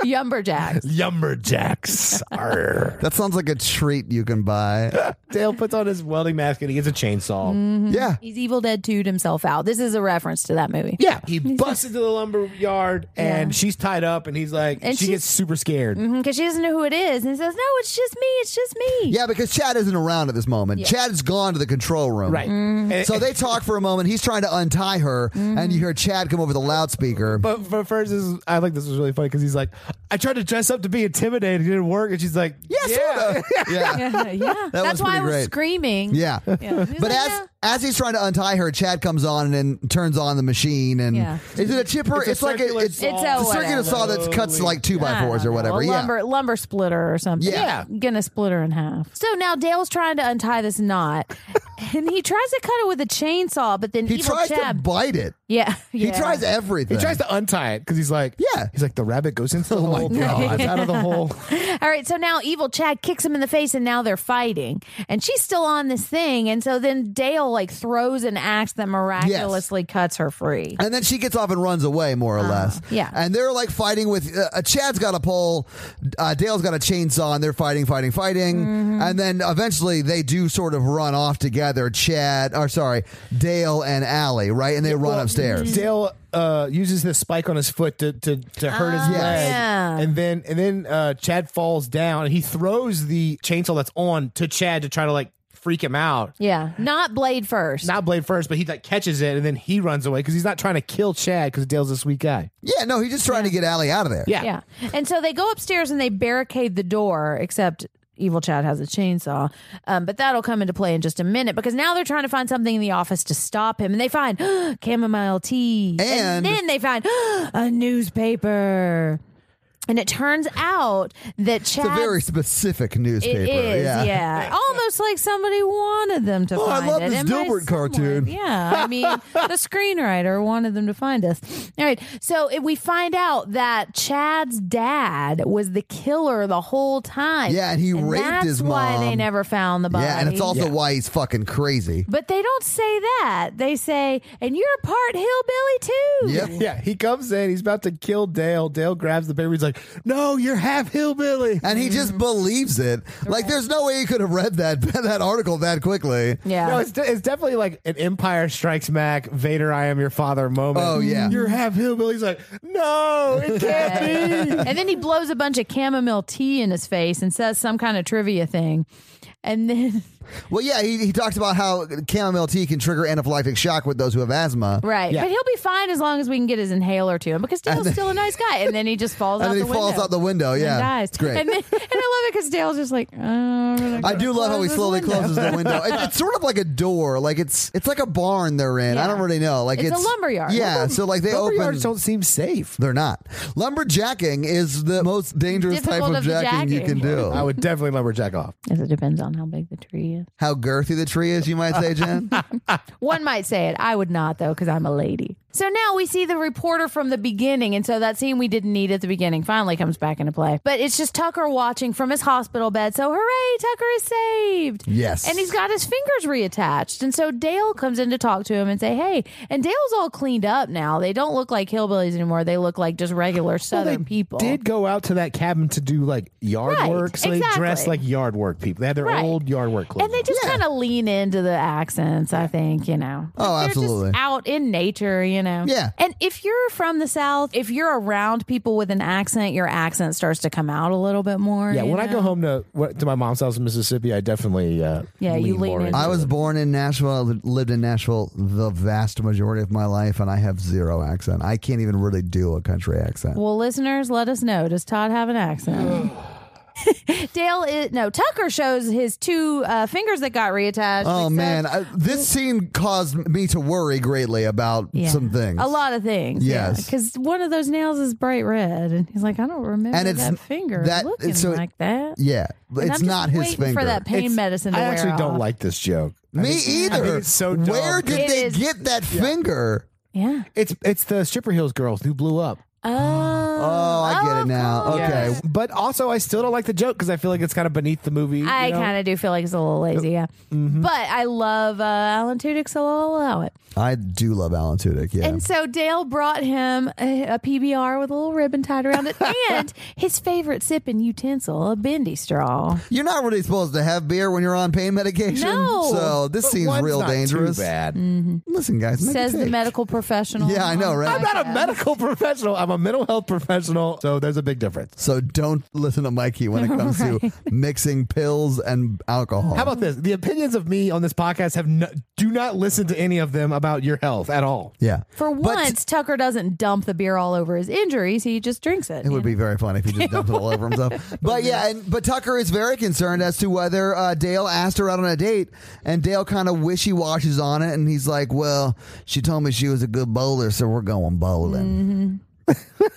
Speaker 4: Yumberjacks.
Speaker 3: lumberjacks. Arr.
Speaker 1: That sounds like a treat you can buy.
Speaker 3: Dale puts on his welding mask and he gets a chainsaw.
Speaker 1: Yeah.
Speaker 4: Mm-hmm. He's Evil Dead 2'd himself out. This is a reference to that movie.
Speaker 3: Yeah, he busts into the lumber yard and
Speaker 4: Yeah.
Speaker 3: she's tied up and he's like,
Speaker 4: And
Speaker 3: she
Speaker 4: she's-
Speaker 3: gets super scared.
Speaker 1: Mm-hmm.
Speaker 4: Because Mm, she doesn't know who it is. And he says, No, it's just me. It's just me.
Speaker 1: Yeah, because Chad isn't around at this moment. Chad's gone to the control room.
Speaker 3: Right.
Speaker 4: Mm.
Speaker 3: And-
Speaker 1: So they talk for a moment. He's trying to untie her,
Speaker 4: Mm-hmm.
Speaker 1: and you hear Chad come over the loudspeaker.
Speaker 3: But but first, this is, I think this was really funny because he's like, I tried to dress up to be intimidated. It didn't work. And she's like,
Speaker 1: yeah, sorta. yeah. yeah.
Speaker 4: Yeah. That's
Speaker 1: was
Speaker 4: why
Speaker 1: pretty
Speaker 4: I was
Speaker 1: great.
Speaker 4: screaming. Yeah. He's
Speaker 1: But
Speaker 4: like,
Speaker 1: as
Speaker 4: "No."
Speaker 1: as he's trying to untie her, Chad comes on and then turns on the machine. And
Speaker 4: Yeah.
Speaker 1: is it a chipper? It's,
Speaker 3: a
Speaker 1: like a,
Speaker 3: circular
Speaker 1: it's,
Speaker 3: saw.
Speaker 1: it's
Speaker 4: It's a
Speaker 1: a circular saw
Speaker 4: whatever.
Speaker 1: that cuts like two by
Speaker 4: I
Speaker 1: fours or
Speaker 4: don't know,
Speaker 1: whatever.
Speaker 4: a
Speaker 1: yeah.
Speaker 4: lumber, lumber splitter or something.
Speaker 1: Yeah.
Speaker 4: Gonna split her in half. So now Dale's trying to untie this knot. and he tries to cut it with a chainsaw, but then
Speaker 1: He
Speaker 4: evil
Speaker 1: tries
Speaker 4: Chad.
Speaker 1: to bite it.
Speaker 4: yeah,
Speaker 1: He tries everything.
Speaker 3: He tries to untie it because he's like,
Speaker 1: Yeah. Oh
Speaker 3: He's like, the rabbit goes into the
Speaker 1: my
Speaker 3: hole.
Speaker 1: God.
Speaker 3: It's out of the hole.
Speaker 4: All right, so now evil Chad kicks him in the face, and now they're fighting, and she's still on this thing, and so then Dale like throws an axe that miraculously cuts her free.
Speaker 1: And then she gets off and runs away, more or less.
Speaker 4: Uh, yeah.
Speaker 1: And they're like fighting with uh, uh, Chad's got a pole, uh, Dale's got a chainsaw, and they're fighting, fighting, fighting.
Speaker 4: Mm-hmm.
Speaker 1: And then eventually they do sort of run off together. Chad, or sorry, Dale and Allie, right? And they run upstairs.
Speaker 4: Mm-hmm.
Speaker 3: Dale uh, uses his spike on his foot to, to, to hurt his
Speaker 1: Yes.
Speaker 3: leg.
Speaker 4: Oh, yeah.
Speaker 3: And then and then uh, Chad falls down and he throws the chainsaw that's on to Chad to try to like freak him out.
Speaker 4: Yeah, not blade first.
Speaker 3: Not blade first, but he like catches it and then he runs away because he's not trying to kill Chad because Dale's a sweet guy.
Speaker 1: Yeah, no, he's just trying to get Allie out of there.
Speaker 3: Yeah.
Speaker 4: yeah, and so they go upstairs and they barricade the door, except. Evil Chad has a chainsaw, um, but that'll come into play in just a minute because now they're trying to find something in the office to stop him, and they find chamomile tea,
Speaker 1: And-
Speaker 4: then they find a newspaper, and it turns out that Chad
Speaker 1: It's a very specific newspaper.
Speaker 4: It is, yeah. Almost like somebody wanted them to
Speaker 1: Oh, I
Speaker 4: find
Speaker 1: love
Speaker 4: it.
Speaker 1: this
Speaker 4: And by
Speaker 1: Dilbert
Speaker 4: someone-
Speaker 1: cartoon.
Speaker 4: Yeah, I mean, the screenwriter wanted them to find us. All right, so if we find out that Chad's dad was the killer the whole time.
Speaker 1: Yeah, and he raped
Speaker 4: that's
Speaker 1: his
Speaker 4: why they
Speaker 1: mom.
Speaker 4: never found the body.
Speaker 1: Yeah, and it's also why he's fucking crazy.
Speaker 4: But they don't say that. They say, and you're a part hillbilly too.
Speaker 1: Yep.
Speaker 3: Yeah, he comes in. He's about to kill Dale. Dale grabs the paper. He's like, "No, you're half hillbilly."
Speaker 1: And he
Speaker 4: Mm-hmm.
Speaker 1: just believes it. Like, there's no way he could have read that that article that quickly.
Speaker 4: Yeah.
Speaker 3: No, it's, de- it's definitely like an Empire Strikes Back, Vader, I am your father moment.
Speaker 1: Oh, yeah.
Speaker 3: you're half hillbilly. He's like, "No, it can't be."
Speaker 4: And then he blows a bunch of chamomile tea in his face and says some kind of trivia thing. And then
Speaker 1: Well, yeah, he, he talks about how chamomile tea can trigger anaphylactic shock with those who have asthma.
Speaker 4: Right.
Speaker 3: Yeah.
Speaker 4: But he'll be fine as long as we can get his inhaler to him because Dale's still a nice guy. And then he just falls out
Speaker 1: And then
Speaker 4: the
Speaker 1: he
Speaker 4: window.
Speaker 1: falls out the window. Yeah,
Speaker 4: and dies.
Speaker 1: it's great.
Speaker 4: And, then, and I love it because Dale's just like, oh, I'm gonna
Speaker 1: I do love how he
Speaker 4: close this
Speaker 1: slowly
Speaker 4: window."
Speaker 1: closes the window. It, it's sort of like a door. Like it's it's like a barn they're in. I
Speaker 4: Yeah.
Speaker 1: don't really know. Like
Speaker 4: It's
Speaker 1: it's,
Speaker 4: a lumberyard.
Speaker 1: Yeah. so like they
Speaker 3: Lumber
Speaker 1: open.
Speaker 3: yards don't seem safe.
Speaker 1: they're not. Lumberjacking is the most dangerous type
Speaker 4: Difficult
Speaker 1: of,
Speaker 4: of the
Speaker 1: jacking, you can
Speaker 4: jacking.
Speaker 1: do.
Speaker 3: I would definitely lumberjack off.
Speaker 4: Yes, it depends on how big the tree is.
Speaker 1: How girthy the tree is, you might say, Jen.
Speaker 4: One might say it. I would not, though, because I'm a lady. So now we see the reporter from the beginning. And so that scene we didn't need at the beginning finally comes back into play. But it's just Tucker watching from his hospital bed. So hooray, Tucker is saved.
Speaker 1: Yes.
Speaker 4: And he's got his fingers reattached. And so Dale comes in to talk to him and say, hey. And Dale's all cleaned up now. They don't look like hillbillies anymore. They look like just regular
Speaker 3: Well,
Speaker 4: Southern people.
Speaker 3: did go out to that cabin to do like yard
Speaker 4: Right,
Speaker 3: work, so they dressed
Speaker 4: exactly.
Speaker 3: like yard work people. They had their
Speaker 4: Right.
Speaker 3: old yard work clothes.
Speaker 4: And they just
Speaker 1: Yeah.
Speaker 4: kind of lean into the accents, I think, you know.
Speaker 1: Oh,
Speaker 4: They're
Speaker 1: absolutely.
Speaker 4: Just out in nature, you know.
Speaker 1: Yeah.
Speaker 4: And if you're from the South, if you're around people with an accent, your accent starts to come out a little bit more.
Speaker 3: yeah,
Speaker 4: you
Speaker 3: when I go
Speaker 4: know?
Speaker 3: home to what- to my mom's house in Mississippi, I definitely uh,
Speaker 4: Yeah, you lean
Speaker 3: more
Speaker 4: in.
Speaker 3: into
Speaker 1: I was
Speaker 3: it.
Speaker 1: born in Nashville. I li- lived in Nashville the vast majority of my life, and I have zero accent. I can't even really do a country accent.
Speaker 4: Well, listeners, let us know. Does Todd have an accent? Dale, is, no, Tucker shows his two uh, fingers that got reattached.
Speaker 1: Oh
Speaker 4: except
Speaker 1: man, I, this scene caused me to worry greatly about
Speaker 4: Yeah.
Speaker 1: some things.
Speaker 4: A lot of things.
Speaker 1: Yes.
Speaker 4: Because one of those nails is bright red. And he's like, I don't remember
Speaker 1: And it's-
Speaker 4: that finger
Speaker 1: that-
Speaker 4: looking
Speaker 1: so-
Speaker 4: like that.
Speaker 1: Yeah,
Speaker 4: And
Speaker 1: it's
Speaker 4: I'm just
Speaker 1: not his
Speaker 4: waiting
Speaker 1: finger.
Speaker 4: for that pain
Speaker 3: It's-
Speaker 4: medicine. To
Speaker 3: I
Speaker 4: wear
Speaker 3: actually don't
Speaker 4: off.
Speaker 3: like this joke. I
Speaker 1: Me
Speaker 3: think- I
Speaker 1: either.
Speaker 3: think it's so dumb.
Speaker 1: Where did
Speaker 4: It
Speaker 1: they
Speaker 4: is-
Speaker 1: get that finger?
Speaker 4: Yeah.
Speaker 3: it's it's the stripper hills girls who blew up.
Speaker 4: Oh.
Speaker 1: Oh, I get it now.
Speaker 4: of
Speaker 1: Okay.
Speaker 4: course.
Speaker 3: But also, I still don't like the joke because I feel like it's kind of beneath the movie.
Speaker 4: I kind of do feel like it's a little lazy, yeah.
Speaker 1: Mm-hmm.
Speaker 4: But I love uh, Alan Tudyk, so I'll allow it.
Speaker 1: I do love Alan Tudyk. Yeah,
Speaker 4: And so Dale brought him a, a PBR with a little ribbon tied around it, and his favorite sipping utensil, a bendy straw.
Speaker 1: you're not really supposed to have beer when you're on pain medication.
Speaker 4: No.
Speaker 1: So this
Speaker 3: But
Speaker 1: seems
Speaker 3: one's
Speaker 1: real
Speaker 3: not too
Speaker 1: dangerous.
Speaker 3: bad.
Speaker 4: Mm,
Speaker 1: Listen, guys, make a
Speaker 4: Says the
Speaker 1: take.
Speaker 4: medical professional.
Speaker 1: Yeah, I know, right?
Speaker 3: I'm not a medical professional. I'm a mental health professional. So there's a big difference.
Speaker 1: So don't listen to Mikey when it comes to mixing pills and alcohol.
Speaker 3: How about this? The opinions of me on this podcast have no, do not listen to any of them about your health at all.
Speaker 1: yeah.
Speaker 4: For
Speaker 1: But-
Speaker 4: once, Tucker doesn't dump the beer all over his injuries. He just drinks it.
Speaker 1: It would be very funny if he just dumped it all over himself. But yeah, and, but Tucker is very concerned as to whether uh, Dale asked her out on a date, and Dale kind of wishy washes on it, and he's like, "Well, she told me she was a good bowler, so we're going
Speaker 4: Mm-hmm.
Speaker 1: bowling."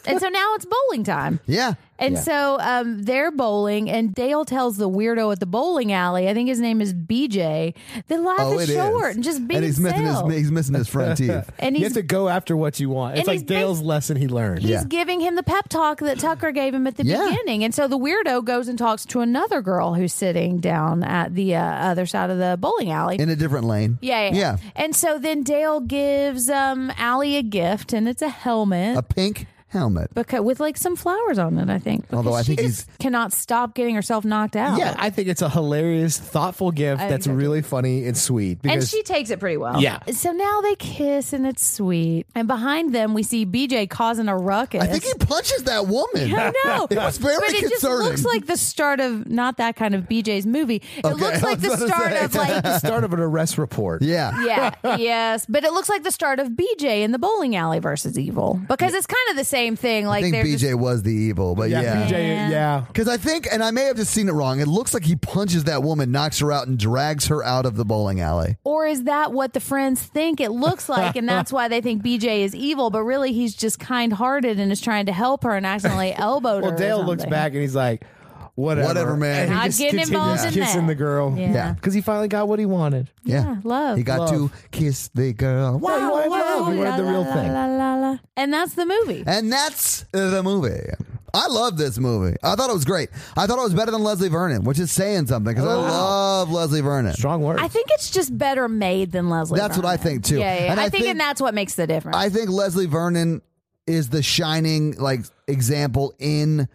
Speaker 4: and so now it's bowling time.
Speaker 1: Yeah,
Speaker 4: And so um, they're bowling, and Dale tells the weirdo at the bowling alley, I think his name is BJ, that life
Speaker 1: oh, it
Speaker 4: is
Speaker 1: is.
Speaker 4: short and just be
Speaker 1: and he's missing his
Speaker 4: himself.
Speaker 1: he's missing his front teeth.
Speaker 4: and
Speaker 3: you
Speaker 4: he's,
Speaker 3: have to go after what you want. It's
Speaker 4: And
Speaker 3: like
Speaker 4: he's bas-
Speaker 3: Dale's lesson he learned.
Speaker 4: he's
Speaker 1: Yeah.
Speaker 4: giving him the pep talk that Tucker gave him at the
Speaker 1: Yeah.
Speaker 4: beginning. And so the weirdo goes and talks to another girl who's sitting down at the uh, other side of the bowling alley.
Speaker 1: In a different lane.
Speaker 4: yeah, yeah,
Speaker 1: yeah.
Speaker 4: And so then Dale gives um, Allie a gift, and it's a helmet.
Speaker 1: A pink helmet.
Speaker 4: because with like some flowers on it, I think.
Speaker 1: Although
Speaker 4: Because
Speaker 1: I think
Speaker 4: she just cannot stop getting herself knocked out.
Speaker 3: Yeah, I think it's a hilarious, thoughtful gift
Speaker 4: I
Speaker 3: that's
Speaker 4: think so, too.
Speaker 3: really funny and sweet. Because
Speaker 4: and she takes it pretty well.
Speaker 3: Yeah.
Speaker 4: So now they kiss and it's sweet. And behind them we see BJ causing a ruckus.
Speaker 1: I think he punches that woman.
Speaker 4: I know.
Speaker 1: It was very
Speaker 4: but it just
Speaker 1: concerning.
Speaker 4: looks like the start of not that kind of BJ's movie. It
Speaker 1: Okay,
Speaker 4: looks
Speaker 1: I
Speaker 4: like
Speaker 1: was
Speaker 4: the
Speaker 1: about to
Speaker 4: start
Speaker 1: say.
Speaker 4: of like
Speaker 3: the start of an arrest report.
Speaker 1: yeah.
Speaker 4: yeah, yes, but it looks like the start of BJ in the bowling alley versus evil because it's kind of the same thing.
Speaker 1: I
Speaker 4: Like
Speaker 1: think
Speaker 4: they're
Speaker 1: BJ
Speaker 4: just,
Speaker 1: was the evil, but
Speaker 3: Yeah,
Speaker 1: yeah.
Speaker 3: BJ, yeah.
Speaker 1: Because I think, and I may have just seen it wrong. It looks like he punches that woman, knocks her out, and drags her out of the bowling alley.
Speaker 4: or is that what the friends think it looks like, and that's why they think BJ is evil? But really, he's just kind-hearted and is trying to help her and accidentally elbowed her.
Speaker 3: Well,
Speaker 4: or
Speaker 3: Dale looks
Speaker 4: something.
Speaker 3: back and he's like, whatever.
Speaker 1: Whatever, man.
Speaker 3: And he
Speaker 1: Not
Speaker 3: just
Speaker 4: getting
Speaker 3: continues
Speaker 4: involved in
Speaker 3: kissing
Speaker 4: that.
Speaker 3: the girl.
Speaker 4: Yeah.
Speaker 1: Yeah.
Speaker 3: Because he finally got what he wanted.
Speaker 1: Yeah,
Speaker 4: Yeah, love.
Speaker 1: He got
Speaker 3: Love.
Speaker 1: to kiss the girl.
Speaker 3: Wow. he wanted love. He wanted the real thing.
Speaker 4: And that's the movie.
Speaker 1: And that's the movie. I love this movie. I thought it was great. I thought it was better than Leslie Vernon, which is saying something
Speaker 4: Oh,
Speaker 1: because I love Leslie Vernon.
Speaker 3: Strong word.
Speaker 4: I think it's just better made than Leslie.
Speaker 1: That's what I
Speaker 4: Vernon.
Speaker 1: think, too.
Speaker 4: Yeah, yeah.
Speaker 1: And
Speaker 4: I,
Speaker 1: I
Speaker 4: think,
Speaker 1: think-
Speaker 4: and that's what makes the difference.
Speaker 1: I think Leslie Vernon is the shining like example in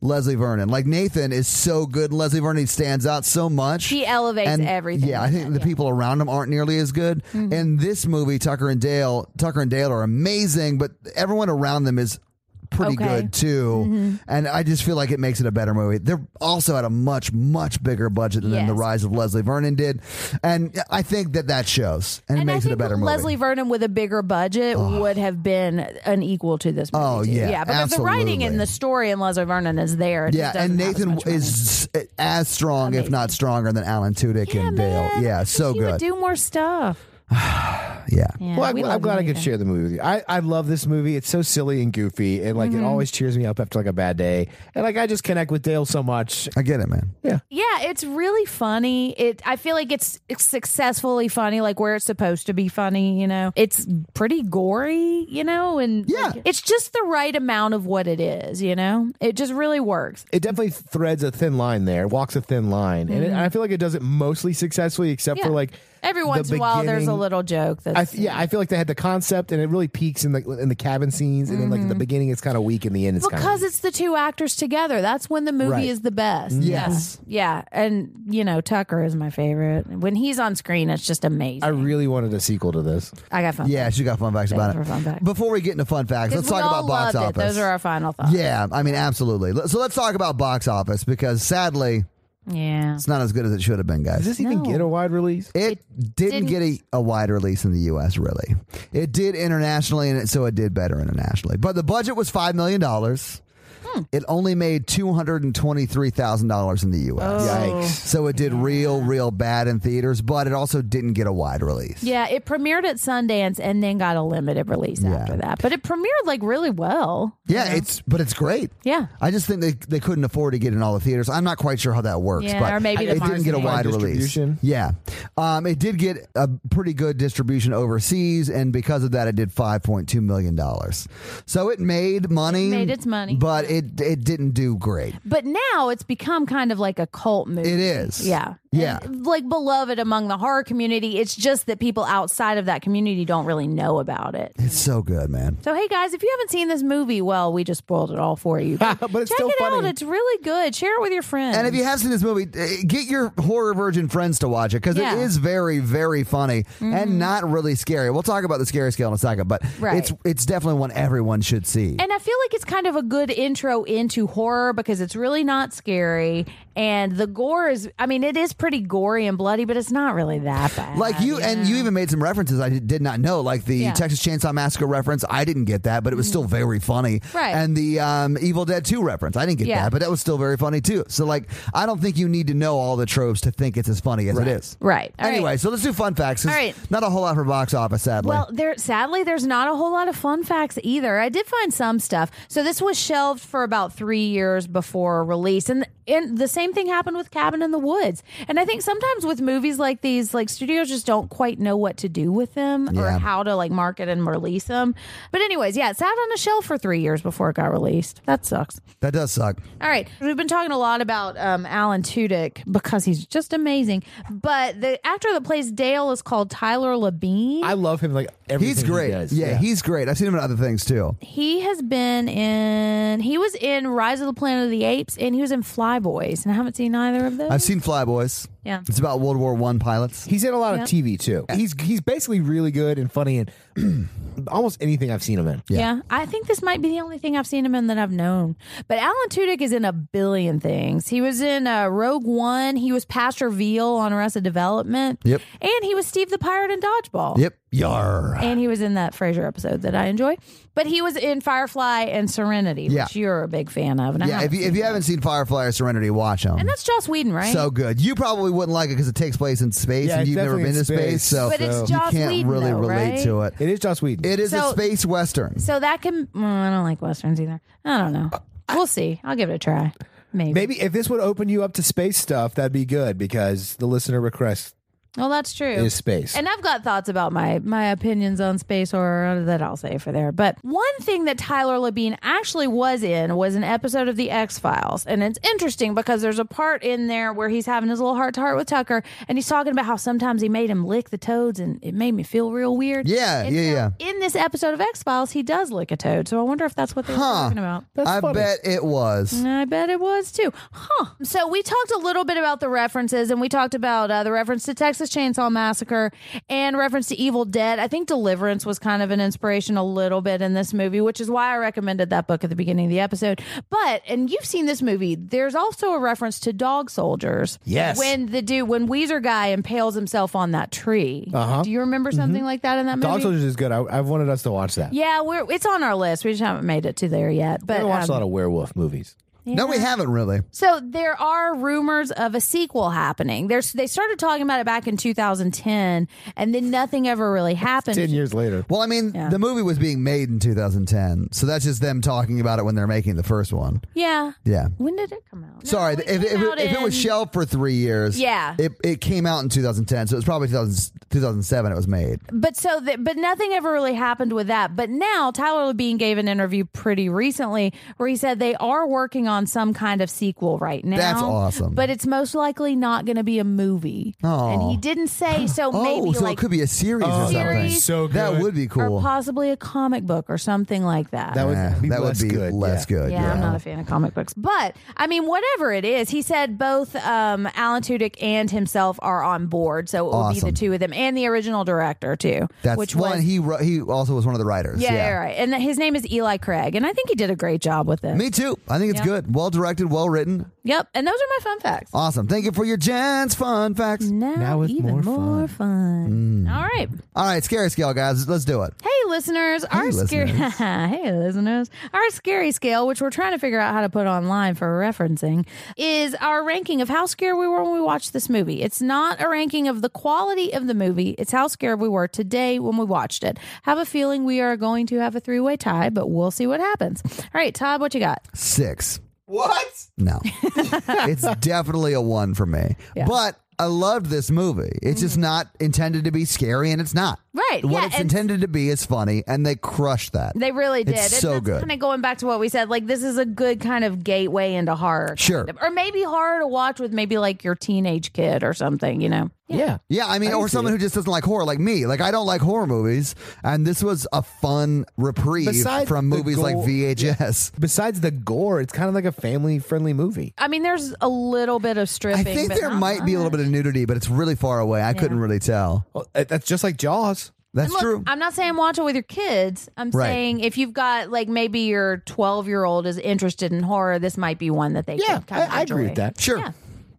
Speaker 1: Leslie Vernon. Like Nathan is so good. in Leslie Vernon he stands out so much.
Speaker 4: She elevates
Speaker 1: And,
Speaker 4: everything.
Speaker 1: Yeah, I think the people around him aren't nearly as good.
Speaker 4: Mm-hmm.
Speaker 1: In this movie, Tucker and Dale, Tucker and Dale are amazing, but everyone around them is pretty
Speaker 4: Okay. Mm-hmm.
Speaker 1: good too. And I just feel like it makes it a better movie. They're also at a much, much bigger budget than The
Speaker 4: Yes.
Speaker 1: Rise of Leslie Vernon did. And I think that that shows and,
Speaker 4: and
Speaker 1: it
Speaker 4: I
Speaker 1: makes
Speaker 4: think
Speaker 1: it a better movie.
Speaker 4: Leslie Vernon with a bigger budget would have been an equal to this movie.
Speaker 1: Oh,
Speaker 4: too.
Speaker 1: yeah,
Speaker 4: yeah, because the writing
Speaker 1: absolutely.
Speaker 4: and the story in Leslie Vernon is there. It
Speaker 1: yeah,
Speaker 4: just doesn't
Speaker 1: and
Speaker 4: have as
Speaker 1: Nathan
Speaker 4: much money.
Speaker 1: is eh, as strong, if
Speaker 4: Amazing.
Speaker 1: not stronger, than Alan Tudyk
Speaker 4: yeah,
Speaker 1: and
Speaker 4: man,
Speaker 1: Dale.
Speaker 4: I
Speaker 1: Yeah,
Speaker 4: wish
Speaker 1: so
Speaker 4: he would
Speaker 1: good.
Speaker 4: do more stuff.
Speaker 1: yeah.
Speaker 4: Yeah,
Speaker 3: Well,
Speaker 4: we
Speaker 3: I'm,
Speaker 4: love
Speaker 3: I'm glad I could
Speaker 4: Nathan.
Speaker 3: share the movie with you. I, I love this movie. It's so silly and goofy, and like it
Speaker 4: Mm-hmm.
Speaker 3: always cheers me up after like a bad day. And like I just connect with Dale so much.
Speaker 1: I get it, man.
Speaker 4: Yeah, it's really funny. It I feel like it's, it's successfully funny, like where it's supposed to be funny. You know, it's pretty gory. You know, and
Speaker 1: Yeah.
Speaker 4: like, it's just the right amount of what it is. You know, it just really works.
Speaker 3: It definitely threads a thin line there, walks a thin line, and, it, and I feel like it does it mostly successfully, except
Speaker 4: Mm-hmm. Yeah.
Speaker 3: for like
Speaker 4: Every
Speaker 3: the
Speaker 4: once in a while, there's a
Speaker 3: beginning-
Speaker 4: little joke that's
Speaker 3: I th- yeah, I feel like they had the concept, and it really peaks in the in the cabin scenes, and then like at the beginning, it's kind of weak, in the end, it's kind
Speaker 4: Mm-hmm. because
Speaker 3: of
Speaker 4: it's the two actors together. That's when the movie
Speaker 3: Right.
Speaker 4: is the best.
Speaker 1: Yes.
Speaker 4: Yeah. yeah. And, you know, Tucker is my favorite. When he's on screen, it's just
Speaker 3: I
Speaker 4: amazing.
Speaker 3: really wanted a sequel to this.
Speaker 4: I, got fun.
Speaker 1: Yeah, she got fun facts
Speaker 4: Thanks
Speaker 1: about
Speaker 4: for
Speaker 1: it.
Speaker 4: fun facts.
Speaker 1: Before we get into fun facts, let's
Speaker 4: We
Speaker 1: talk
Speaker 4: all
Speaker 1: about box
Speaker 4: loved
Speaker 1: office.
Speaker 4: It. Those are our final thoughts.
Speaker 1: yeah, I mean, absolutely. Let- So let's talk about box office because sadly,
Speaker 4: Yeah.
Speaker 1: it's not as good as it should have been, guys.
Speaker 3: Does this even
Speaker 4: No.
Speaker 3: get a wide release?
Speaker 1: It didn't,
Speaker 4: didn't-
Speaker 1: get a, a wide release in the U.S. Really, it did internationally, and it, so it did better internationally. But the budget was five million dollars.
Speaker 4: Hmm.
Speaker 1: It only made two hundred and twenty-three thousand dollars in the
Speaker 4: Oh.
Speaker 1: U.S.
Speaker 3: Yikes!
Speaker 1: So it did real, real bad in theaters, but it also didn't get a wide release.
Speaker 4: Yeah. It premiered at Sundance and then got a limited release after that. But it premiered like really well.
Speaker 1: Yeah, it's but it's great.
Speaker 4: Yeah.
Speaker 1: I just think they, they couldn't afford to get in all the theaters. I'm not quite sure how that works,
Speaker 4: Yeah,
Speaker 1: but
Speaker 4: or maybe the
Speaker 1: it didn't get a
Speaker 4: marketing.
Speaker 1: wide release.
Speaker 3: Distribution.
Speaker 1: Yeah, um, it did get a pretty good distribution overseas, and because of that, it did 5.2 million dollars. So it made money,
Speaker 4: It made its money.
Speaker 1: but it it didn't do great.
Speaker 4: But now it's become kind of like a cult movie.
Speaker 1: It is.
Speaker 4: Yeah.
Speaker 1: Yeah.
Speaker 4: And, like beloved among the horror community. It's just that people outside of that community don't really know about it.
Speaker 1: It's so good, man.
Speaker 4: So hey guys, if you haven't seen this movie, well, we just spoiled it all for you. But
Speaker 3: But it's
Speaker 4: Check
Speaker 3: still
Speaker 4: it out;
Speaker 3: funny.
Speaker 4: it's really good. Share it with your friends.
Speaker 1: And if you have seen this movie, eh, get your horror virgin friends to watch it because
Speaker 4: Yeah. Mm-hmm.
Speaker 1: it is very, very funny and not really scary. We'll talk about the scary scale in a second, but
Speaker 4: Right.
Speaker 1: it's it's definitely one everyone should see.
Speaker 4: And I feel like it's kind of a good intro into horror because it's really not scary, and the gore is—I mean, it is pretty gory and bloody, but it's not really that bad.
Speaker 1: Like you, and you even made some references I did not know, like the
Speaker 4: Yeah. Mm-hmm.
Speaker 1: Texas Chainsaw Massacre reference. I didn't get that, but it was still very funny.
Speaker 4: Right.
Speaker 1: And the um, Evil Dead Two reference, I didn't get
Speaker 4: Yeah.
Speaker 1: that, but that was still very funny too. So like, I don't think you need to know all the tropes to think it's as funny as it is.
Speaker 4: right? All right.
Speaker 1: anyway, so let's do fun facts. 'cause
Speaker 4: All right.
Speaker 1: Not a whole lot for box office, sadly.
Speaker 4: Well, there sadly there's not a whole lot of fun facts either. I did find some stuff. So this was shelved for about 3 years before release and and the same thing happened with Cabin in the Woods. And I think sometimes with movies like these like studios just don't quite know what to do with them
Speaker 1: Yeah.
Speaker 4: or how to like market and release them. But anyways, yeah, it sat on a shelf for 3 years before it got released. That sucks.
Speaker 1: that does suck.
Speaker 4: All right. We've been talking a lot about um, Alan Tudyk because he's just amazing. But the actor that plays Dale is called Tyler Labine.
Speaker 3: I love him. Like everything
Speaker 1: He's
Speaker 3: he
Speaker 1: great.
Speaker 3: does.
Speaker 1: yeah, he's great. I've seen him in other things too.
Speaker 4: He has been in. He was in Rise of the Planet of the Apes, and he was in Flyboys, and I haven't seen either of those.
Speaker 1: I've seen Flyboys.
Speaker 4: Yeah.
Speaker 1: It's about World War One pilots.
Speaker 3: He's in a lot
Speaker 4: Yeah.
Speaker 3: of TV too. He's he's basically really good and funny and almost anything I've seen him in.
Speaker 4: yeah. I think this might be the only thing I've seen him in that I've known. But Alan Tudyk is in a billion things. He was in uh, Rogue One. He was Pastor Veal on Arrested Development.
Speaker 1: Yep.
Speaker 4: And he was Steve the Pirate in Dodgeball.
Speaker 1: Yep. Yar.
Speaker 4: And he was in that Frasier episode that I enjoy. But he was in Firefly and Serenity,
Speaker 1: Yeah.
Speaker 4: which you're a big fan of. And I
Speaker 1: Yeah. If
Speaker 4: haven't
Speaker 1: you, if you haven't seen Firefly or Serenity, watch them.
Speaker 4: and that's Joss Whedon, right?
Speaker 1: so good. You probably wouldn't like it because it takes place in space
Speaker 3: Yeah,
Speaker 1: and
Speaker 3: it's
Speaker 1: you've never
Speaker 3: definitely
Speaker 1: been
Speaker 3: in
Speaker 1: to space,
Speaker 3: space.
Speaker 1: so
Speaker 4: But it's
Speaker 1: you
Speaker 4: Joss
Speaker 1: can't
Speaker 4: Whedon,
Speaker 1: really
Speaker 4: though,
Speaker 1: relate
Speaker 4: right?
Speaker 1: to it.
Speaker 3: It is Joss Whedon.
Speaker 1: It is a
Speaker 4: So-
Speaker 1: space western.
Speaker 4: So that can. well, I don't like westerns either. I don't know. We'll see. I'll give it a try. Maybe.
Speaker 3: Maybe if this would open you up to space stuff, that'd be good because the listener request
Speaker 4: Well, that's true.
Speaker 3: is space.
Speaker 4: and I've got thoughts about my my opinions on space horror that I'll save for there. But one thing that Tyler Labine actually was in was an episode of The X Files, and it's interesting because there's a part in there where he's having his little heart to heart with Tucker, and he's talking about how sometimes he made him lick the toads, and it made me feel real weird.
Speaker 1: Yeah,
Speaker 4: And
Speaker 1: yeah,
Speaker 4: so In this episode of X Files, he does lick a toad, so I wonder if that's what they're
Speaker 1: Huh.
Speaker 4: talking about.
Speaker 1: I
Speaker 3: funny.
Speaker 1: bet it was.
Speaker 4: I bet it was too. Huh. So we talked a little bit about the references and we talked about uh, the reference to Texas Texas Chainsaw Massacre and reference to Evil Dead. I think Deliverance was kind of an inspiration a little bit in this movie, which is why I recommended that book at the beginning of the episode. But and you've seen this movie. There's also a reference to Dog Soldiers.
Speaker 1: Yes.
Speaker 4: When the dude when Weezer guy impales himself on that tree. Uh-huh. Do you remember something like that in that movie?
Speaker 3: Dog Soldiers is good. I, I wanted us to watch that.
Speaker 4: yeah, we're it's on our list. We just haven't made it to there yet. But
Speaker 3: I watched
Speaker 4: um,
Speaker 3: a lot of werewolf movies.
Speaker 4: Mm,
Speaker 1: No, we haven't really.
Speaker 4: So there are rumors of a sequel happening. There's they started talking about it back in 2010, and then nothing ever really happened.
Speaker 3: Ten years later.
Speaker 1: Well, I mean, the movie was being made in 2010, so that's just them talking about it when they're making the first one.
Speaker 4: Yeah.
Speaker 1: Yeah.
Speaker 4: When did it come out? No,
Speaker 1: Sorry,
Speaker 4: it
Speaker 1: if, if,
Speaker 4: came out
Speaker 1: if, it was
Speaker 4: in-
Speaker 1: shelved for three years,
Speaker 4: Yeah.
Speaker 1: it, it came out in 2010, so it was probably 2000, 2007 it was made.
Speaker 4: but so that but nothing ever really happened with that but now tyler bean gave an interview pretty recently where he said they are working on some kind of sequel right now
Speaker 1: That's awesome.
Speaker 4: but it's most likely not going to be a movie
Speaker 1: Aw.
Speaker 4: and he didn't say so
Speaker 1: oh,
Speaker 4: maybe
Speaker 1: so
Speaker 4: like
Speaker 1: it could be a series or something.
Speaker 4: Series.
Speaker 3: So good.
Speaker 1: That would be
Speaker 4: or
Speaker 1: cool.
Speaker 4: possibly a comic book or something like that
Speaker 3: That would
Speaker 1: Yeah,
Speaker 3: be
Speaker 1: that
Speaker 3: less
Speaker 1: would be
Speaker 3: good.
Speaker 1: less
Speaker 3: yeah.
Speaker 1: good.
Speaker 4: yeah, I'm not a fan of comic books. But I mean, whatever it is, he said both um, Alan Tudyk and himself are on board, so it will be
Speaker 1: Awesome.
Speaker 4: the two of them and the original director too.
Speaker 1: That's
Speaker 4: which
Speaker 1: one.
Speaker 4: was
Speaker 1: he wrote, he also was one of the writers.
Speaker 4: yeah, yeah, right. And his name is Eli Craig, and I think he did a great job with it.
Speaker 1: Me too. I think it's good. Well directed, well written.
Speaker 4: Yep. And those are my fun facts.
Speaker 1: Awesome. Thank you for your Jen's fun facts.
Speaker 4: Now,
Speaker 3: Now it's
Speaker 4: even more,
Speaker 3: more
Speaker 4: fun. All right.
Speaker 1: All right, scary scale, guys. Let's do it.
Speaker 4: Hey listeners, our scary
Speaker 1: listeners.
Speaker 4: Hey listeners, our scary scale, which we're trying to figure out how to put online for referencing, is our ranking of how scared we were when we watched this movie. It's not a ranking of the quality of the movie, it's how scared we were today when we watched it. Have a feeling we are going to have a three-way tie, but we'll see what happens. All right, Todd, what you got?
Speaker 1: Six.
Speaker 2: What?
Speaker 1: No, it's definitely a one for me. But I loved this movie. It's just not intended to be scary, and it's not.
Speaker 4: Mm-hmm. Right,
Speaker 1: What
Speaker 4: yeah,
Speaker 1: it's
Speaker 4: and-
Speaker 1: intended to be is funny, and they crushed that.
Speaker 4: They really did.
Speaker 1: It's so good.
Speaker 4: Kind of going back to what we said, like this is a good kind of gateway into horror, kind
Speaker 1: Sure.
Speaker 4: of. or maybe horror to watch with maybe like your teenage kid or something, you know.
Speaker 3: Yeah.
Speaker 1: Yeah, I mean, or someone who just doesn't like horror, like me. Like I don't like horror movies, and this was a fun reprieve
Speaker 3: Besides
Speaker 1: from
Speaker 3: the
Speaker 1: movies like
Speaker 3: gore-
Speaker 1: VHS.
Speaker 3: Besides the gore, it's kind of like a family-friendly movie.
Speaker 4: I mean, there's a little bit of
Speaker 1: I
Speaker 4: stripping.
Speaker 1: think
Speaker 4: but
Speaker 1: there
Speaker 4: not
Speaker 1: might be a little
Speaker 4: much.
Speaker 1: bit of nudity, but it's really far away. I couldn't really tell.
Speaker 3: Well, uh, that's just like Jaws.
Speaker 1: That's
Speaker 4: And look,
Speaker 1: true.
Speaker 4: I'm not saying watch it with your kids. I'm
Speaker 1: Right.
Speaker 4: saying if you've got like maybe your 12 year old is interested in horror, this might be one that they
Speaker 3: Yeah,
Speaker 4: can kind of
Speaker 3: I, I agree
Speaker 4: enjoy.
Speaker 3: with that.
Speaker 1: sure.
Speaker 4: Yeah.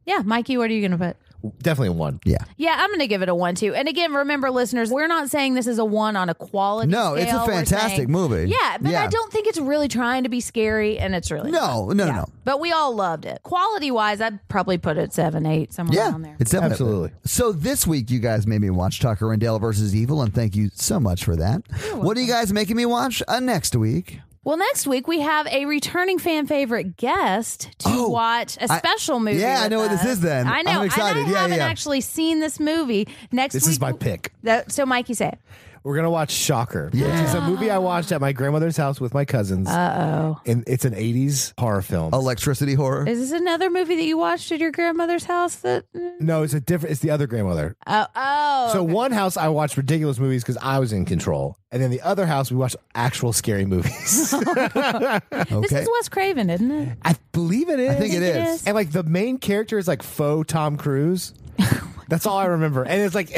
Speaker 4: Yeah, Mikey, what are you going to put?
Speaker 3: Definitely one.
Speaker 1: Yeah.
Speaker 4: Yeah, I'm going to give it a one too. And again, remember, listeners, we're not saying this is a one on a quality.
Speaker 1: No, it's a
Speaker 4: scale. We're
Speaker 1: fantastic
Speaker 4: saying-
Speaker 1: movie.
Speaker 4: Yeah, but I
Speaker 1: Yeah.
Speaker 4: don't think it's really trying to be scary, and it's really not.
Speaker 1: No, no, no,
Speaker 4: Yeah.
Speaker 1: no.
Speaker 4: But we all loved it. Quality wise, I'd probably put it seven, eight, somewhere
Speaker 1: Yeah,
Speaker 4: around there.
Speaker 1: it's definitely.
Speaker 3: Absolutely.
Speaker 1: So this week, you guys made me watch Tucker and Dale versus Evil, and thank you so much for that. What are you guys making me watch uh, next week?
Speaker 4: Well, next week we have a returning fan favorite guest to
Speaker 1: Oh,
Speaker 4: watch a
Speaker 1: I-
Speaker 4: special movie.
Speaker 1: Yeah, I
Speaker 4: with
Speaker 1: know what this
Speaker 4: us.
Speaker 1: is then.
Speaker 4: I know.
Speaker 1: I'm excited.
Speaker 4: And I
Speaker 1: Yeah,
Speaker 4: haven't
Speaker 1: yeah.
Speaker 4: actually seen this movie. Next
Speaker 3: This
Speaker 4: week,
Speaker 3: is my pick.
Speaker 4: That- so, Mikey, say it.
Speaker 3: We're gonna watch Shocker, which is a movie I watched at my grandmother's house with my cousins. Uh oh. And it's an '80s horror film.
Speaker 1: Electricity horror.
Speaker 4: Is this another movie that you watched at your grandmother's house? That mm,
Speaker 3: No, it's a different. It's the other grandmother.
Speaker 4: oh oh
Speaker 3: so one house I watched ridiculous movies because I was in control, and then the other house we watched actual scary movies.
Speaker 4: This
Speaker 1: Okay.
Speaker 4: is Wes Craven, isn't it?
Speaker 3: I believe it is.
Speaker 1: I think it
Speaker 4: it
Speaker 1: is.
Speaker 4: is.
Speaker 3: And like the main character is like faux Tom Cruise.
Speaker 1: Oh
Speaker 3: That's all I remember. And it's like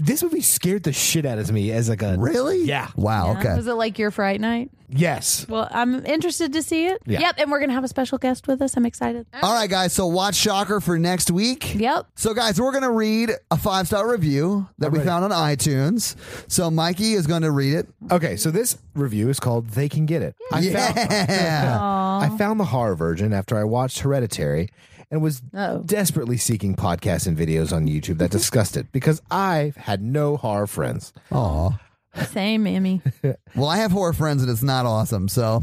Speaker 3: this movie scared the shit out of me as like a
Speaker 1: Really?
Speaker 3: Yeah.
Speaker 1: Wow. Okay.
Speaker 4: Was it like your Fright Night?
Speaker 3: Yes.
Speaker 4: Well, I'm interested to see it.
Speaker 3: Yeah.
Speaker 4: Yep, and we're gonna have a special guest with us. I'm excited.
Speaker 1: All right, guys. So watch Shocker for next week.
Speaker 4: Yep.
Speaker 1: So, guys, we're going to read a five star review that we
Speaker 3: ready.
Speaker 1: found on iTunes. So, Mikey is going to read it.
Speaker 3: Okay, so this review is called "They Can Get It." I
Speaker 1: Yeah.
Speaker 3: Found, I found the horror version after I watched Hereditary, and was
Speaker 4: Uh-oh.
Speaker 3: desperately seeking podcasts and videos on YouTube that discussed it because I had no horror friends.
Speaker 1: Aw.
Speaker 4: Same, Emmy.
Speaker 1: Well, I have horror friends, and it's not awesome. So,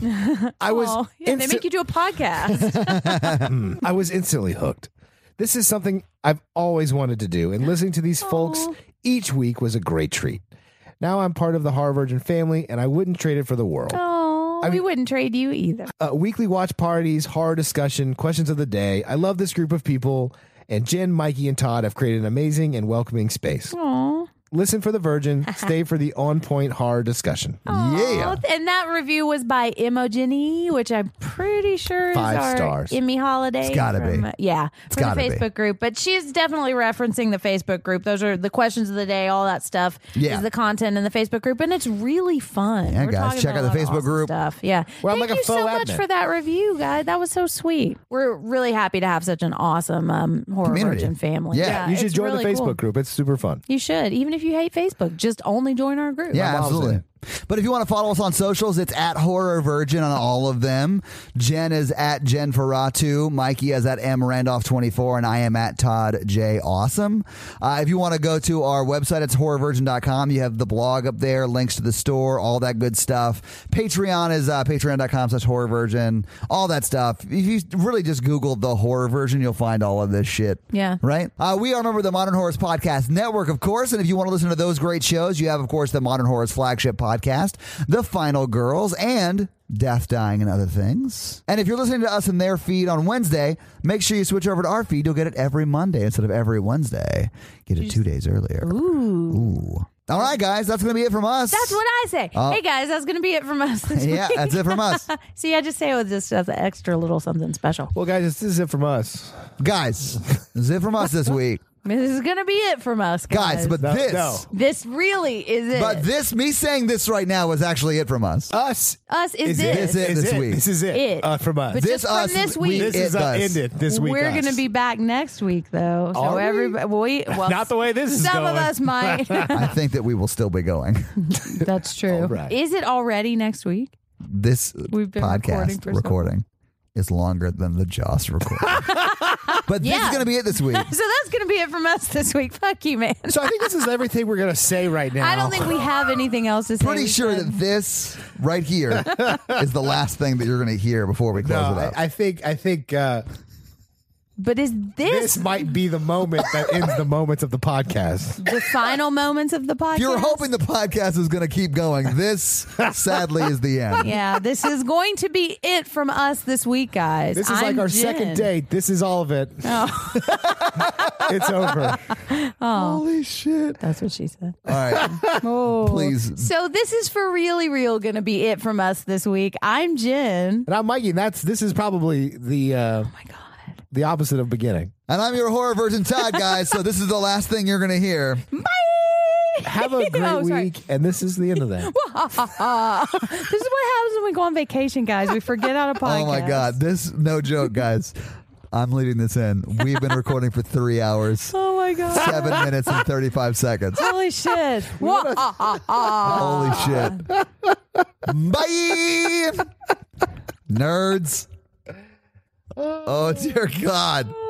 Speaker 3: I was
Speaker 4: Oh, yeah, they
Speaker 3: insta-
Speaker 4: make you do a podcast.
Speaker 3: I was instantly hooked. This is something I've always wanted to do, and listening to these folks each week was a great treat. Now I'm part of the Horror Virgin family, and I wouldn't trade it for the world.
Speaker 4: oh, we wouldn't trade you either.
Speaker 3: Uh, weekly watch parties, horror discussion, questions of the day. I love this group of people, and Jen, Mikey, and Todd have created an amazing and welcoming space.
Speaker 4: Oh,
Speaker 3: Listen for the virgin, stay for the on point horror discussion.
Speaker 1: Yeah.
Speaker 4: Oh, and that review was by Imogeny, which I'm pretty sure
Speaker 3: Five
Speaker 4: is our
Speaker 3: stars.
Speaker 4: Emmy Holiday.
Speaker 1: It's gotta be.
Speaker 4: from- uh, yeah, from
Speaker 1: gotta
Speaker 4: the
Speaker 1: be.
Speaker 4: Facebook group. But she's definitely referencing the Facebook group. Those are the questions of the day, all that stuff.
Speaker 1: Yeah.
Speaker 4: is the content in the Facebook group, and it's really fun.
Speaker 1: Yeah,
Speaker 4: We're
Speaker 1: guys,
Speaker 4: talking
Speaker 1: check
Speaker 4: about
Speaker 1: out the
Speaker 4: a lot of
Speaker 1: Facebook
Speaker 4: awesome
Speaker 1: group.
Speaker 4: Stuff. Yeah,
Speaker 3: We're
Speaker 4: thank
Speaker 3: like a
Speaker 4: you so
Speaker 3: faux
Speaker 4: much
Speaker 3: admin.
Speaker 4: for that review, guys. That was so sweet. We're really happy to have such an awesome um, horror
Speaker 1: Community.
Speaker 4: virgin family.
Speaker 1: Yeah.
Speaker 3: you should
Speaker 4: it's
Speaker 3: join
Speaker 4: really
Speaker 3: the Facebook
Speaker 4: cool.
Speaker 3: group. It's super fun.
Speaker 4: You should, even if you hate Facebook, just only join our group.
Speaker 1: Yeah,
Speaker 3: mom's
Speaker 1: absolutely.
Speaker 3: in
Speaker 1: But if you want to follow us on socials, it's at Horror Virgin on all of them. Jen is at Jen Ferratu. Mikey is at M Randolph24, and I am at Todd J Awesome. Uh, if you want to go to our website, it's horrorvirgin.com. You have the blog up there, links to the store, all that good stuff. Patreon is uh, patreon.com slash horror virgin, all that stuff. If you really just Google the horror version, you'll find all of this shit.
Speaker 4: Yeah.
Speaker 1: Right? Uh, we are a member of the Modern Horrors Podcast Network, of course. And if you want to listen to those great shows, you have, of course, the Modern Horrors flagship podcast, The Final Girls, and Death, Dying, and Other Things. And if you're listening to us in their feed on Wednesday, make sure you switch over to our feed. You'll get it every Monday instead of every Wednesday. Get it two days earlier. Ooh. All right, guys. That's going to be it from us.
Speaker 4: That's what I say. hey guys, that's gonna be it from us. This
Speaker 1: Oh. Yeah,
Speaker 4: week.
Speaker 1: that's it from us.
Speaker 4: See, I just say it with just as an extra little something special.
Speaker 3: Well, guys, this is it from us.
Speaker 1: guys, that's it from us this week.
Speaker 4: This is gonna be it from us, guys.
Speaker 1: Guys, but
Speaker 3: No,
Speaker 1: this.
Speaker 3: no.
Speaker 4: this really is it.
Speaker 1: But this, me saying this right now, is actually it from us.
Speaker 3: Us
Speaker 4: us is,
Speaker 3: is
Speaker 4: it.
Speaker 1: This is it
Speaker 3: is
Speaker 1: this week.
Speaker 3: This is it,
Speaker 4: It.
Speaker 3: Uh, from us.
Speaker 4: But
Speaker 1: This
Speaker 4: just from
Speaker 1: us,
Speaker 4: this
Speaker 1: we-
Speaker 4: week.
Speaker 3: this
Speaker 1: it
Speaker 3: is uh,
Speaker 1: does.
Speaker 3: ended this week.
Speaker 4: We're
Speaker 3: going
Speaker 4: gonna be back next week, though. So
Speaker 3: Are we?
Speaker 4: everybody, we, well,
Speaker 3: Not the way this is
Speaker 4: Some of
Speaker 3: going.
Speaker 4: us might.
Speaker 1: I think that we will still be going.
Speaker 4: That's true.
Speaker 3: All right.
Speaker 4: Is it already next week?
Speaker 1: this
Speaker 4: We've been recording
Speaker 1: podcast
Speaker 4: for so
Speaker 1: recording, is longer than the Joss recording. but this
Speaker 4: Yeah.
Speaker 1: is going to be it this week.
Speaker 4: So that's gonna be it from us this week. Fuck you, man.
Speaker 3: So I think this is everything we're gonna say right now.
Speaker 4: I don't think we have anything else to say.
Speaker 1: Pretty
Speaker 4: We
Speaker 1: sure
Speaker 4: said-
Speaker 1: that this right here is the last thing that you're going to hear before we close
Speaker 3: No,
Speaker 1: it
Speaker 3: I,
Speaker 1: up.
Speaker 3: I think I think uh,
Speaker 4: But is
Speaker 3: this might be the moment that ends the moments of the podcast.
Speaker 4: the final moments of the podcast?
Speaker 1: if you were hoping the podcast was going to keep going, this sadly is the end.
Speaker 4: Yeah, this is going to be it from us this week, guys.
Speaker 3: This is like
Speaker 4: I'm
Speaker 3: our
Speaker 4: Jen. Oh.
Speaker 3: second date. This is all of it. it's over.
Speaker 1: Holy shit!
Speaker 4: That's what she said.
Speaker 1: All right,
Speaker 4: Oh.
Speaker 3: Oh.
Speaker 1: please.
Speaker 4: So this is for really real going to be it from us this week. I'm Jen.
Speaker 3: And I'm Mikey. And that's this is probably the uh,
Speaker 4: Oh my god.
Speaker 3: the opposite of beginning.
Speaker 1: And I'm your horror virgin Todd, guys. So this is the last thing you're going to hear.
Speaker 3: Have a great
Speaker 4: Oh, sorry.
Speaker 3: week, and this is the end of that.
Speaker 4: This is what happens when we go on vacation, guys. We forget how to podcast.
Speaker 1: Oh my god, this no joke, guys. I'm leaving this in. We've been recording for three hours.
Speaker 4: Oh my god.
Speaker 1: seven minutes and 35 seconds.
Speaker 4: Holy shit. Wha-
Speaker 1: Holy shit. Bye, nerds. Oh, dear God.